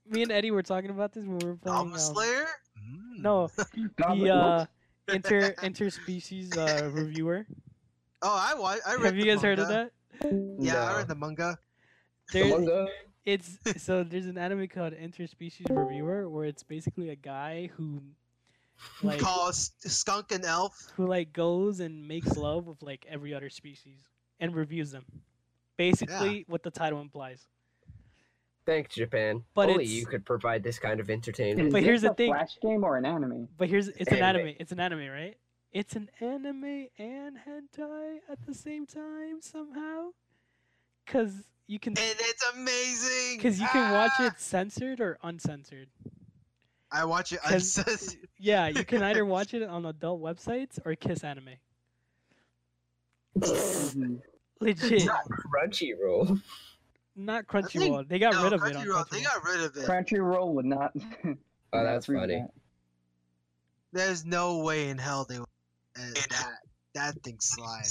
S1: Me and Eddie were talking about this when we were playing.
S5: Goblin
S1: Um,
S5: Slayer?
S4: Mm. *laughs*
S1: no,
S3: Goblin-
S1: the uh, inter interspecies
S4: *laughs*
S1: uh, reviewer.
S5: Oh, I watch. I read.
S1: Have you
S5: the
S1: guys heard of
S5: manga.
S1: that?
S5: Yeah, I
S4: No.
S5: read the manga.
S1: There-
S4: Manga?
S1: it's so there's an anime called Interspecies Reviewer where it's basically a guy who like
S5: Call S- Skunk and Elf.
S1: who like goes and makes love with like every other species and reviews them. Basically what the title implies.
S4: Thanks, Japan.
S1: But
S4: Only
S1: it's-
S4: you could provide this kind of entertainment.
S3: Is
S1: But here's
S3: this
S1: the
S3: a
S1: thing.
S3: Flash game or an
S4: *laughs*
S3: anime?
S1: But here's it's an
S4: Anime.
S1: anime. It's an anime, right? It's an anime and hentai at the same time somehow. Cuz you can
S5: And it's amazing.
S1: cuz you can watch
S5: Ah!
S1: it censored or uncensored.
S5: I watch it.
S1: 'Cause-
S5: *laughs* uncensored.
S1: Yeah, you can either watch it on adult websites or Kiss Anime.
S3: Mhm.
S1: Legit.
S3: Hmm.
S4: Crunchyroll. *laughs*
S1: Not
S5: think-
S1: Crunchyroll. They got
S5: No,
S1: rid of it. On
S5: Crunchyroll, They
S1: Crunchyroll.
S5: got rid of it.
S3: Crunchyroll would not. *laughs*
S4: Oh, that's
S3: approve
S4: funny.
S3: that.
S5: There's no way in hell they would let that, that thing slide.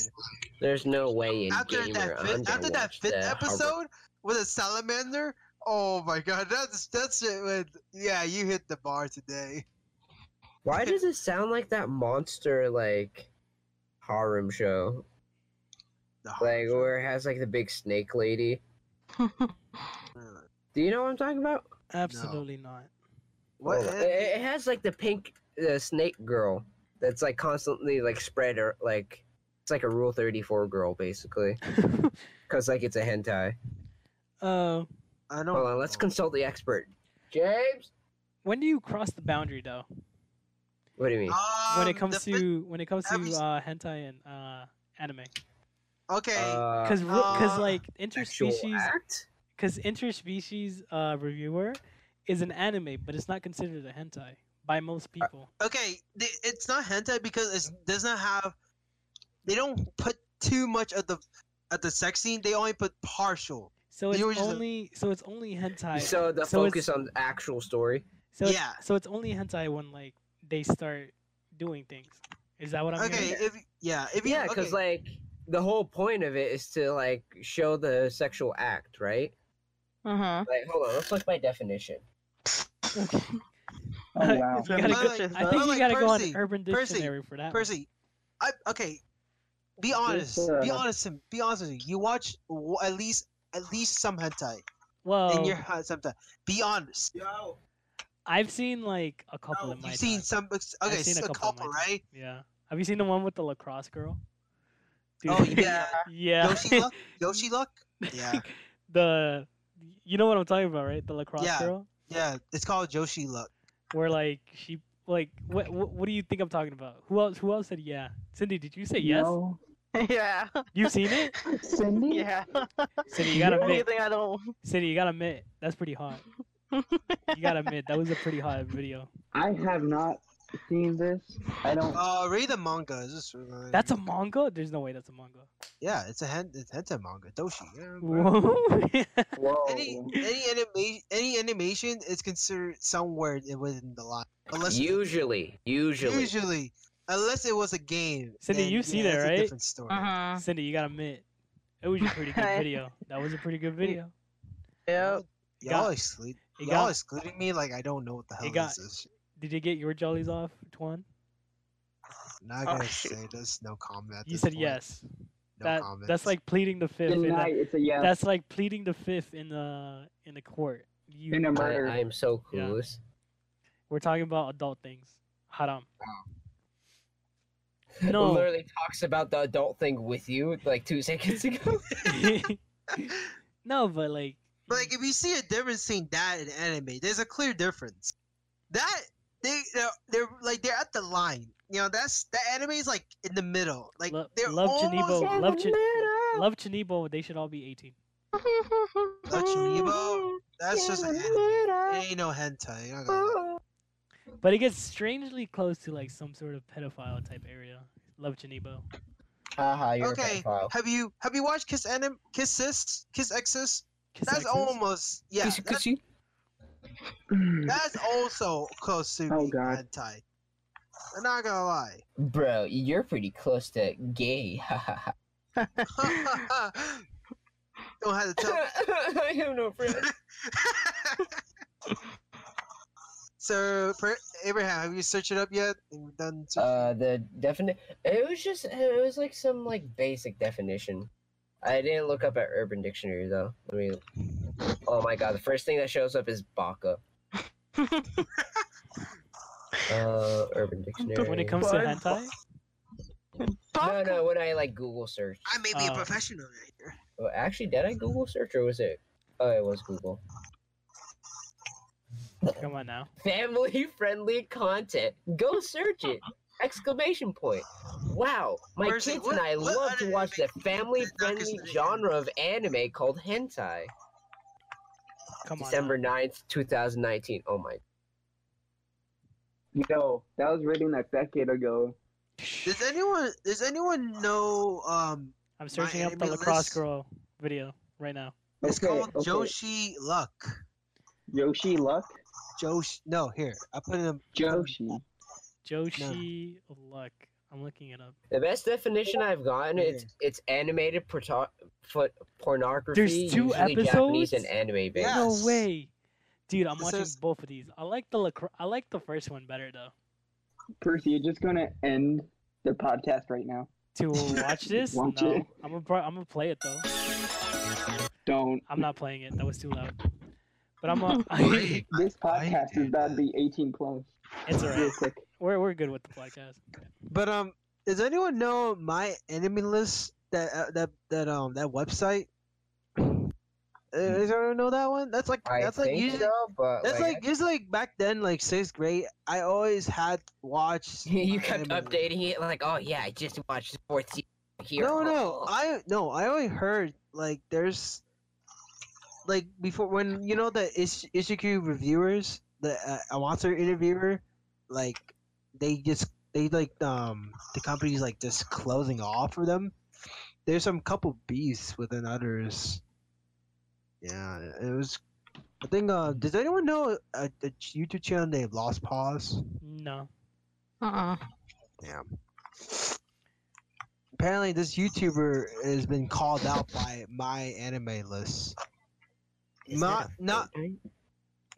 S4: There's no way in
S5: After
S4: gamer
S5: that,
S4: I'm
S5: fifth,
S4: gonna
S5: after that
S4: watch
S5: fifth
S4: the
S5: episode with a salamander, oh my god, that's that's it. With yeah, you hit the bar today.
S4: Why does it sound like that monster like harem show?
S5: The
S4: Like
S5: horror show.
S4: where it has like the big snake lady. Do you know what I'm talking about?
S1: Absolutely not.
S5: What?
S4: Hold on. It, it has like the pink uh, snake girl that's like constantly like spread or like it's like a rule 34 girl basically because like it's a hentai.
S1: *laughs* uh,
S5: I don't.
S4: Hold on, let's
S5: know.
S4: consult the expert. James,
S1: when do you cross the boundary though?
S4: what do you mean?
S1: When it
S5: Um,
S1: comes
S5: the fifth-
S1: to when it comes to
S5: every s-
S1: uh, hentai and uh, anime,
S5: okay,
S4: Uh,
S1: because because
S5: uh,
S1: like
S4: sexual
S1: interspecies
S4: act?
S1: because interspecies uh, reviewer is an anime, but it's not considered a hentai by most
S4: Uh,
S1: people.
S5: okay, the, it's not hentai because it does not have. They don't put too much of the at the sex scene. They only put partial.
S1: So it's
S5: you were just a-
S1: only so it's only hentai.
S4: So the
S1: so it's-
S4: focus on the actual story.
S1: So it's-
S5: Yeah.
S1: So it's only hentai when like they start doing things. Is that what I'm
S5: okay,
S1: hearing?
S5: if yeah, if you,
S4: Yeah, because
S5: okay.
S4: like the whole point of it is to like show the sexual act, right?
S2: Uh-huh.
S4: Like, hold on, let's look my definition.
S1: Okay. *laughs*
S3: Oh
S2: Mm-hmm.
S3: wow.
S1: You gotta
S5: By
S1: go-
S5: the way-
S1: I think
S5: by the
S1: you
S5: way,
S1: gotta go on
S5: Percy,
S1: Urban
S5: Percy,
S1: Dictionary for that. one.
S5: Percy, I okay. Be honest. Be
S3: uh,
S5: honest. and- Be honest with you. You watch w- at least at least some hentai
S1: Well,
S5: in your heart sometime. Be honest.
S1: I've seen like a couple of my.
S5: You've seen
S1: time.
S5: some. ex- Okay,
S1: I've seen
S5: s- a
S1: in my
S5: couple,
S1: time.
S5: right?
S1: Yeah. Have you seen the one with the lacrosse girl? *laughs*
S5: Oh yeah.
S1: yeah.
S5: Yoshi luck. Yoshi luck.
S1: *laughs*
S5: Yeah,
S1: the you know what I'm talking about, right? The lacrosse
S5: Yeah.
S1: girl,
S5: yeah. It's called Yoshi luck.
S1: where like she like what, what what do you think I'm talking about? Who else who else said yeah? Cindy, did you say yes?
S3: No.
S2: *laughs* Yeah.
S1: You've seen
S5: *laughs*
S1: it?
S3: Cindy.
S2: Yeah.
S1: Cindy, you
S2: *laughs*
S1: gotta
S2: What do you
S1: admit.
S2: think I don't?
S1: Cindy, you gotta admit that's pretty hot. You gotta admit that was a pretty hot video.
S3: I have not seen this. I don't.
S5: Uh, read the manga. It's just really-
S1: That's a manga? There's no way that's a manga.
S5: yeah. It's a hen- it's hentai manga. Doshi. Yeah, bro.
S1: Whoa.
S3: Whoa.
S5: Any any animation any animation is considered somewhere within the line. Unless
S4: Usually, usually,
S5: Usually. unless it was a game.
S1: Cindy,
S5: then,
S1: you've seen
S5: yeah,
S1: it,
S5: it's a
S1: right?
S5: different story.
S2: Uh-huh.
S1: *laughs* Cindy, you gotta admit,
S5: *laughs*
S1: it was a pretty good video. That was a pretty good video.
S2: Yep.
S5: Y'all
S1: Got-
S5: is sleep.
S1: It
S5: Y'all
S1: got-
S5: excluding me like I don't know what the hell
S1: got-
S5: is this.
S1: Did you get your jellies off, Twan?
S5: Now I
S2: Oh,
S5: gotta
S2: shoot.
S5: say this. No comment. at
S1: You
S5: this
S1: said
S5: point.
S1: yes.
S5: No
S1: that
S5: comment.
S1: that's like pleading the fifth. In
S3: Deny
S1: the,
S3: it, it's a yes.
S1: that's like pleading the fifth in the in the court. You,
S3: In a
S4: I,
S3: murder.
S4: I am so
S1: Yeah.
S4: clueless.
S1: we're talking about adult things. Haram.
S4: Who
S1: No.
S4: literally talks about the adult thing with you like two *laughs* seconds ago.
S1: *laughs* no, but like
S5: But like, if you see a difference between that and anime, there's a clear difference. That they they're, they're like they're at the line. You know, that's that anime is like in the middle. Like
S1: Lo-
S5: they're
S1: Love
S5: almost
S1: Chinibo,
S5: at
S1: Love
S5: the
S1: Chi-
S5: middle.
S1: love Chinibo, they should all be 18.
S5: *laughs* Chinibo. That's just an anime. It ain't no hentai. You're not gonna lie.
S1: But it gets strangely close to like some sort of pedophile type area. Love Chinibo.
S4: Haha, you're
S5: Okay.
S4: a pedophile.
S5: Have you have you watched Kiss Anim Kiss Sis Kiss Exes?
S1: Kiss
S5: That's
S1: Exes?
S5: almost yeah.
S4: Kiss-
S5: That's,
S4: kiss you.
S3: *clears throat*
S5: that's also close to
S3: Oh,
S5: being
S3: God.
S5: hentai. I'm not gonna lie. *laughs*
S4: Bro, you're pretty close to gay. *laughs* Haha.
S5: Don't
S3: *laughs*
S5: have to tell.
S4: I have no friends.
S5: So, per- Abraham, have you searched it up yet? Have you done searching?
S4: Uh, the definition. It was just. It was like some like basic definition. I didn't look up at Urban Dictionary though. Let me. Oh my god! The first thing that shows up is
S5: *laughs*
S4: baka. Uh, Urban Dictionary.
S1: When it comes to
S3: But-
S1: hentai,
S4: No, no. When I like Google search.
S5: I may be
S1: uh,
S4: um,
S5: a professional right here.
S4: Well, actually, did I Google search or was it? Oh, it was Google. *laughs*
S1: come on now.
S4: Family friendly content. Go search it! Exclamation point. Wow, my
S5: Where's it?
S4: kids
S5: What-
S4: and I
S5: what
S4: love to
S5: anime
S4: watch the
S5: is it?
S4: family friendly
S5: Darkest
S4: genre of anime called hentai.
S1: Oh Come on.
S4: December
S1: now.
S4: 9th, 2019. Oh my.
S3: Yo, that was written a decade ago.
S5: Does anyone does anyone know um
S1: I'm searching up the
S5: enemy
S1: lacrosse
S5: list-
S1: girl video right now.
S5: it's
S3: Okay,
S5: called
S3: okay.
S5: Joshi Luck.
S3: Yoshi Luck?
S5: Joshi no, here. I put
S4: *laughs*
S5: it in
S3: Joshi.
S1: Joshi Luck. I'm looking it up.
S4: The best definition I've gotten it's it's animated porto- foot pornography.
S1: There's two
S4: usually Japanese
S1: episodes?
S4: and anime based.
S5: Yeah. Yes.
S1: No way. Dude, I'm
S5: This
S1: watching
S5: is-
S1: both of these. I like the lacro- I like the first one better though.
S3: Percy, you're just gonna end the podcast right now.
S5: *laughs*
S1: To watch this?
S3: Watch
S1: no.
S3: it.
S1: I'm gonna pro- I'm gonna play it though.
S3: Don't.
S1: I'm not playing it. That was too loud. But I'm *laughs*
S5: *laughs*
S1: on. it's
S3: This
S5: I
S3: podcast is
S5: did
S3: about to be
S5: that.
S3: 18 plus. Real
S1: alright.
S3: quick.
S1: We're we're good with the podcast.
S5: But um does anyone know my enemy list that uh, that that um that website? Uh, Does anyone know that one? That's like
S4: I
S5: that's like
S4: think
S5: usually
S4: so, but
S5: that's
S4: like,
S5: like it's like back then like sixth grade. I always had watched.
S4: *laughs* you
S5: my
S4: kept
S5: anime.
S4: updating it like, oh yeah, I just watched sports season here.
S5: No, no, I no, I only heard like there's like before when you know the Ish- Ishiku reviewers, the uh, Awanser interviewer, like they just they like um the company's like just closing off for them. There's some couple beasts within others. Yeah, it was. I think. Uh, does anyone know a, a YouTube channel named Lost Paws?
S1: No.
S2: Uh-uh.
S5: Apparently, this YouTuber has been called out by my anime list.
S4: Is
S5: Ma-
S4: that a
S5: not-
S4: Fortnite?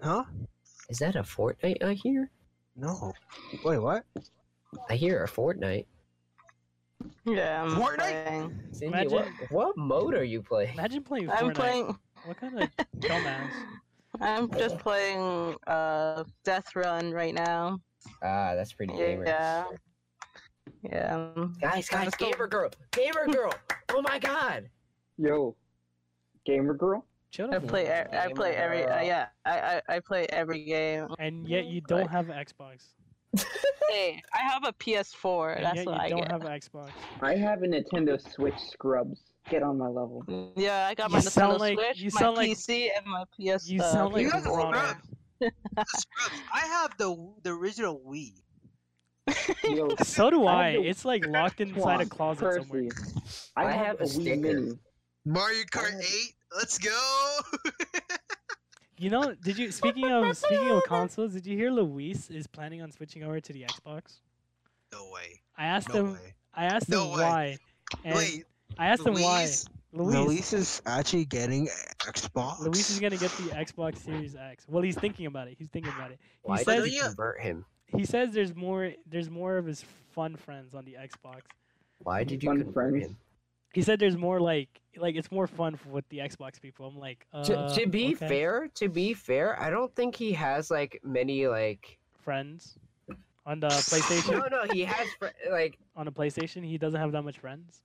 S5: Huh?
S4: Is that a Fortnite I hear?
S5: No. Wait, what?
S4: I hear a Fortnite.
S2: Yeah. I'm
S5: Fortnite?
S2: Playing.
S4: Cindy, what,
S1: Imagine-
S4: what mode are you playing?
S1: Imagine playing Fortnite.
S2: I'm playing.
S1: What kind of dumbass?
S2: *laughs* I'm just playing uh Death Run right now.
S4: *laughs* Ah, that's pretty gamer.
S2: Yeah. Yeah. um,
S4: Guys, guys,
S5: Let's go.
S4: gamer girl, gamer girl. Oh my god.
S3: Yo, gamer girl?
S1: Shut
S2: I
S1: up.
S2: play. e- I play every. Uh, yeah. I, I I play every game.
S1: And yet you don't
S2: Like-
S1: have an Xbox.
S2: Hey, I have a PS4.
S1: And
S2: That's
S1: yet
S2: what
S1: you
S2: I
S1: don't
S2: get.
S1: have
S2: *laughs*
S1: an Xbox.
S3: I have a Nintendo Switch scrubs. Get on my level.
S2: Yeah, I got my
S1: You sound
S2: Nintendo
S1: like-
S2: Switch,
S1: you
S2: my
S1: sound like-
S2: PC, and my PS.
S1: You
S2: uh,
S1: sound like
S5: you
S1: a
S5: guys are
S1: moron.
S5: Scrubs. *laughs* I have the the original Wii.
S3: Yo,
S1: So do
S3: I
S1: I.
S3: have the-
S1: It's like locked inside a
S3: Twan,
S1: closet somewhere.
S3: Percy, I,
S4: I
S3: have,
S4: have a
S3: a Wii
S4: sticker.
S3: Mini.
S5: Mario Kart
S4: have-
S5: 8. Let's go. *laughs*
S1: You know, did you speaking of speaking of consoles, did you hear Luis is planning on switching over to the Xbox?
S5: no way.
S1: I asked
S5: No
S1: him
S5: way.
S1: I asked
S5: No
S1: him
S5: way.
S1: why. And
S5: Wait.
S1: I asked him eh, why.
S5: Luis?
S1: Luis. Luis.
S5: is actually getting Xbox.
S1: is gonna get the Xbox Series X. Well, he's thinking about it. He's thinking about it.
S4: Why
S1: said-
S4: did you convert him?
S1: He says there's more. There's more of his fun friends on the Xbox.
S4: Why did you
S3: Fun
S4: convert
S3: friends.
S4: him?
S1: He said there's more like like it's more fun f- with the Xbox people. I'm like, uh,
S4: to, to be
S1: okay.
S4: fair, to be fair, I don't think he has like many like.
S1: friends on the PlayStation.
S4: No, no, he has fr- like.
S1: on the PlayStation, he doesn't have that much friends.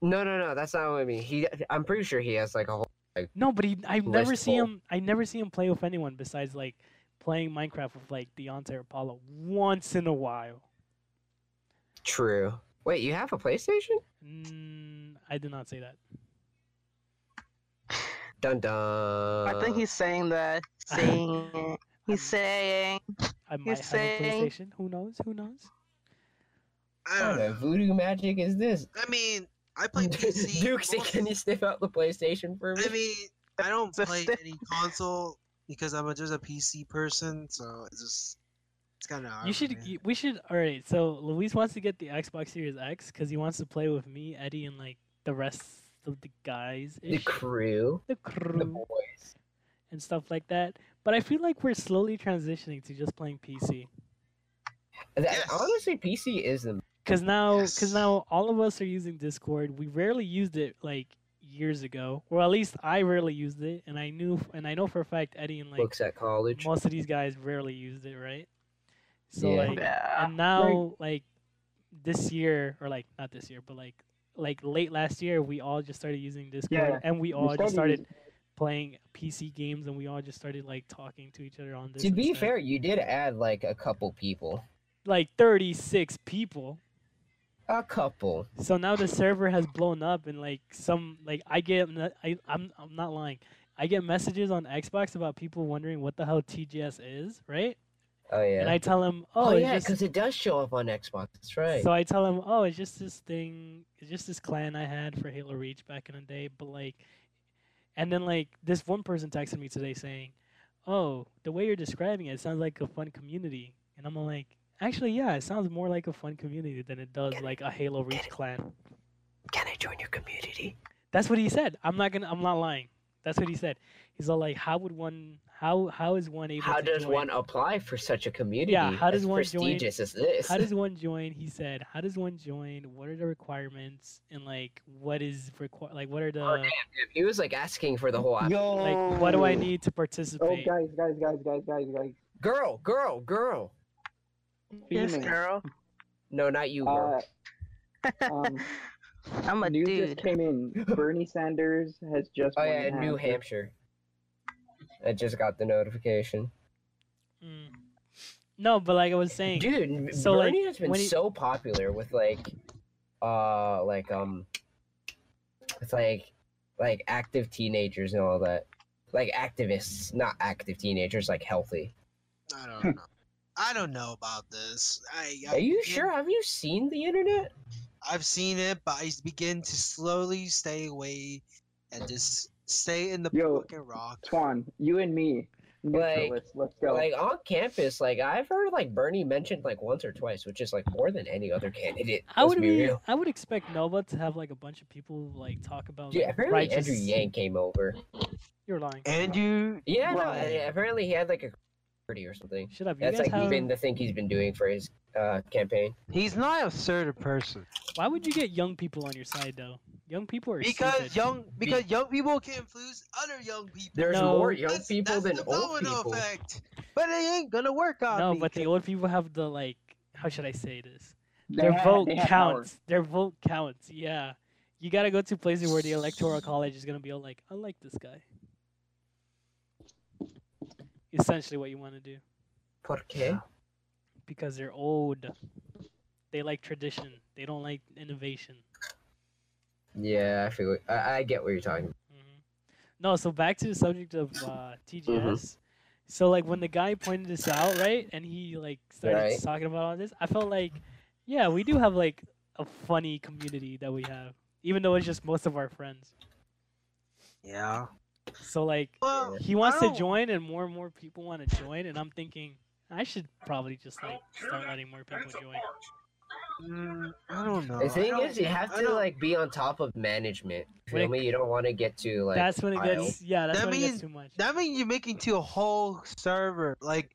S4: No, no, no. That's not what I mean. He, I'm pretty sure he has like a whole.
S1: No, but he I never see
S4: Blissful.
S1: him. I never see him play with anyone besides like playing Minecraft with like Deontay or Apollo once in a while.
S4: True. Wait, you have a PlayStation?
S1: Mm, I did not say that.
S4: Dun dun.
S2: I think he's saying
S1: *laughs*
S2: that. Saying it. He's saying.
S1: I might have a
S2: saying-
S1: PlayStation. Who knows? Who knows?
S5: I
S4: What
S5: don't
S4: kind of
S5: know.
S4: voodoo magic is this?
S5: I mean, I
S4: *laughs*
S5: play PC.
S4: Duke, say,
S5: most-
S4: can you sniff out the PlayStation for me?
S5: I mean, I don't
S2: So
S5: play
S2: still-
S5: any console because I'm a, just a PC person, so it's just it's kind of.
S1: You should. y- We should. All right. So Luis wants to get the Xbox Series X because he wants to play with me, Eddie, and like the rest of the guys,
S4: the crew,
S1: the
S4: the
S1: crew,
S4: boys.
S1: and stuff like that. But I feel like we're slowly transitioning to just playing PC.
S4: That,
S5: Yes.
S4: Honestly, PC is the
S1: Cause now, cause
S5: Yes.
S1: now all of us are using Discord. We rarely used it like years ago, or at least I rarely used it, and I knew, and I know for a fact Eddie and like
S4: books at college.
S1: most of these guys rarely used it, right? So
S4: Yeah.
S1: like,
S2: Yeah.
S1: and now like this year, or like not this year, but like like late last year, we all just started using Discord,
S3: Yeah.
S1: and we all
S3: We
S1: Oh, just started
S3: using-
S1: playing PC games, and we all just started like talking to each other on this.
S4: To be
S1: instead.
S4: fair, you did add like a couple people.
S1: like thirty six people.
S4: A couple.
S1: So now the server has blown up, and like some like I get I I'm I'm not lying. I get messages on Xbox about people wondering what the hell TGS is, right?
S4: Oh yeah.
S1: And I tell them,
S4: oh,
S1: oh, it's
S4: yeah,
S1: just-
S4: because it does show up on Xbox. That's right.
S1: So I tell him, oh, it's just this thing, it's just this clan I had for Halo Reach back in the day. But like, and then like this one person texted me today saying, oh, the way you're describing it, it sounds like a fun community. And I'm like, actually, yeah, it sounds more like a fun community than it does like a Halo Reach clan.
S4: Can I join your community?
S1: That's what he said. I'm not gonna. I'm not lying. That's what he said. He's all like, "How would one? How how is one able?
S4: How
S1: to
S4: does
S1: join?
S4: one apply for such a community?
S1: how does
S4: as
S1: one join-
S4: prestigious as this?
S1: How does one join? He said, "How does one join? What are the requirements and like what is required? Like what are the
S4: Oh, damn, dude, *laughs* He was like asking for the whole. app-
S3: Yo.
S1: like what do I need to
S3: Oh,
S1: participate?
S3: guys, guys, guys, guys, guys, guys.
S4: Girl, girl, girl.
S2: Yes,
S3: Female.
S1: *laughs*
S2: girl.
S4: No, not you, girl.
S3: Uh, *laughs*
S5: *laughs*
S3: um,
S2: *laughs* I'm a
S3: news
S2: dude.
S3: just came in. Bernie Sanders has just.
S4: oh
S3: won
S4: yeah,
S3: in
S4: New Hampshire. I just got the notification.
S1: Mm. No, but like I was saying,
S4: Dude,
S1: So, like,
S4: Bernie has been
S1: when he-
S4: so popular with like, uh, like um, it's like, like active teenagers and all that, like activists, not active teenagers, like healthy.
S5: I don't know. I don't know about this. I, I
S4: Are you
S5: begin-
S4: sure? Have you seen the internet?
S5: I've seen it, but I begin to slowly stay away and just stay in the
S3: Yo.
S5: fucking rock.
S3: Swan, you and me.
S4: Like-
S3: Let's, let's go.
S4: Like on campus, like I've heard like Bernie mentioned like once or twice, which is like more than any other candidate.
S1: I
S4: let's
S1: would
S4: be
S1: be,
S4: real.
S1: I would expect Nova to have like a bunch of people like talk about
S4: Yeah,
S1: like,
S4: apparently
S1: righteous.
S4: Andrew Yang came over.
S1: You're lying.
S5: Andrew,
S4: Yeah, no,
S5: Right.
S4: and apparently he had like a party or something.
S1: Shut up. You
S4: That's
S1: guys
S4: like
S1: have.
S4: been the thing he's been doing for his uh, campaign.
S5: he's not a certain person
S1: Why would you get young people on your side though? Young people are
S5: because
S1: stupid.
S5: young because young people can influence other young people.
S4: There's
S1: No.
S4: more young
S5: That's-
S4: people
S5: that's
S4: than
S5: the
S4: old
S5: domino
S4: people.
S5: Effect. But it ain't gonna work on
S1: No,
S5: me.
S1: but the old people have the like. How should I say this?
S3: They
S1: Their
S3: have-
S1: vote
S3: they have power.
S1: counts. Their vote counts. Yeah, you gotta go to places where the electoral college is gonna be all like, "I like this guy." Essentially, what you want to do
S4: Por qué?
S1: because they're old. They like tradition. They don't like innovation.
S4: Yeah, I feel it. I, I get what you're talking about.
S1: hmm No, so back to the subject of uh, TGS. So like when the guy pointed this out, right, and he like started
S4: Right.
S1: talking about all this, I felt like, yeah, we do have like a funny community that we have, even though it's just most of our friends.
S5: yeah.
S1: So like
S5: Well,
S1: he wants to
S5: don't-
S1: join, and more and more people want to join, and I'm thinking I should probably just like start letting more people join.
S5: Mm, I don't know.
S4: The
S5: I
S4: thing
S5: don't-
S4: is, you have
S5: I
S4: to
S5: don't-
S4: like be on top of management. You
S1: When
S4: know
S1: it-
S4: me? You don't want to get to like.
S1: that's when it
S4: aisle.
S1: gets yeah. That's
S5: That
S1: when it
S5: means-
S1: gets too much.
S5: That means you're making to a whole server. Like,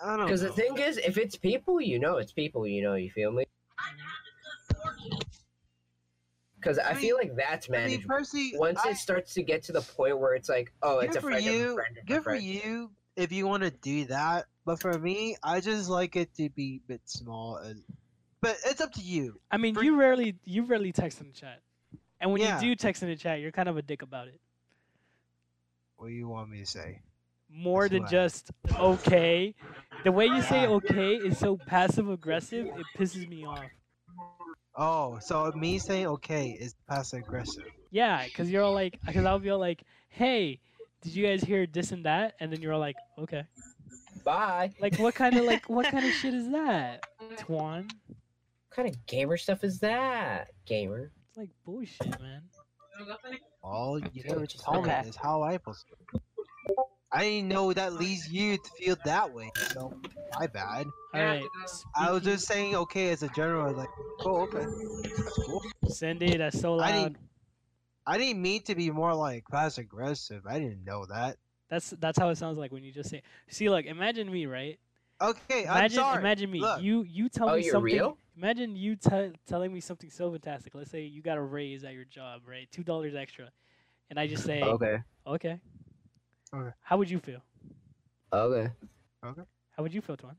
S5: I don't know.
S4: Because the thing is, if it's people, you know, it's people, you know, you feel me? Because I feel like that's
S5: I mean,
S4: manageable.
S5: personally,
S4: Once
S5: I-
S4: it starts to get to the point where it's like, oh, it's
S5: good
S4: a
S5: for
S4: friend of a
S5: you.
S4: friend of a
S5: Good for
S4: friend.
S5: you if you want to do that. But for me, I just like it to be a bit small. And, but it's up to you.
S1: I mean,
S5: for-
S1: you rarely you rarely text in the chat, and when
S5: Yeah.
S1: you do text in the chat, you're kind of a dick about it.
S5: What do you want me to say?
S1: More
S5: That's
S1: than
S5: why.
S1: just okay. The way you say
S5: Yeah.
S1: okay is so passive aggressive. It pisses me off.
S5: Oh, so me saying okay is passive aggressive.
S1: Yeah, because you're all like, because I'll be all like, hey, did you guys hear this and that? And then you're all like, okay.
S4: Bye. Like,
S1: Like what kind of like what kind of shit is that, Twan?
S4: what kind of gamer stuff is that, gamer?
S1: It's like bullshit, man.
S5: All you
S4: Okay,
S5: ever
S4: just
S5: told me
S2: okay.
S5: is how I was. I didn't know that leads you to feel that way. So my bad.
S1: All right.
S5: I was
S1: speaking-
S5: just saying okay as a general. Like, oh, okay, that's cool.
S1: Cindy, that's so
S5: I
S1: loud.
S5: didn't- I didn't mean to be more like passive aggressive. I didn't know that.
S1: That's that's how it sounds like when you just say. See, look, imagine me, right?
S5: Okay, I'm
S1: Imagine,
S5: sorry.
S1: imagine me.
S5: Look.
S1: You you tell
S4: Oh,
S1: me
S4: you're
S1: something.
S4: real?
S1: Imagine you t- telling me something so fantastic. Let's say you got a raise at your job, right? Two dollars extra, and I just say, okay.
S4: Okay.
S5: Okay.
S1: How would you feel?
S4: Okay.
S1: How would you feel, Twan?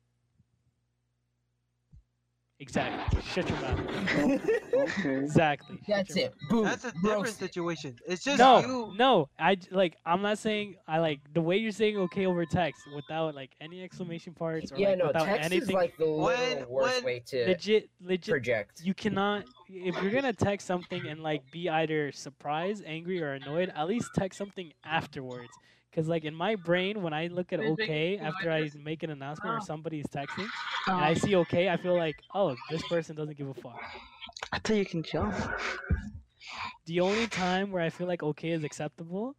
S1: Exactly. Shut your mouth.
S3: Okay.
S1: Exactly. Shut
S4: That's
S1: your
S4: it. Boom.
S5: That's a different
S4: Roast it.
S5: situation. It's
S1: mouth.
S5: just
S1: No,
S5: you.
S1: no. I j- like. I'm not saying. I like the way you're saying "okay" over text without like any exclamation parts or
S4: Yeah,
S1: like,
S4: no,
S1: without
S4: text
S1: anything.
S4: is like the literal
S5: When-
S4: worst
S5: when-
S4: way to
S1: legit, legit.
S4: project.
S1: you cannot if you're gonna text something and like be either surprised angry or annoyed at least text something afterwards because like in my brain when i look at okay after i make an announcement or somebody's texting and i
S2: Um,
S1: see okay i feel like oh this person doesn't give a fuck
S6: I thought you can jump.
S1: the only time where i feel like okay is acceptable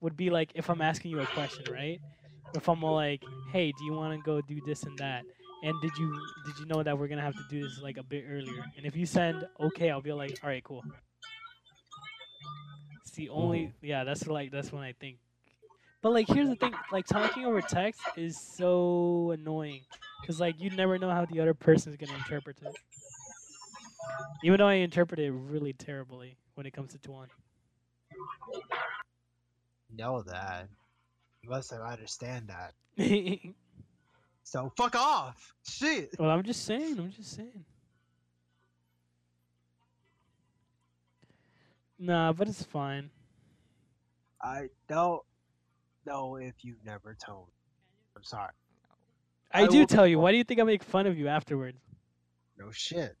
S1: would be like if i'm asking you a question right if i'm all like hey do you want to go do this and that and did you did you know that we're gonna have to do this like a bit earlier and if you send okay i'll be like all right cool It's the only yeah, that's like that's when I think. But like here's the thing, like talking over text is so annoying cuz like you never know how the other person's going to interpret it. Even though I interpret it really terribly when it comes to Tuan. *laughs*
S5: Know that. You must have understand that.
S1: well,
S5: So fuck off. Shit.
S1: I'm just saying, I'm just saying. Nah, but it's fine.
S5: I don't know if you've never told. me. I'm sorry.
S1: I,
S5: I
S1: do
S5: will-
S1: tell you. Why do you think I make fun of you afterwards?
S5: No shit.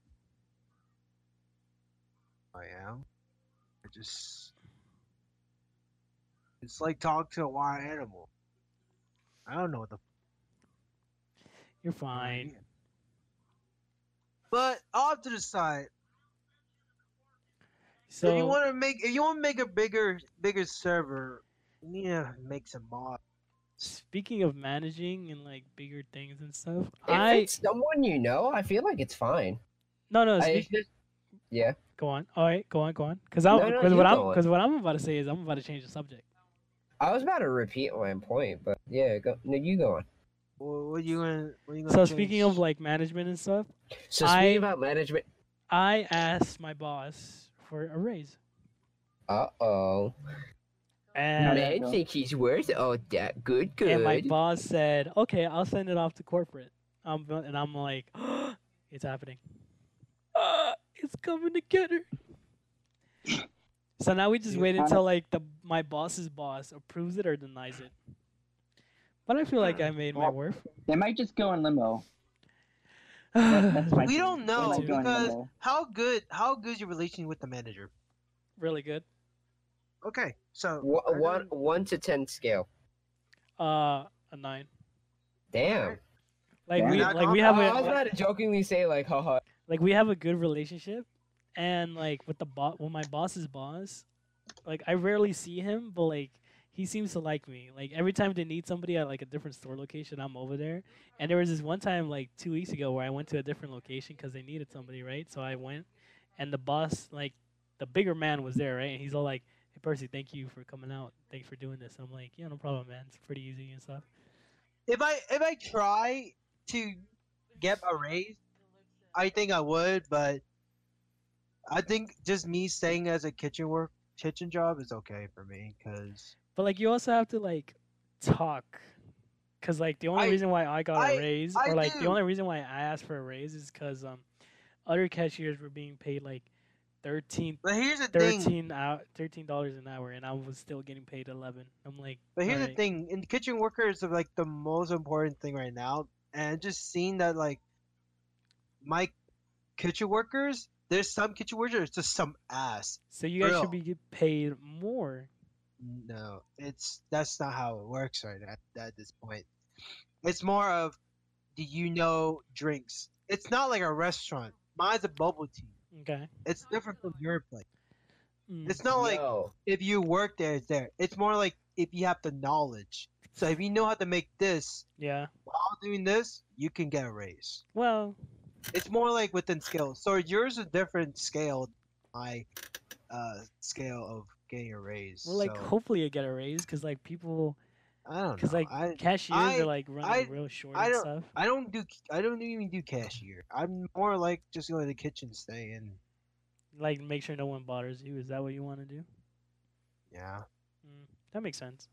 S5: I am. I just. It's like talk to a wild animal. I don't know what the
S1: You're
S5: fuck I
S1: fine.
S5: am. But off to the side,
S1: So
S5: if you want to make if you want to make a bigger bigger server, you need to make some mod.
S1: Speaking of managing and like bigger things and stuff,
S4: If
S1: I
S4: it's someone you know, I feel like it's fine.
S1: no no.
S4: I-
S1: Speak,
S4: it's just- yeah.
S1: go on. All right, go on, go on. Because I'm
S4: No, no,
S1: because
S4: you
S1: what I'm
S4: go on.
S1: because what I'm about to say is I'm about to change the subject.
S4: I was about to repeat my point, but yeah, go, no, you go on.
S5: What, what you gonna? What you gonna
S1: So speaking
S5: change?
S1: of like management and stuff,
S4: So
S1: I-
S4: speaking about management,
S1: I asked my boss for a raise,
S4: uh oh,
S1: and
S3: Not
S4: man, think he's worth all that. Good, good.
S1: and my boss said, "Okay, I'll send it off to corporate." Um, and I'm like, *gasps* "It's
S3: *gasps*
S1: happening. Ah, it's coming together." So now we just
S3: You
S1: wait
S3: kinda-
S1: until like the my boss's boss approves it or denies it. But I feel like I made my
S3: Well,
S1: worth.
S3: They might just go in limbo. That-
S5: *laughs*
S3: that's
S1: *laughs*
S3: my
S1: really
S5: We
S3: theory. They
S5: don't know,
S3: might go in
S5: because-
S3: limbo.
S5: how good how good your relation with the manager?
S1: good.
S5: Okay, so
S4: Wha-
S5: I
S4: one
S5: don't-
S4: one to ten scale.
S1: Uh, a nine.
S4: Damn.
S1: Like
S3: Yeah.
S1: we
S5: Not
S1: like we have
S4: I,
S5: compromised.
S4: was
S1: a
S4: about to jokingly say like, haha.
S1: like we have a good relationship, and like with the boss, with my boss's boss, like I rarely see him, but like he seems to like me. Like every time they need somebody at like a different store location, I'm over there. And there was this one time like two weeks ago where I went to a different location because they needed somebody, right? So I went, and the boss, like the bigger man, was there, right? And he's all like, "Hey Percy, thank you for coming out. Thanks for doing this." I'm like, "Yeah, no problem, man. It's pretty easy and stuff."
S5: If I if I try to get a raise, I think I would, but I think just me staying as a kitchen work kitchen job is okay for me because
S1: But like you also have to like talk. Cause like the only
S5: I-
S1: reason why I got a
S5: I-
S1: raise,
S5: I
S1: or like the
S5: do.
S1: only reason why I asked for a raise, is because um, other cashiers were being paid like thirteen
S5: But here's the thing.
S1: thirteen hour, thirteen dollars an hour, and I was still getting paid eleven. I'm like,
S5: But here's the
S1: alright.
S5: thing, and kitchen workers are like the most important thing right now, and just seeing that like my kitchen workers, there's some kitchen workers just some ass.
S1: So you guys
S5: Bro.
S1: should be get paid more.
S5: No, it's that's not how it works right at, at this point. It's more of do you know drinks? It's not like a restaurant. Mine's a bubble tea.
S1: Okay.
S5: It's different from your place.
S1: Mm.
S5: It's not like
S4: Yo,
S5: if you work there, it's there. It's more like if you have the knowledge. So if you know how to make this
S1: Yeah.
S5: while doing this, you can get a raise.
S1: Well,
S5: It's more like within skills. So yours is different scale than my uh scale of getting a raise.
S1: well, like
S5: so,
S1: hopefully you get a raise, cause like people,
S5: I don't know.
S1: cause like
S5: I,
S1: cashiers
S5: I-
S1: are like running real short
S5: I
S1: and
S5: don't-
S1: stuff.
S5: I don't do I don't even do cashier. I'm more like just going to the kitchen stay and
S1: Like make sure no one bothers you. Is that what you want to do?
S5: yeah.
S1: Mm. That makes sense.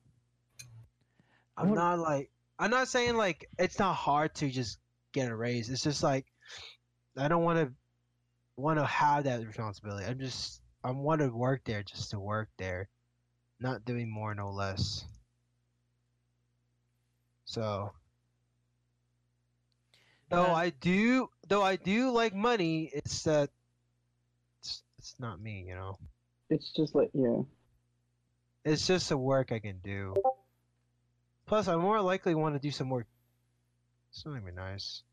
S1: I
S5: I'm
S1: wanna-
S5: not like I'm not saying like it's not hard to just get a raise. It's just like I don't want to want to have that responsibility. I'm just I want to work there just to work there, not doing more no less. So though
S1: Uh,
S5: I do though I do like money, it's that it's, it's not me, you know.
S3: It's just like yeah.
S5: It's just the work I can do. Plus, I more likely want to do some more. Something be nice.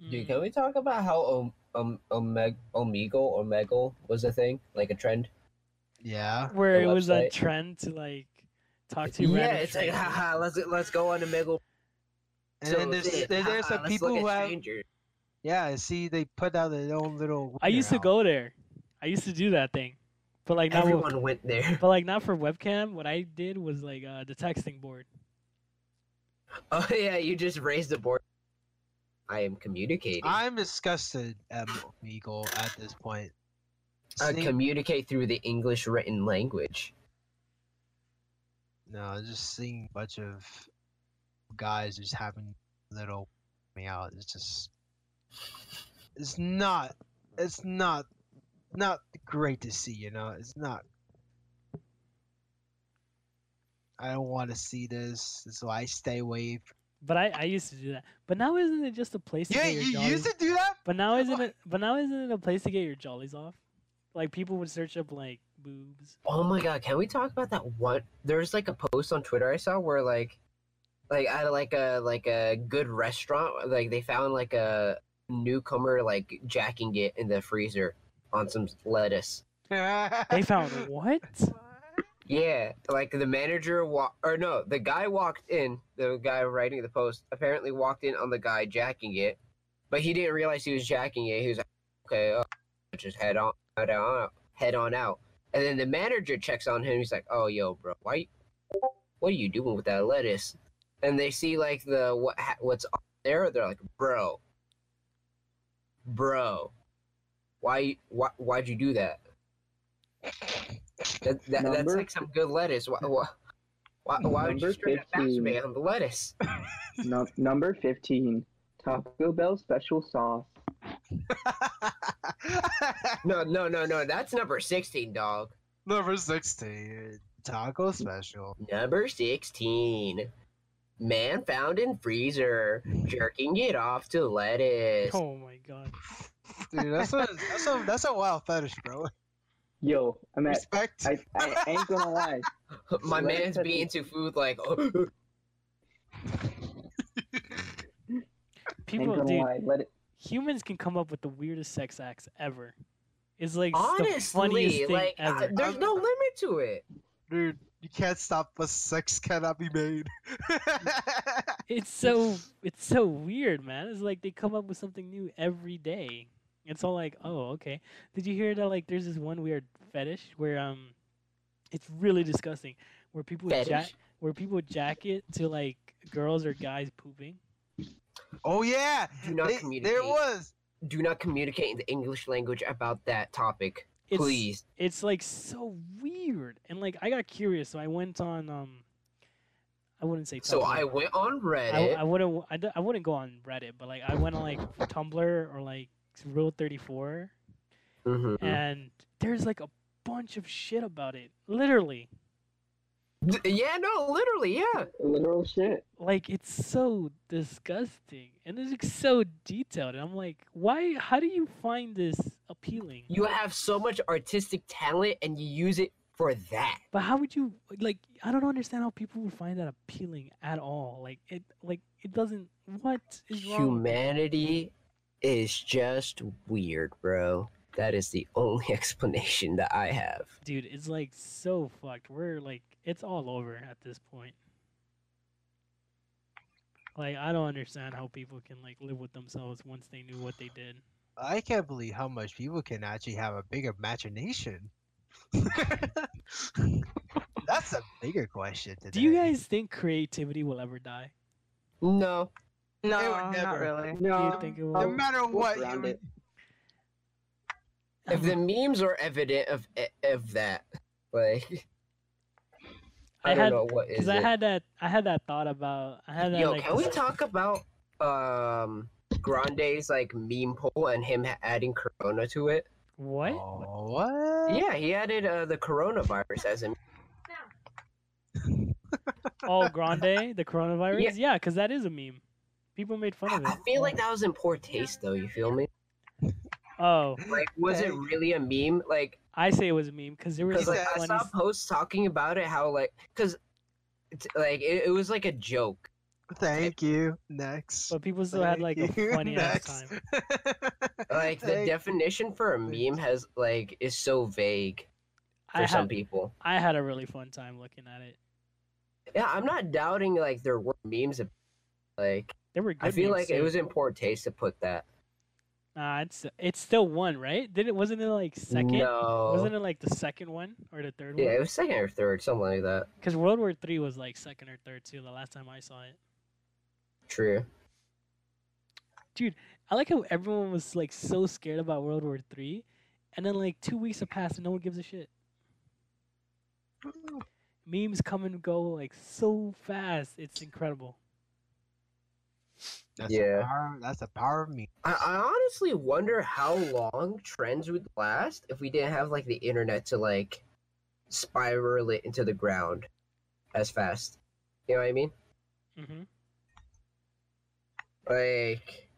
S4: dude,
S1: Mm.
S4: can we talk about how um um omeg omegle omegle was a thing, like a trend?
S5: Yeah.
S1: Where
S4: the
S1: it was a
S4: website.
S1: trend to like talk to
S4: Yeah,
S1: random
S4: it's like
S1: strangers.
S4: haha, let's let's go on omegle.
S5: And then there's then
S4: uh,
S5: there's some people who have yeah. See, they put out their own little.
S1: I used to
S5: winner out.
S1: go there. I used to do that thing, but like not with-
S4: Everyone went there.
S1: But like not for webcam. What I did was like uh, the texting board.
S4: *laughs* Oh yeah, you just raised the board. I am communicating. I,
S5: I'm disgusted at Meagle at this point. Seeing-
S4: Uh, communicate through the English written language.
S5: no, just seeing a bunch of guys just having little me out. It's just. It's not. It's not. Not great to see. You know. It's not. I don't want to see this, so I stay away. From...
S1: But I, I used to do that. But now isn't it just a place to
S5: Yeah,
S1: get your
S5: you
S1: jollies?
S5: used to do that.
S1: But now isn't it? But now isn't it a place to get your jollies off? Like people would search up like boobs.
S4: Oh my god, can we talk about that one? There's like a post on Twitter I saw where like, like at like a like a good restaurant, like they found like a newcomer like jacking it in the freezer on some lettuce.
S1: They found
S5: *laughs*
S1: what?
S4: Yeah, like the manager wa- or no, the guy walked in. The guy writing the post apparently walked in on the guy jacking it, but he didn't realize he was jacking it. He was like, okay, oh, just head on, head on, out- head on out. And then the manager checks on him. He's like, oh, yo, bro, why? You, what are you doing with that lettuce? And they see like the what ha- what's on there. They're like, bro, bro, why why why'd you do that? That, that, that's
S3: Number-
S4: like some good lettuce. Why, why, why, why would you
S3: Number
S4: straight up
S3: 15.
S4: masturbate on the lettuce? *laughs*
S3: No, number fifteen, Taco Bell special sauce.
S4: No, no, no, no. That's number 16, dog.
S5: Number sixteen, taco special.
S4: Number 16. Man found in freezer, jerking it off to lettuce.
S1: Oh my god.
S5: Dude, that's a that's a that's a wild fetish,
S1: *laughs*
S5: bro.
S3: Yo, I'm at.
S5: Respect.
S3: I, I ain't gonna lie.
S4: *laughs* My
S3: Lettuce
S4: man's
S3: at
S4: be
S3: the-
S4: into
S1: *laughs*
S4: food like,
S1: People,
S3: ain't gonna
S1: dude,
S3: lie. Let it.
S1: humans can come up with the weirdest sex acts ever. It's like s- the funniest
S4: *gasps* honestly,
S1: thing
S4: *laughs* like, uh,
S1: ever.
S4: there's
S5: I'm-
S4: no limit to it.
S5: Dude, You can't stop us. Sex cannot be made. *laughs*
S1: It's so it's so weird, man. It's like they come up with something new every day. It's all like, oh, okay. Did you hear that? Like, there's this one weird fetish where um, it's really disgusting. Where people would ja-
S4: Fetish.
S1: where people would jacket to like girls or guys pooping.
S5: oh yeah,
S4: Do not
S5: They- there
S4: communicate.
S5: was.
S4: Do not communicate in the English language about that topic,
S1: It's,
S4: please.
S1: it's like so weird and like i got curious so i went on um i wouldn't say
S4: So
S1: Tumblr.
S4: I went on
S1: I,
S4: Reddit.
S1: I wouldn't I, d- I wouldn't go on reddit but like i went on like tumblr or like rule 34
S4: Mhm.
S1: and there's like a bunch of shit about it literally
S4: D- Yeah, no, literally, yeah.
S3: Literal shit.
S1: like it's so disgusting and it's like so detailed and i'm like why how do you find this appealing
S4: You have so much artistic talent and you use it for that.
S1: But how would you like? I don't understand how people would find that appealing at all. Like it, like it doesn't. What is wrong?
S4: Humanity is just weird, bro. That is the only *laughs* explanation that I have.
S1: Dude, it's like so fucked. We're like, it's all over at this point. Like I don't understand how people can like live with themselves once they knew what they did.
S5: I can't believe how much people can actually have a big imagination. *laughs* That's a bigger question today.
S1: Do you guys think creativity will ever die?
S4: No.
S2: No,
S5: never.
S2: not really.
S1: Do you
S3: No.
S1: think it will?
S5: No
S3: Um,
S5: matter
S3: we'll
S5: what,
S2: *laughs*
S3: ground
S5: you,
S3: it.
S1: *laughs*
S4: If
S1: Uh-huh.
S4: the memes are evident of e, of that, like I,
S1: I
S4: don't
S1: had
S4: know what is
S1: because I
S4: it.
S1: had that I had that thought about I had that
S4: Yo,
S1: like
S4: can we talk about um Grande's like meme poll and him ha- adding Corona to it?
S1: *laughs* what?
S5: Oh, what?
S4: Yeah, he added uh, the coronavirus as a meme.
S1: Oh, Grande, the coronavirus. Yeah, because that is a meme. People made fun of it.
S4: I feel like that was in poor taste, though. You feel me?
S1: Oh,
S4: Like, was it really a meme? Like,
S1: I say it was a meme because there was
S4: because
S1: like funny.
S4: like I saw
S1: s-
S4: posts talking about it, how like, because like it, it was like a joke.
S5: Thank you.
S1: *laughs*
S5: Next.
S1: but people still had like a
S5: *laughs* Thank you.
S1: funny ass
S5: Next. *laughs*
S1: time.
S4: Like the
S5: Thank-
S4: definition for a meme has like is so vague
S1: I
S4: for some
S1: had,
S4: people.
S1: I had a really fun time looking at it.
S4: Yeah, I'm not doubting like there were memes. ab- Like,
S1: There were. Good
S4: I feel
S1: memes,
S4: like it
S1: too.
S4: was in poor taste to put that.
S1: Nah, it's it's still one, right? Did it? Wasn't it like second?
S4: No.
S1: Wasn't it like the second one or the third
S4: Yeah, it
S1: one?
S4: was second or third, something like that.
S1: Because World War Three was like second or third too. The last time I saw it,
S4: True.
S1: I like how everyone was like so scared about World War Three, and then like two weeks have passed and no one gives a shit. Memes come and go like so fast. It's incredible.
S5: That's
S4: Yeah.
S5: The power, that's the power of me.
S4: I, I honestly wonder how long trends would last if we didn't have like the internet to like spiral it into the ground as fast. You know what I mean?
S1: hmm
S4: Like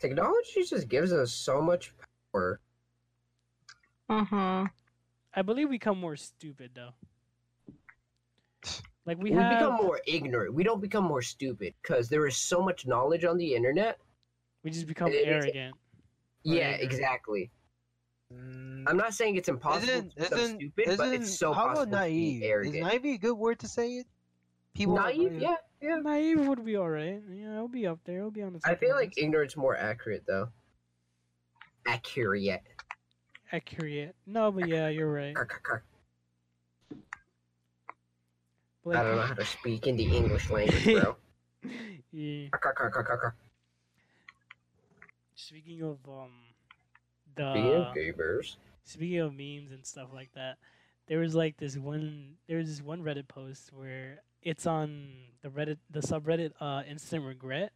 S4: technology just gives us so much power.
S2: Mm-hmm.
S1: I believe we become more stupid though. Like we,
S4: We,
S1: have,
S4: become more ignorant. We don't become more stupid because there is so much knowledge on the internet.
S1: we just become
S4: it- it's-
S1: arrogant. Or
S4: yeah,
S1: ignorant.
S4: exactly.
S5: Mm,
S4: I'm not saying it's impossible
S5: Isn't-
S4: to become
S5: isn't-
S4: stupid, but it's so
S5: how
S4: possible
S5: about
S4: to
S5: naive?
S4: be arrogant.
S5: Is naive a good word to say it? People are
S4: naive?
S5: very-
S4: Yeah, yeah.
S1: Naive would be alright. Yeah, it'll be up there. It'll be on the.
S4: I
S1: top
S4: feel
S1: of the
S4: like
S1: list.
S4: ignorance more accurate though. Accurate.
S1: accurate. No, but yeah, you're
S4: *laughs*
S1: right.
S4: Kr- kr- kr.
S1: But,
S4: I don't know how to speak in the English language, bro.
S1: *laughs* yeah.
S4: Kr- kr- kr- kr- kr- kr.
S1: Speaking of um, Uh,
S4: Video
S1: the
S4: gamers.
S1: speaking of memes and stuff like that, there was like this one. There was this one Reddit post where it's on the Reddit, the subreddit, uh, instant regret,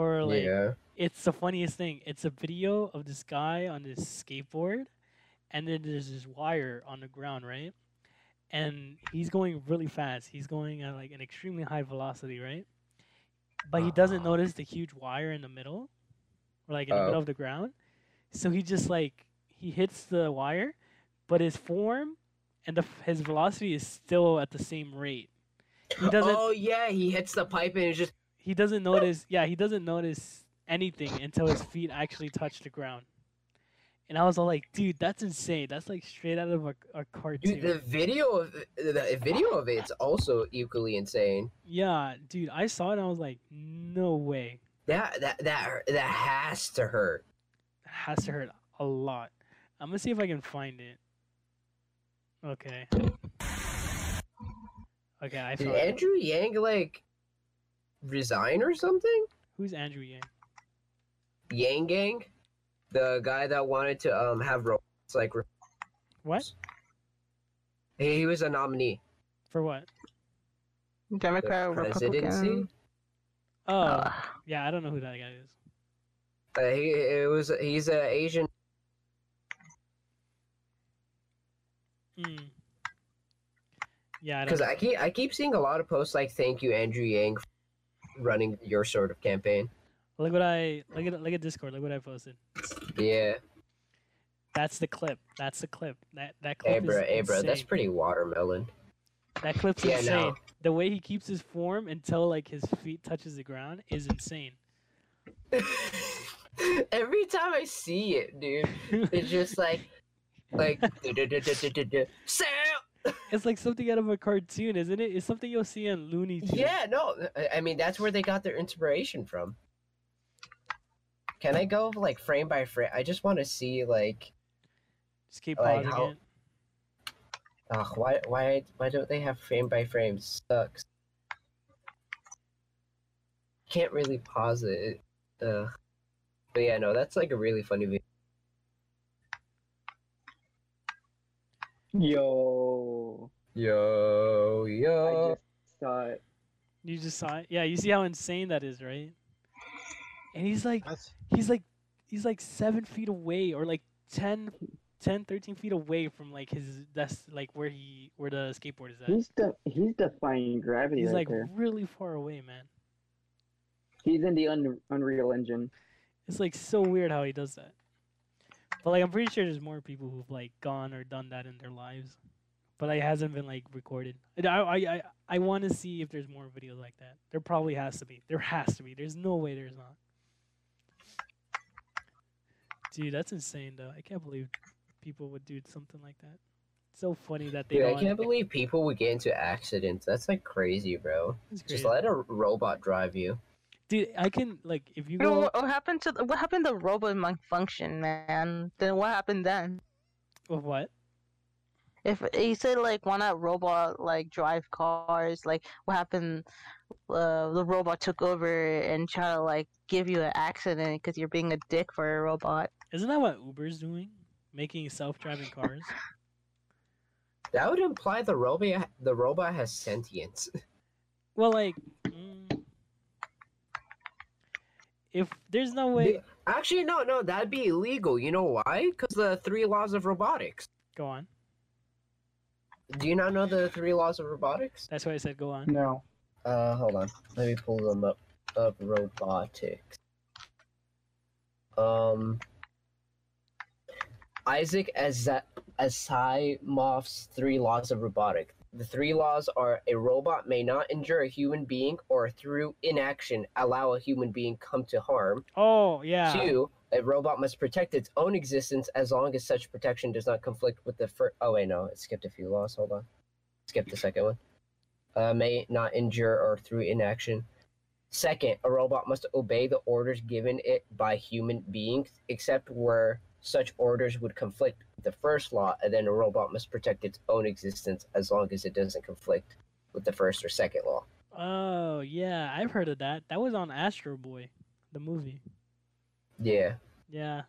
S1: or like.
S4: yeah.
S1: it's the funniest thing. It's a video of this guy on his skateboard, and then there's this wire on the ground, right? And he's going really fast. He's going at like an extremely high velocity, right? But he doesn't
S4: Uh-huh.
S1: notice the huge wire in the middle, or like in the middle of
S4: Oh.
S1: the ground. So he just like he hits the wire, but his form and the, f- his velocity is still at the same rate. He doesn't
S4: Oh yeah, he hits the pipe and it's just
S1: he doesn't notice yeah he doesn't notice anything until his feet actually touch the ground and I was all like, dude, that's insane. That's like straight out of a, a cartoon.
S4: Dude, the video of the video of it's also equally insane.
S1: yeah, dude, I saw it and I was like, no way.
S4: That that that that has to hurt.
S1: That has to hurt a lot. I'm gonna see if I can find it. Okay. Okay, I
S4: Did
S1: found it.
S4: Andrew Yang like resign or something?
S1: Who's Andrew Yang?
S4: Yang Gang, the guy that wanted to um have robots like re-
S1: What?
S4: he he was a nominee
S1: For what?
S4: for
S6: Democrat, Republican.
S4: presidency.
S1: Oh,
S2: Uh.
S6: Ugh.
S1: yeah, I don't know who that guy is.
S4: Uh, he it was he's a Asian.
S1: Mm. Yeah, I don't
S4: Because I keep I keep seeing a lot of posts like "Thank you, Andrew Yang, for running your sort of campaign."
S1: Look what I look at look at Discord. Look what I posted.
S4: Yeah,
S1: That's the clip. That's the clip. That that
S4: hey
S1: clip
S4: bro,
S1: is
S4: hey bro, that's
S1: insane.
S4: pretty watermelon. *laughs*
S1: That clip's
S4: Yeah,
S1: insane.
S4: no.
S1: The way he keeps his form until like his feet touches the ground is insane.
S4: Every time I see it, dude,
S1: *laughs*
S4: it's just like like *laughs* du-du-du-du-du-du-du, Sam.
S1: It's like something out of a cartoon, isn't it? It's something you'll see in Looney Tunes.
S4: Yeah, no, I- I mean that's where they got their inspiration from. Can I go like frame by frame? I just want to see like,
S1: Just keep
S4: Like,
S1: pausing
S4: how-
S1: it.
S4: ugh, why why why don't they have frame by frame? Sucks. Can't really pause it. Ugh. But yeah, no, that's like a really funny video.
S3: Yo,
S4: Yo
S3: I
S4: yo.
S3: just saw it.
S1: You just saw it. Yeah, you see how insane that is, right? And he's like
S5: That's-
S1: he's like he's like seven feet away or like 10, 10 13 feet away from like his that's like where he where the skateboard is at.
S3: He's de- he's defying gravity
S1: He's
S3: right
S1: like
S3: there.
S1: really far away, man.
S3: He's in the un- Unreal Engine.
S1: It's like so weird how he does that. But like I'm pretty sure there's more people who've like gone or done that in their lives. But it hasn't been like recorded. And I I I, I want to see if there's more videos like that. There probably has to be. There has to be. There's no way there's not. Dude, that's insane though. I can't believe people would do something like that. It's so funny that they
S4: Dude, I
S1: don't-
S4: can't believe people would get into accidents. That's like crazy, bro.
S1: it's
S4: Just
S1: crazy.
S4: let a robot drive you.
S1: Dude, I can like if you
S6: You know,
S1: go
S6: what, what happened to what happened to robot malfunction, man? Then what happened then?
S1: oh, what?
S6: If he said like why not robot like drive cars, like what happened? Uh, the robot took over and try to like give you an accident because you're being a dick for a robot.
S1: Isn't that what Uber's doing? Making self-driving cars?
S4: That would imply the robot the robot
S1: *laughs*
S4: has sentience.
S1: Well, like, mm, if there's no way,
S4: They- Actually, no, no, that'd be illegal. You know why? Because the three laws of robotics.
S1: go on.
S4: Do you not know the three laws of robotics?
S1: That's why I said go on.
S3: No.
S4: Uh, hold on. Let me pull them up. Of robotics. Um. Isaac Aza- Asimov's three laws of robotic. The three laws are: a robot may not injure a human being, or through inaction allow a human being come to harm.
S1: Oh yeah,
S4: Two, a robot must protect its own existence as long as such protection does not conflict with the first. Oh wait, no, it skipped a few laws. Hold on, skip the second one. Uh, may not injure or through inaction. Second, a robot must obey the orders given it by human beings, except where such orders would conflict with the first law. And then a robot must protect its own existence as long as it doesn't conflict with the first or second law.
S1: Oh yeah, I've heard of that. That was on Astro Boy, the movie.
S4: Yeah.
S1: Yeah,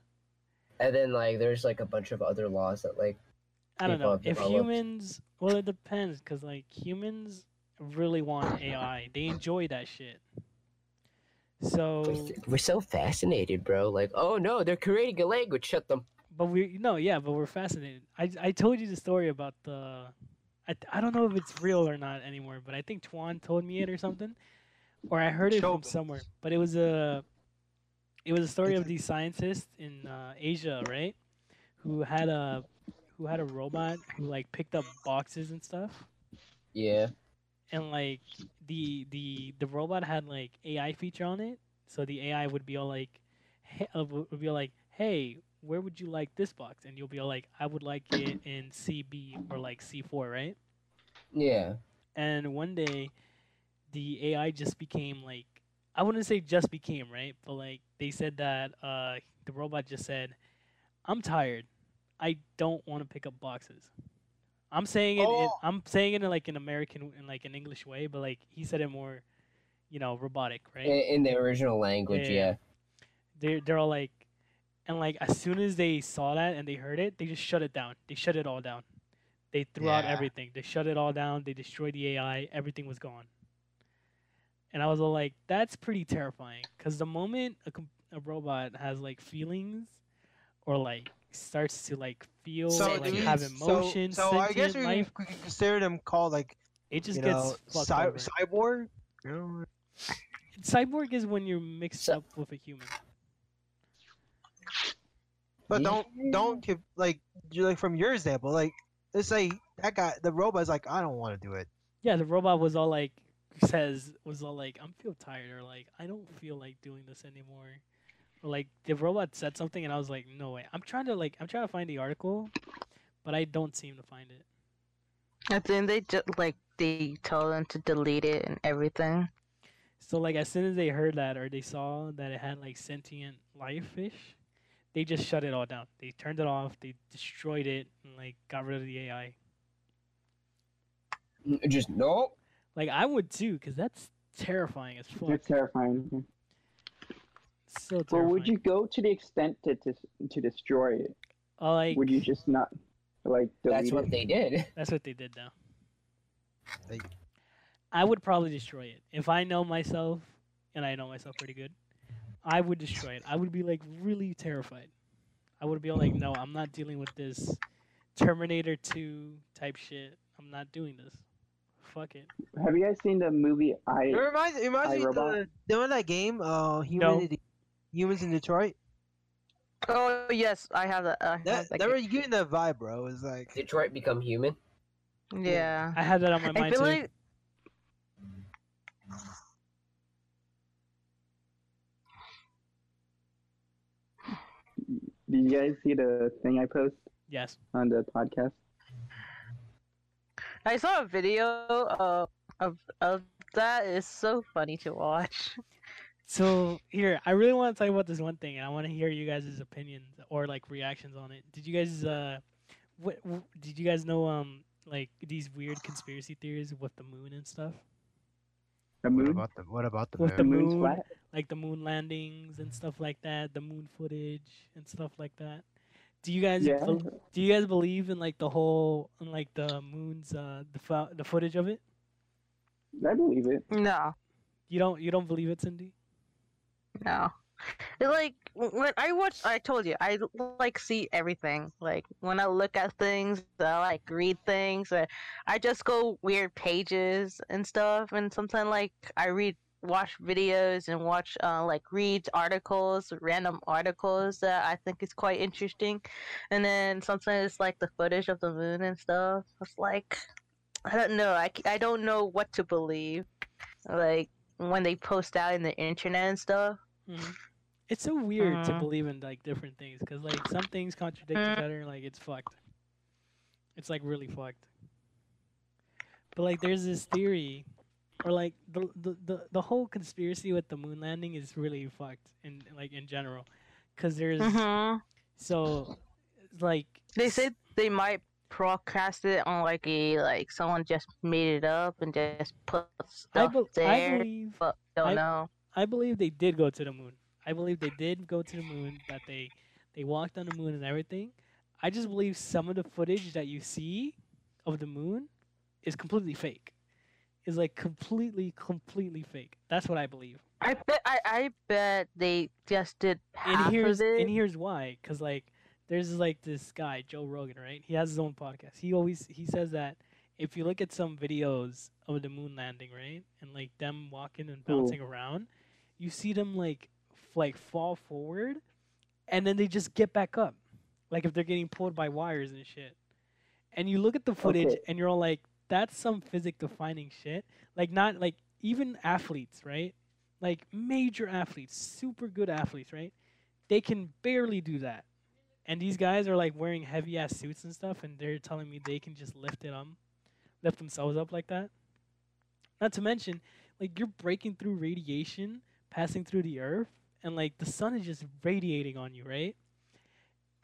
S4: And then like there's like a bunch of other laws that like
S1: I don't
S4: People
S1: know
S4: have
S1: if
S4: developed-
S1: humans. Well, it depends, cause like humans really want AI. They enjoy that shit. So,
S4: We're, we're so fascinated, bro. Like, oh no, they're creating a language. Shut them.
S1: but we no, yeah, but we're fascinated. I I told you the story about the. I, th- I don't know if it's real or not anymore, but I think Tuan told me it or something, or I heard it from
S5: Chauvinist.
S1: somewhere. But it was a, it was a story of these scientists in uh, Asia, right, who had a, who had a robot who like picked up boxes and stuff,
S4: Yeah.
S1: and like the the the robot had like AI feature on it, so the AI would be all like, hey, uh, would would be all like, hey, where would you like this box? And you'll be like, I would like it in CB or like C4, right?
S4: Yeah.
S1: And one day, the AI just became like, I wouldn't say just became, right? But like, they said that uh, the robot just said, I'm tired. I don't want to pick up boxes. I'm saying it. In,
S5: Oh.
S1: I'm saying it in like an American, in like an English way, but like he said it more, you know, robotic, right?
S4: In, in the original language,
S1: Yeah.
S4: yeah.
S1: they're they're all like and like as soon as they saw that and they heard it they just shut it down they shut it all down they threw out
S4: Yeah.
S1: everything they shut it all down they destroyed the ai everything was gone and i was all like that's pretty terrifying because the moment a, com- a robot has like feelings or like starts to like feel
S5: So
S1: like
S5: do we-
S1: have
S5: so-
S1: emotion
S5: So, I guess we,
S1: sentient life
S5: we could consider them called like
S1: it just
S5: you
S1: gets
S5: know
S1: fucked
S5: cy-
S1: over.
S5: cyborg. You know,
S1: cyborg is when you're mixed
S4: So-
S1: up with a human
S5: But
S4: Yeah.
S5: don't don't give- like you like from your example like let's say that guy the robot's like I don't want to do it.
S1: Yeah, the robot was all like says was all like I'm feel tired or like I don't feel like doing this anymore. Or like the robot said something and I was like, No way. I'm trying to like I'm trying to find the article, but I don't seem to find it.
S2: And then they just like they tell them to delete it and everything.
S1: So like as soon as they heard that or they saw that it had like sentient life ish, they just shut it all down. They turned it off, they destroyed it and like got rid of the AI.
S4: N- Just no.
S1: Like I would too, because that's terrifying as fuck.
S3: That's terrifying.
S1: So
S3: Well,
S1: terrifying.
S3: would you go to the extent to to, to destroy it?
S1: Uh, like
S3: would you just not like delete
S4: That's what
S3: it?
S4: they did. *laughs*
S1: That's what they did though.
S5: They-
S1: I would probably destroy it. If I know myself and I know myself pretty good, I would destroy it. I would be like really terrified. I would be like, no, I'm not dealing with this Terminator 2 type shit. I'm not doing this. Fuck it.
S3: Have you guys seen the movie I?
S5: It reminds it reminds me of the
S3: iRobot?
S5: you know that game uh human
S1: No.
S5: in De- humans in Detroit.
S2: Oh yes, I have that. I
S5: That
S2: have that
S5: they
S2: game.
S5: were giving that vibe, bro. It's like
S4: Detroit become human.
S2: yeah.
S1: I had that on my
S2: I
S1: mind
S2: feel
S1: too.
S2: like.
S3: Did you guys see the thing I post
S1: yes.
S3: on the podcast?
S2: I saw a video of of of that. It's so funny to watch.
S1: So here, I really want to talk about this one thing, and I want to hear you guys' opinions or like reactions on it. Did you guys, uh, what w- did you guys know? Um, like these weird conspiracy theories with the moon and stuff,
S3: The
S5: what
S3: moon.
S5: about the what about the
S1: With
S5: moon?
S1: the
S3: moon's
S1: moon?
S3: flat.
S1: like the moon landings and stuff like that, the moon footage and stuff like that. Do you guys
S3: Yeah.
S1: bel- do you guys believe in like the whole in like the moon's uh the fo- the footage of it?
S3: I believe it.
S2: No,
S1: You don't you don't believe it, Cindy?
S2: no. It's like when I watch, I told you, I like see everything. Like when I look at things, I like read things. Or I just go weird pages and stuff. And sometimes like I read, watch videos and watch uh, like read articles, random articles that I think is quite interesting. And then sometimes it's like the footage of the moon and stuff. It's like I don't know. I c- I don't know what to believe. Like when they post out in the internet and stuff.
S1: It's so weird to
S2: Uh.
S1: believe in like different things because like some things contradict each other. Like it's fucked. It's like really fucked. But like there's this theory, or like the the the, the whole conspiracy with the moon landing is really fucked in like in general, because there's
S2: hmm
S1: so it's like
S2: They said they might broadcast it on like a like someone just made it up and just put
S1: I,
S2: stuff
S1: bel I
S2: there,
S1: believe
S2: but don't
S1: I-
S2: know.
S1: I believe they did go to the moon. I believe they did go to the moon. That they they walked on the moon and everything. I just believe some of the footage that you see of the moon is completely fake. Is like completely, completely fake. That's what I believe.
S2: I bet I, I bet they just did half
S1: And here's
S2: of it.
S1: and here's why. Cause like there's like this guy Joe Rogan, right? He has his own podcast. He always he says that if you look at some videos of the moon landing, right, and like them walking and
S3: Cool.
S1: bouncing around, you see them like f- like fall forward, and then they just get back up, like if they're getting pulled by wires and shit. And you look at the footage,
S3: Okay.
S1: and you're all like, "That's some physics defining shit." Like not like even athletes, right? Like major athletes, super good athletes, right? They can barely do that and these guys are like wearing heavy ass suits and stuff, and they're telling me they can just lift it up, lift themselves up like that. Not to mention, like you're breaking through radiation, passing through the earth, and like the sun is just radiating on you, right?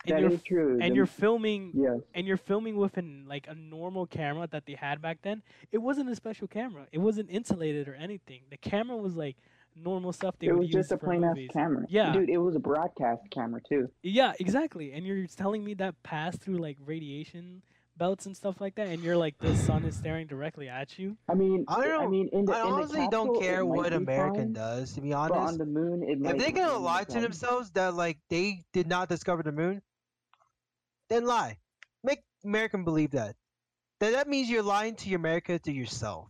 S1: And
S3: That
S1: you're
S3: is
S1: f-
S3: true.
S1: and
S3: the-
S1: you're filming
S3: yes,
S1: and you're filming with an like a normal camera that they had back then. It wasn't a special camera. It wasn't insulated or anything. The camera was like normal stuff they
S3: it
S1: would
S3: was
S1: use
S3: just a
S1: for
S3: plain ass
S1: movies.
S3: camera.
S1: Yeah.
S3: dude, it was a broadcast camera too.
S1: Yeah, exactly. And you're telling me that pass through like radiation belts and stuff like that, and you're like the sun is staring directly at you.
S3: I mean,
S5: I don't-
S3: mean, in the,
S5: I
S3: in the
S5: honestly don't
S3: capsule, it
S5: care
S3: might
S5: what
S3: be fine,
S5: American does, to be
S3: But on
S5: honest.
S3: the moon, it might
S5: If they're
S3: be
S5: gonna lie to
S3: fine.
S5: themselves that like they did not discover the moon, then lie. Make American believe that. That that means you're lying to your America to yourself.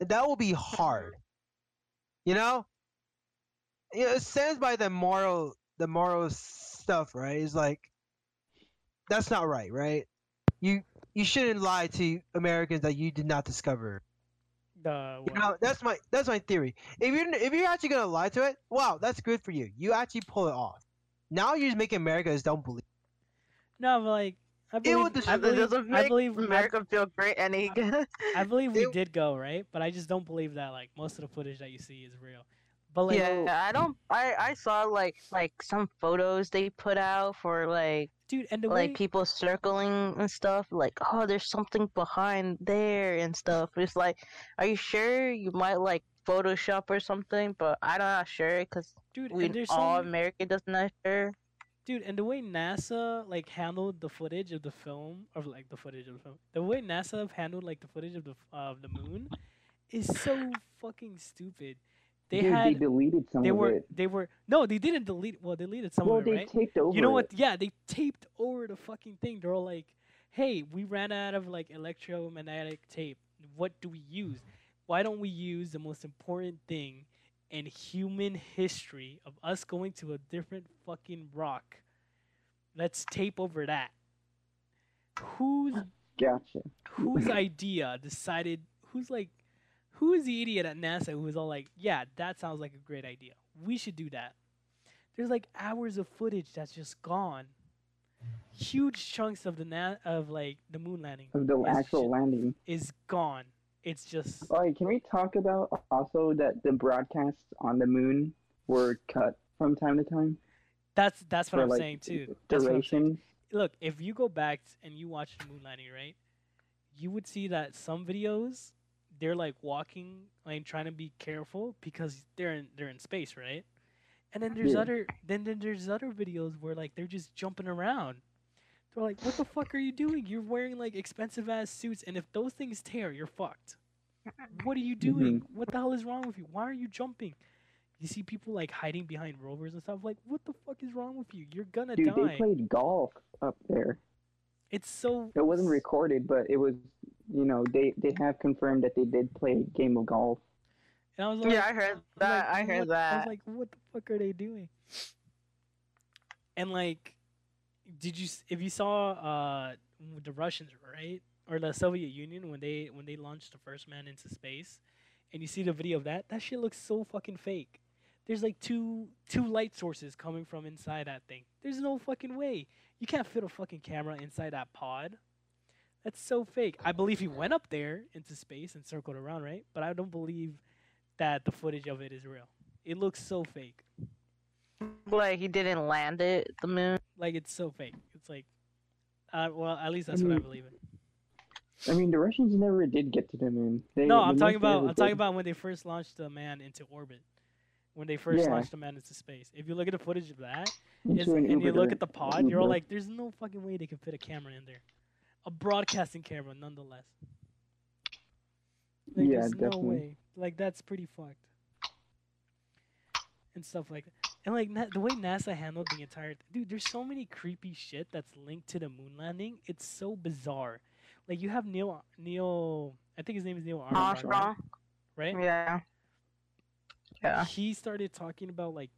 S5: And that will be hard. You know? You know, it stands by the moral the moral stuff, right? It's like that's not right, right? You you shouldn't lie to Americans that you did not discover
S1: The
S5: you
S1: what?
S5: know, that's my that's my theory. If you're if you're actually gonna lie to it, wow, that's good for you. You actually pull it off. Now you're just making Americans don't believe.
S1: no, but like I
S5: It
S1: believe,
S5: would
S1: I
S5: destroy-
S1: believe,
S6: doesn't
S1: I
S6: make
S1: believe, I,
S6: America feel great any good.
S2: *laughs*
S1: I believe we
S5: it-
S1: did go right, but I just don't believe that like most of the footage that you see is real. But like,
S6: yeah, I don't. I I saw like like some photos they put out for like
S1: dude, and the
S6: like
S1: way
S6: people circling and stuff. Like oh, there's something behind there and stuff. It's like, are you sure you might like Photoshop or something? But I'm not sure because
S1: dude,
S6: we
S1: and there's so
S6: all
S1: many-
S6: American doesn't know sure.
S1: dude and the way nasa like handled the footage of the film or like the footage of the film the way nasa have handled like the footage of the f- of the moon is so fucking stupid they
S3: Dude,
S1: had
S3: they deleted some
S1: they
S3: of
S1: were
S3: it.
S1: they were no they didn't delete well they deleted some
S3: Well,
S1: of it
S3: they
S1: right
S3: taped over.
S1: you know what
S3: it.
S1: yeah they taped over the fucking thing they're all like hey we ran out of like electromagnetic tape what do we use why don't we use the most important thing in human history of us going to a different fucking rock let's tape over that who's
S3: Gotcha. *laughs*
S1: whose idea decided who's like who is the idiot at NASA who was all like, yeah, that sounds like a great idea. We should do that. There's like hours of footage that's just gone. Huge chunks of the na- of like the moon landing
S3: Of the
S1: Yes,
S3: actual
S1: shit.
S3: landing.
S1: is gone. It's just
S3: All right, can we talk about also that the broadcasts on the moon were cut from time to time?
S1: that's that's what
S3: for,
S1: I'm
S3: like,
S1: saying too. That's what I'm saying.
S3: Duration.
S1: look, if you go back and you watch the moon landing, right, you would see that some videos they're like walking like trying to be careful because they're in they're in space, right? And then there's
S3: Yeah.
S1: other then then there's other videos where like they're just jumping around. They're like, what the fuck are you doing? You're wearing like expensive ass suits, and if those things tear, you're fucked. What are you
S3: Mm-hmm.
S1: doing? What the hell is wrong with you? Why are you jumping? You see people like hiding behind rovers and stuff. Like, what the fuck is wrong with you? You're gonna
S3: Dude,
S1: die.
S3: they played golf up there.
S1: It's so
S3: It wasn't recorded, but it was. You know, they they have confirmed that they did play a game of golf.
S1: And I was like,
S6: Yeah, I heard that. I heard
S1: like, what- I was
S6: that.
S1: like, what the fuck are they doing? And like, did you s- if you saw uh the Russians right or the Soviet Union when they when they launched the first man into space, and you see the video of that, that shit looks so fucking fake. There's like two two light sources coming from inside that thing. There's no fucking way. You can't fit a fucking camera inside that pod. That's so fake. I believe he went up there into space and circled around, right? But I don't believe that the footage of it is real. It looks so fake.
S6: Like he didn't land it. The moon.
S1: Like it's so fake. It's like, uh, well, at least that's what I
S3: mean,
S1: believe in.
S3: I mean, the Russians never did get to the moon. They,
S1: No,
S3: they
S1: I'm
S3: must
S1: talking
S3: never
S1: about I'm
S3: did.
S1: talking about when they first launched the man into orbit. When they first
S3: Yeah.
S1: launched the man into space. If you look at the footage of that,
S3: Into
S1: it's,
S3: an
S1: and you
S3: Uber
S1: look
S3: to-
S1: at the pod, you're all
S3: Uber.
S1: like, "There's no fucking way they can fit a camera in there, a broadcasting camera, nonetheless." Like,
S3: Yeah,
S1: there's no
S3: definitely.
S1: way. Like that's pretty fucked. And stuff like that. And like na- the way NASA handled the entire th- dude, there's so many creepy shit that's linked to the moon landing. It's so bizarre. Like you have Neil Neil, I think his name is Neil Armstrong, right?
S6: Armstrong.
S1: right?
S6: Yeah. Yeah.
S1: he started talking about like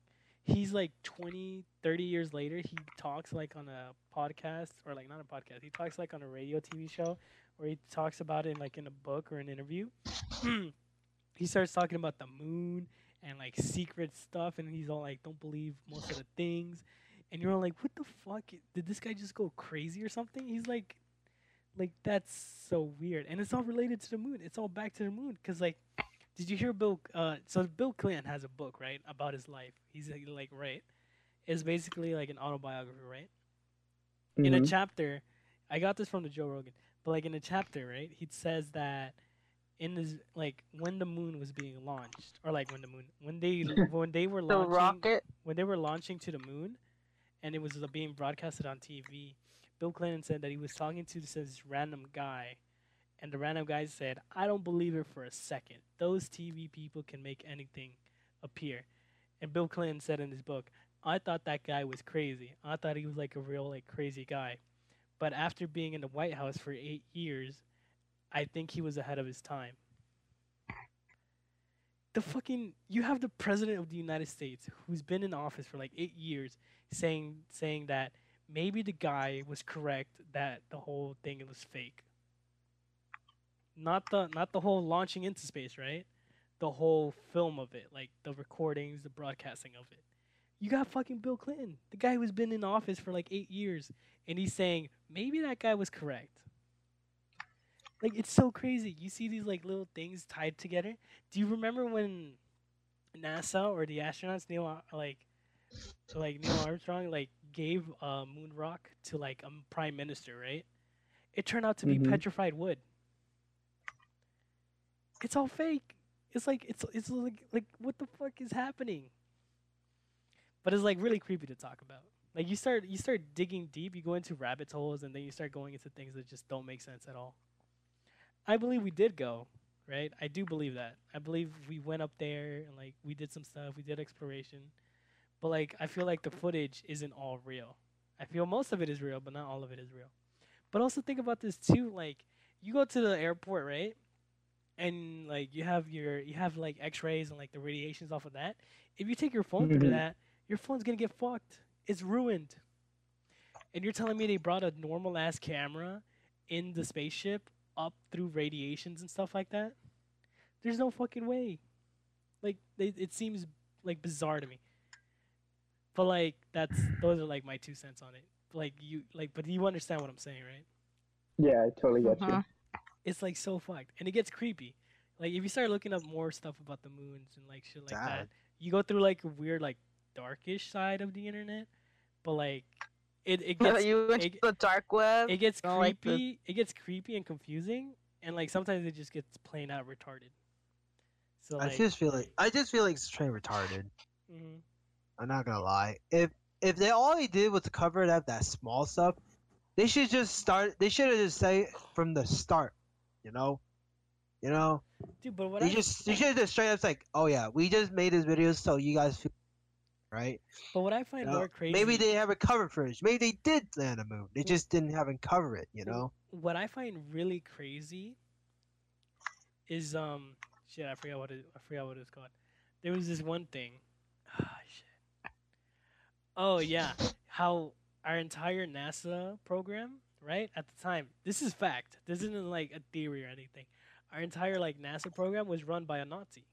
S1: he's like 20 30 years later he talks like on a podcast or like not a podcast he talks like on a radio tv show or he talks about it in, like in a book or an interview *clears throat* he starts talking about the moon and like secret stuff and he's all like don't believe most of the things and you're all like, what the fuck? Did this guy just go crazy or something? He's like, like that's so weird, and it's all related to the moon. It's all back to the moon, cause like, did you hear Bill? Uh, so Bill Clinton has a book right about his life. He's like, like right, it's basically like an autobiography, right? in a
S3: Mhm.
S1: chapter i got this from the joe rogan but like in a chapter right he says that in this like when the moon was being launched or like when the moon when they when they were
S6: The
S1: launching
S6: rocket. *laughs*
S1: when they were launching to the moon and it was uh, being broadcasted on tv bill clinton said that he was talking to this- this random guy and the random guy said i don't believe it for a second those tv people can make anything appear and bill clinton said in his book I thought that guy was crazy. I thought he was like a real like crazy guy. But after being in the White House for 8 years, I think he was ahead of his time. The fucking you have the president of the United States who's been in office for like 8 years saying saying that maybe the guy was correct that the whole thing was fake. Not the not the whole launching into space, right? The whole film of it, like the recordings, the broadcasting of it. You got fucking Bill Clinton, the guy who's been in office for like eight years, and he's saying maybe that guy was correct. Like it's so crazy. You see these like little things tied together. Do you remember when NASA or the astronauts Neil Ar- like like Neil Armstrong like gave uh, moon rock to like a prime minister, right? It turned out to be
S3: Mhm.
S1: petrified wood. It's all fake. It's like it's it's like like what the fuck is happening? but it's like really creepy to talk about. Like you start you start digging deep, you go into rabbit holes, and then you start going into things that just don't make sense at all. I believe we did go, right? I do believe that. I believe we went up there and like we did some stuff, we did exploration, but like I feel like the footage isn't all real. I feel most of it is real, but not all of it is real. But also think about this too, like you go to the airport, right? And like you have your you have like X-rays and like the radiations off of that. If you take your phone through
S3: Mhm.
S1: that, your phone's gonna get fucked. It's ruined. And you're telling me they brought a normal ass camera in the spaceship up through radiations and stuff like that? There's no fucking way. Like they, it seems like bizarre to me. But like that's those are like my two cents on it. Like you like but you understand what I'm saying, right?
S3: Yeah, I totally got you.
S5: Uh-huh.
S6: Mhm.
S1: It's like so fucked. And it gets creepy. Like if you start looking up more stuff about the moons and like shit like that,
S5: God.
S1: you go through like a weird like darkish side of the internet but like it
S5: *laughs*
S1: it
S6: No,
S1: gets
S6: you went
S1: it-
S6: to the dark web.
S1: it gets
S6: I don't like the-
S1: creepy it gets creepy and confusing and like sometimes it just gets plain out retarded so like
S5: I just feel like I just feel like it's straight retarded.
S1: mhm.
S5: I'm not gonna lie. If if they all they did was to cover it up that small stuff, they should just start. They should have just say from the start, you know, you know.
S1: dude but what
S5: they
S1: I,
S5: just they should have just straight up like, oh yeah, we just made this video so you guys feel right.
S1: but what i find
S5: You know?
S1: more crazy
S5: Maybe they haven't covered footage. Maybe they did land a moon. They
S1: Mm.
S5: just didn't haven't covered it. You know.
S1: what I find really crazy is um shit I forgot what it I forgot what it's called. There was this one thing. *sighs* Ah shit. Oh yeah, how our entire NASA program, right at the time. This is fact. This isn't like a theory or anything. Our entire like NASA program was run by a Nazi.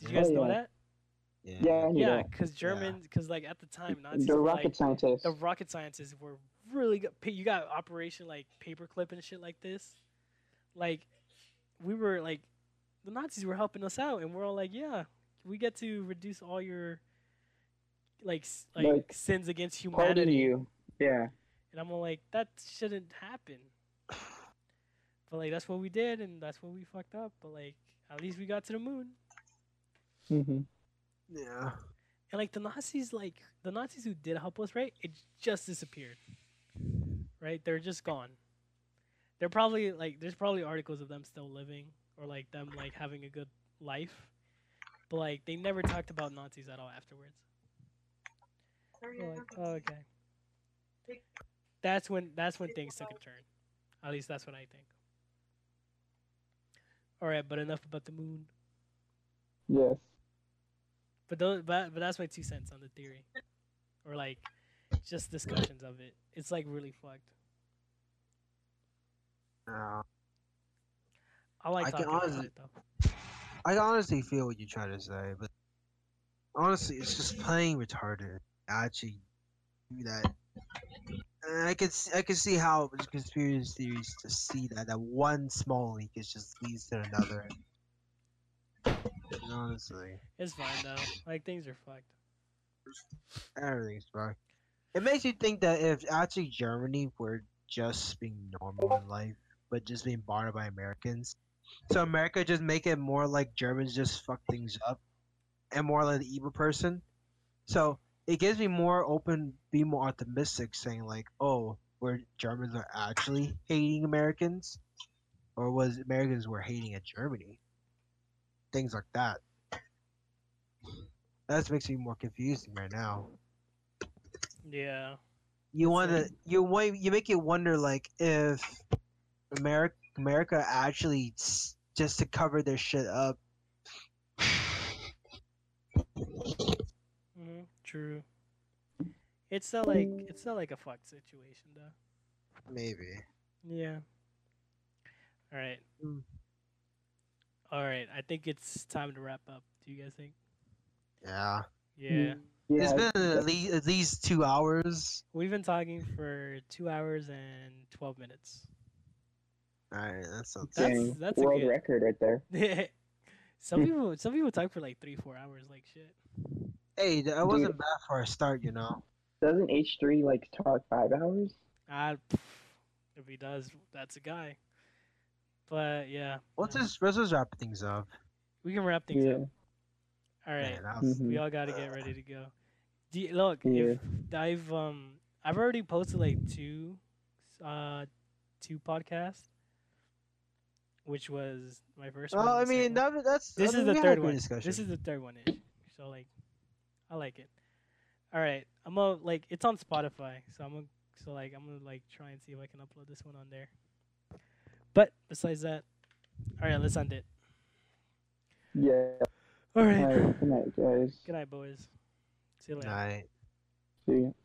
S1: Did you
S3: Oh,
S1: guys know
S3: yeah.
S1: that?
S3: Yeah, I knew
S1: Yeah,
S3: that.
S1: because German, because like at the time Nazis
S3: the
S1: were,
S3: rocket
S1: like,
S3: scientist.
S1: the rocket scientists were really good. pa- You got Operation like Paperclip and shit like this. Like, we were like, the Nazis were helping us out, and we're all like, yeah, we get to reduce all your like s- like,
S3: Like,
S1: sins against
S3: Pardon
S1: humanity.
S3: you. Yeah.
S1: And I'm all like, that shouldn't
S3: *sighs*
S1: happen. But like, that's what we did, and that's what we fucked up. But like, at least we got to the moon.
S3: Mm-hmm.
S5: Yeah.
S1: And like the Nazis, like the Nazis who did help us, right? It just disappeared. Right? They're just gone. They're probably like there's probably articles of them still living or like them like having a good life. But like they never talked about Nazis at all afterwards. They're like, oh, okay. That's when that's when things took a turn. At least that's what I think. Alright, but enough about the moon.
S3: Yes.
S1: But those, but, but that's my two cents on the theory, or like just discussions of it. It's like really fucked.
S5: Yeah.
S1: I like
S5: I can
S1: talking about
S5: honestly-
S1: it though.
S5: I honestly feel what you're trying to say, but honestly, it's just plain retarded. actually do that. And I could s- I could see how the conspiracy theories just see that that one small leak is just leads to another. Honestly,
S1: It's fine though. Like things are fucked.
S5: everything's fine. It makes you think that if actually Germany were just being normal in life, but just being bombarded by Americans, so America just make it more like Germans just fuck things up, and more like the evil person. So it gives me more open, be more optimistic, saying like, oh, where Germans are actually hating Americans, or was Americans were hating at Germany, things like that. That makes me more confusing right now.
S1: Yeah.
S5: You want to you want you make it wonder like if America America actually s- just to cover their shit up.
S1: hmm True. It's still like it's still like a fucked situation though.
S5: Maybe.
S1: Yeah. All right.
S5: Mm.
S1: All right. I think it's time to wrap up. Do you guys think?
S5: Yeah. Hmm.
S1: Yeah.
S3: Mm-hmm. Yeah,
S5: It's been at least, at least two hours.
S1: We've been talking for two hours and twelve minutes.
S5: All right, that's not
S1: That's-
S3: dang,
S1: that's a
S3: world
S1: good-
S3: record right there.
S1: *laughs* some people some people talk for like three four hours like shit.
S5: Hey, that wasn't bad for a start, you know.
S3: Doesn't H three like talk five hours?
S1: I, if he does, that's a guy. But yeah,
S5: Let's
S1: no.
S5: just let's just wrap things up.
S1: we can wrap things
S3: Yeah.
S1: up. All right.
S5: Man, that was-
S3: Mhm.
S1: we all got to
S5: Uh,
S1: get ready to go. Do you- look,
S3: Yeah.
S1: if I've um I've already posted like two, uh, two podcasts, which was my first one.
S5: Well, I
S1: and the second
S5: mean,
S1: one.
S5: that, that's
S1: this
S5: I mean,
S1: is the
S5: we had a
S1: third
S5: good
S1: one.
S5: Discussion.
S1: This is the third one ish. So like, I like it. All right, I'm gonna like it's on Spotify, so I'm gonna so like I'm gonna like try and see if I can upload this one on there. But besides that, all right, let's end it.
S3: Yeah.
S1: All
S3: All
S1: right,
S3: right. Good night, guys.
S1: good night, boys. See you later.
S5: All right.
S3: See ya.